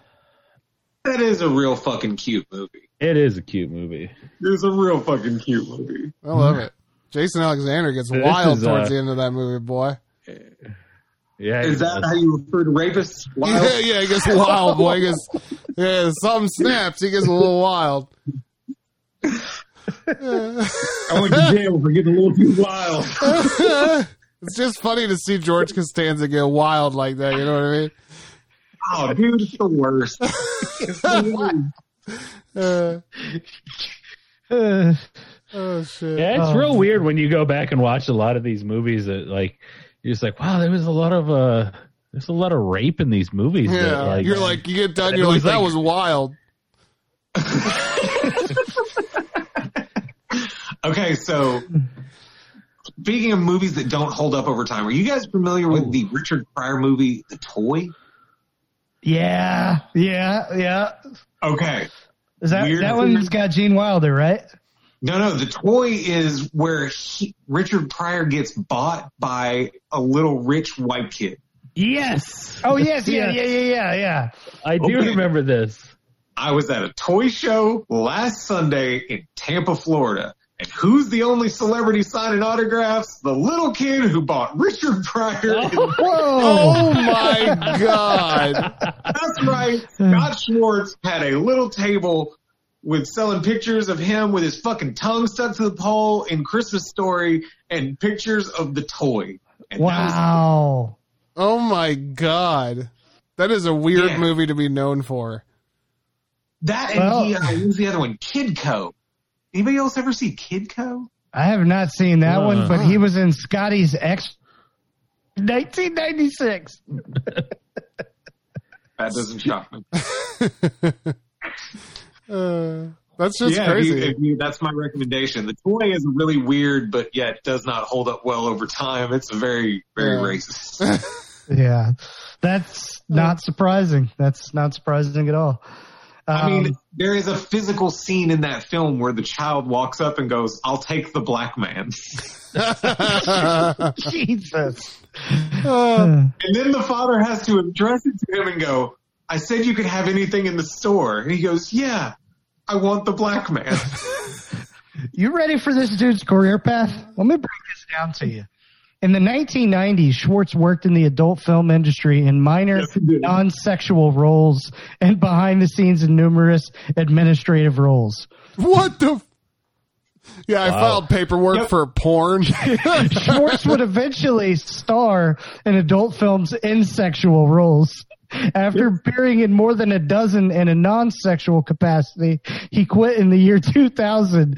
S5: That is a real fucking cute movie.
S4: It is a cute movie.
S5: It's a real fucking cute movie.
S6: I love it. Jason Alexander gets
S4: This
S6: wild
S4: is,
S6: towards
S4: uh,
S6: the end of that movie, boy.
S4: Yeah.
S5: Is that how you refer to rapists?
S6: Yeah,
S5: Wow.
S6: <laughs> yeah, he gets wild, boy. He gets, yeah, something snaps. He gets a little wild. <laughs>
S5: I went to jail for getting a little too wild.
S6: it's just funny to see George Costanza get wild like that. You know what I mean?
S5: Oh, <laughs> dude, it's the worst. <laughs>
S6: Uh,
S3: Uh,
S6: <laughs> oh shit!
S4: yeah, it's
S3: Oh.
S4: real weird when you go back and watch a lot of these movies that like you're just like, wow, there was a lot of uh there's a lot of rape in these movies. that,
S6: Yeah, you're like you get done. You're
S4: It was
S6: like that
S4: like-
S6: was
S4: <laughs>
S6: wild.
S5: Okay, so speaking of movies that don't hold up over time, are you guys familiar with the Richard Pryor movie, The Toy?
S3: yeah, yeah, yeah.
S5: Okay.
S3: Is that
S5: Weird.
S3: that one's got Gene Wilder, right?
S5: No, no, The Toy is where he, Richard Pryor gets bought by a little rich white kid.
S4: Yes.
S3: Oh yes, yeah, <laughs> yeah,
S4: Yes.
S3: yeah, yeah, yeah.
S4: I do
S5: Okay.
S4: remember this.
S5: I was at a toy show last Sunday in Tampa, Florida. And who's the only celebrity signing autographs? The little kid who bought Richard
S3: <laughs>
S5: Pryor.
S6: Oh my god!
S5: That's right. Scott Schwartz had a little table with selling pictures of him with his fucking tongue stuck to the pole in Christmas Story and pictures of the toy. And that
S3: Wow.
S6: Oh my god! That is a weird
S5: Yeah.
S6: movie to be known for.
S5: was- that and
S3: Well-
S5: he, uh, what was the other one? Kidco. Anybody else ever see Kidco?
S3: I have not seen that
S7: Uh-huh.
S4: Uh-uh.
S3: one, but he was in Scotty's X 1996.
S5: That doesn't shock me.
S6: Uh, that's just
S5: yeah,
S6: crazy. <laughs>
S5: if you- if you- that's my recommendation. The toy is really weird, but yet does not hold up well over time. It's very, very
S6: Yeah. <laughs>
S5: racist.
S3: Yeah, that's not surprising. That's not surprising at all.
S7: I mean,
S3: <laughs> Um,
S7: there is a physical scene in that film where the child walks up and goes, "I'll take the black man,"
S3: Jesus.
S6: Uh,
S7: and then the father has to address it to him and go, "I said you could have anything in the store," and he goes, "Yeah, I want the black
S6: <laughs>
S7: man."
S3: You ready for this dude's career path? Let me break this down to you. In the 1990s, Schwartz worked in the adult film industry in minor,
S7: Yes, he did.
S3: non sexual roles and behind the scenes in numerous administrative roles.
S6: What the? F- yeah, I filed paperwork for porn.
S3: Schwartz would eventually star in adult films in sexual roles. After appearing in more than a dozen in a non sexual capacity, he quit in the year 2000.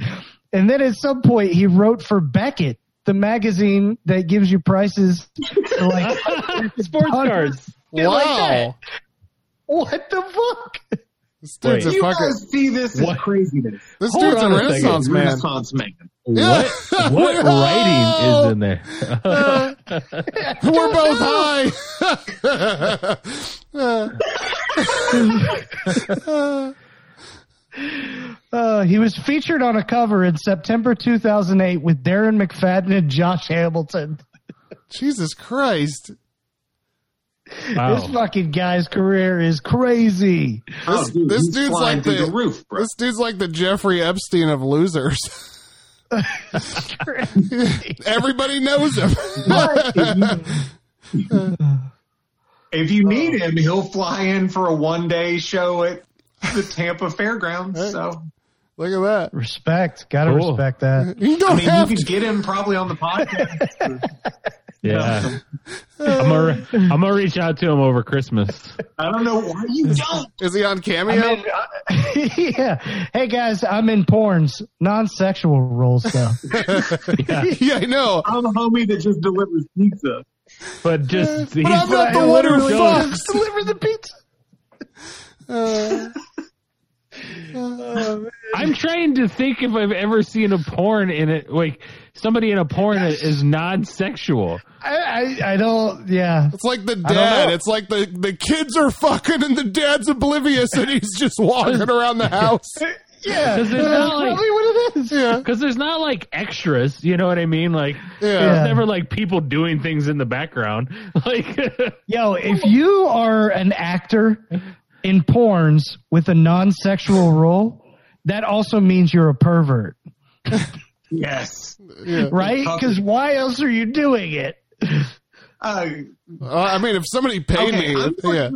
S3: And then at some point, he wrote for Beckett, the magazine that gives you prices for like
S4: Sports cards.
S3: Shit like
S6: Wow.
S3: that. <laughs> what the fuck?
S6: this dude's a
S4: Wait.
S7: you
S6: fucking.
S7: guys see this as
S4: What?
S7: craziness?
S6: This
S4: Hold
S6: dude's a
S4: on a second.
S6: renaissance Oh, man.
S7: Renaissance man.
S4: What
S6: Yeah. <laughs>
S4: what
S6: Wow.
S4: writing is in
S6: <laughs>
S4: there?
S6: We're both high. <laughs>
S3: Uh, he was featured on a cover in September 2008 with Darren McFadden and Josh Hamilton.
S6: Jesus Christ.
S4: Wow.
S3: This fucking guy's career is crazy.
S7: Oh,
S6: This-
S7: dude,
S6: this
S7: he's
S6: dude's
S7: flying
S6: like
S7: through
S6: the-
S7: the roof, bro.
S6: This dude's like the Jeffrey Epstein of losers. <laughs> Everybody knows him. <laughs>
S3: <laughs>
S7: If you need him, he'll fly in for a one day show at the Tampa Fairgrounds. So
S6: Look at that.
S3: Respect. Gotta
S4: Cool.
S3: respect <laughs> that.
S6: You don't
S7: I mean,
S6: have
S7: you
S6: to.
S7: could get him probably on the podcast.
S4: yeah. I'm gonna I'm gonna reach out to him over Christmas.
S7: I don't know why you don't.
S6: Is he on Cameo? <laughs>
S3: yeah. Hey guys, I'm in porns, non-sexual roles <laughs> though. uh,
S6: yeah, I know.
S7: I'm the homie that just delivers pizza.
S4: But just he's
S6: <laughs> But I'm not the
S4: he
S6: one who
S4: literally goes-
S6: fucks.
S3: Deliver the pizza.
S6: Uh,
S4: I'm trying to think if I've ever seen a porn in it. Like somebody in a porn is- is non-sexual.
S3: I, I, I don't. Yeah.
S6: it's like the dad.
S3: know.
S6: It's like the, the kids are fucking and the dad's oblivious and he's just walking around the
S3: <laughs>
S6: house.
S3: Yeah.
S4: Because there's
S6: <laughs>
S4: not
S3: That's
S4: like
S3: probably what it is.
S6: Yeah.
S4: because there's not like extras. You know what I mean? Like
S6: Yeah.
S3: Yeah.
S4: there's never like people doing things in the background. <laughs> Like
S3: Yo, if you are an actor in porns with a non-sexual role, that also means you're a pervert,
S7: Yes.
S3: right? Because why else are you doing it? <laughs>
S7: Uh,
S6: Uh, I mean, if somebody paid
S7: Okay,
S6: me,
S7: I'm
S6: yeah.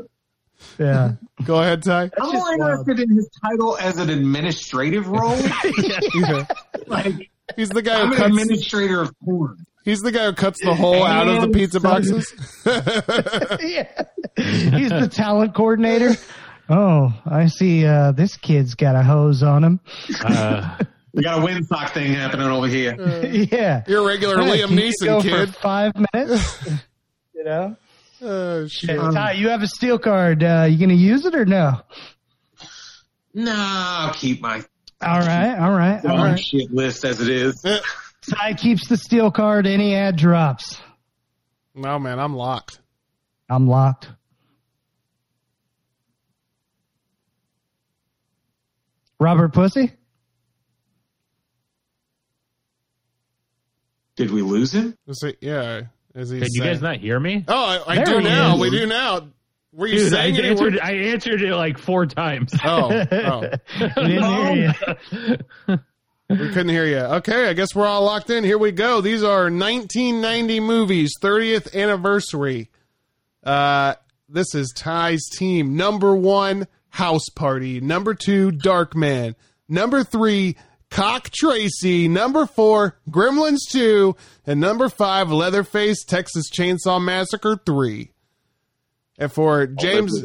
S3: Yeah.
S6: Go ahead, Ty.
S7: I'm
S3: just
S7: more interested in his title as an administrative role.
S6: Yeah.
S7: like,
S6: He's the guy
S7: I'm
S6: who
S7: an
S6: cuts.
S7: administrator of porn.
S6: He's the guy who cuts the hole out of the
S7: And
S6: pizza boxes.
S3: yeah. <laughs> He's the talent coordinator. Oh, I see. Uh, this kid's got a hose on him. <laughs>
S4: uh,
S7: We got a windsock thing happening over here.
S3: Uh. yeah.
S6: You're a regular
S3: Yeah,
S6: Liam
S3: can you
S6: Neeson
S3: go
S6: kid.
S3: For five minutes. <laughs> you know.
S6: Oh shit!
S3: Ty, you have a steel card. Uh, you gonna use it or no?
S7: Nah, I'll keep my
S3: All right, all right, all
S7: darn
S3: right.
S7: shit list as it is.
S3: Ty keeps the steel card. Any ad drops,
S6: No man, I'm locked.
S3: I'm locked. Robert Pussy.
S7: Did we lose him?
S6: Is it, yeah, is he?
S4: did you guys
S6: saying-
S4: not hear me?
S6: Oh, I, I
S3: There
S6: do
S3: he
S6: now.
S3: is.
S6: We do now. Were you
S4: Dude, I
S6: saying any
S4: answered,
S6: word?
S4: I answered it like four times.
S6: Oh,
S4: <laughs>
S6: oh,
S3: We didn't hear you.
S6: we couldn't hear you. Okay, I guess we're all locked in. Here we go. These are 1990 movies, 30th anniversary. Uh, this is Ty's team. Number one, House Party. Number two, Dark Man. Number three, Cock Tracy. Number four, Gremlins 2. And number five, Leatherface, Texas Chainsaw Massacre 3. And for James,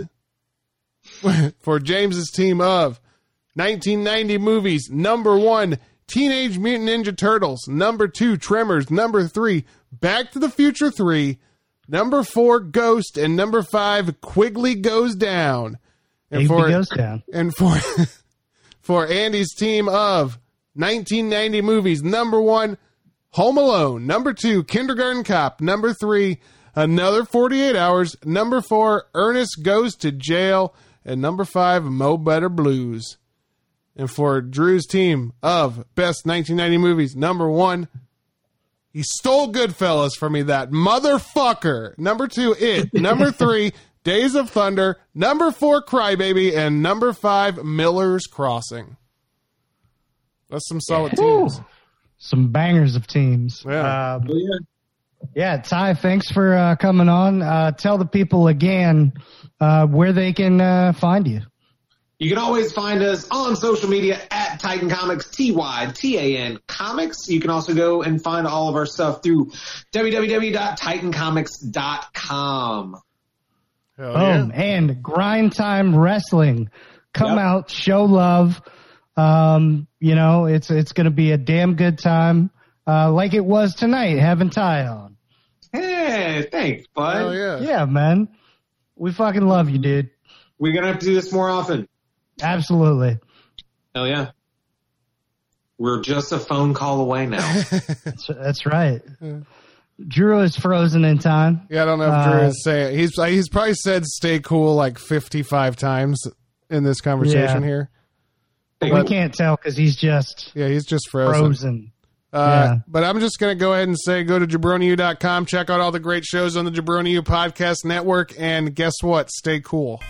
S6: <laughs> for James's team of 1990 movies. Number one, Teenage Mutant Ninja Turtles. Number two, Tremors. Number three, Back to the Future 3. Number four, Ghost. And number five, Quigley Goes Down.
S3: Davey
S6: And for,
S3: goes down.
S6: and for, <laughs> for Andy's team of 1990 movies. Number one, Home Alone. Number two, Kindergarten Cop. Number three, Another 48 Hours. Number four, Ernest Goes to Jail. At number five, Mo Better Blues. And for Drew's team of best 1990 movies, number one, he stole Goodfellas from me, that motherfucker. Number two, <laughs> It. Number three, Days of Thunder. Number four, Crybaby. And number five, Miller's Crossing. That's some solid teams.
S3: Some bangers of teams.
S6: Yeah.
S3: Um, yeah, Ty, thanks for uh, coming on. Uh, tell the people again uh, where they can uh, find you.
S5: You can always find us on social media at Titan Comics, T-Y-T-A-N Comics. You can also go and find all of our stuff through www.titancomics.com.
S6: Hell
S3: Boom. And Grind Time Wrestling. Come out, show love. Um, you know, it's it's going to be a damn good time, uh, like it was tonight, having Ty on.
S5: Hey, thanks, bud.
S6: Hell yeah.
S3: Yeah, man. We fucking love you, dude.
S5: We're going to have to do this more often.
S3: Absolutely.
S5: Hell yeah. We're just a phone call away now. <laughs>
S3: That's, that's right. Drew is frozen in time.
S6: Yeah, I don't know if Drew is saying he's he's probably said "stay cool" like fifty five times in this conversation
S3: Yeah.
S6: here.
S3: We can't tell because he's just
S6: Yeah, he's just frozen.
S3: frozen.
S6: Uh,
S3: Yeah.
S6: But I'm just going to go ahead and say go to jabroniu.com, check out all the great shows on the Jabroniu Podcast Network, and guess what? Stay cool.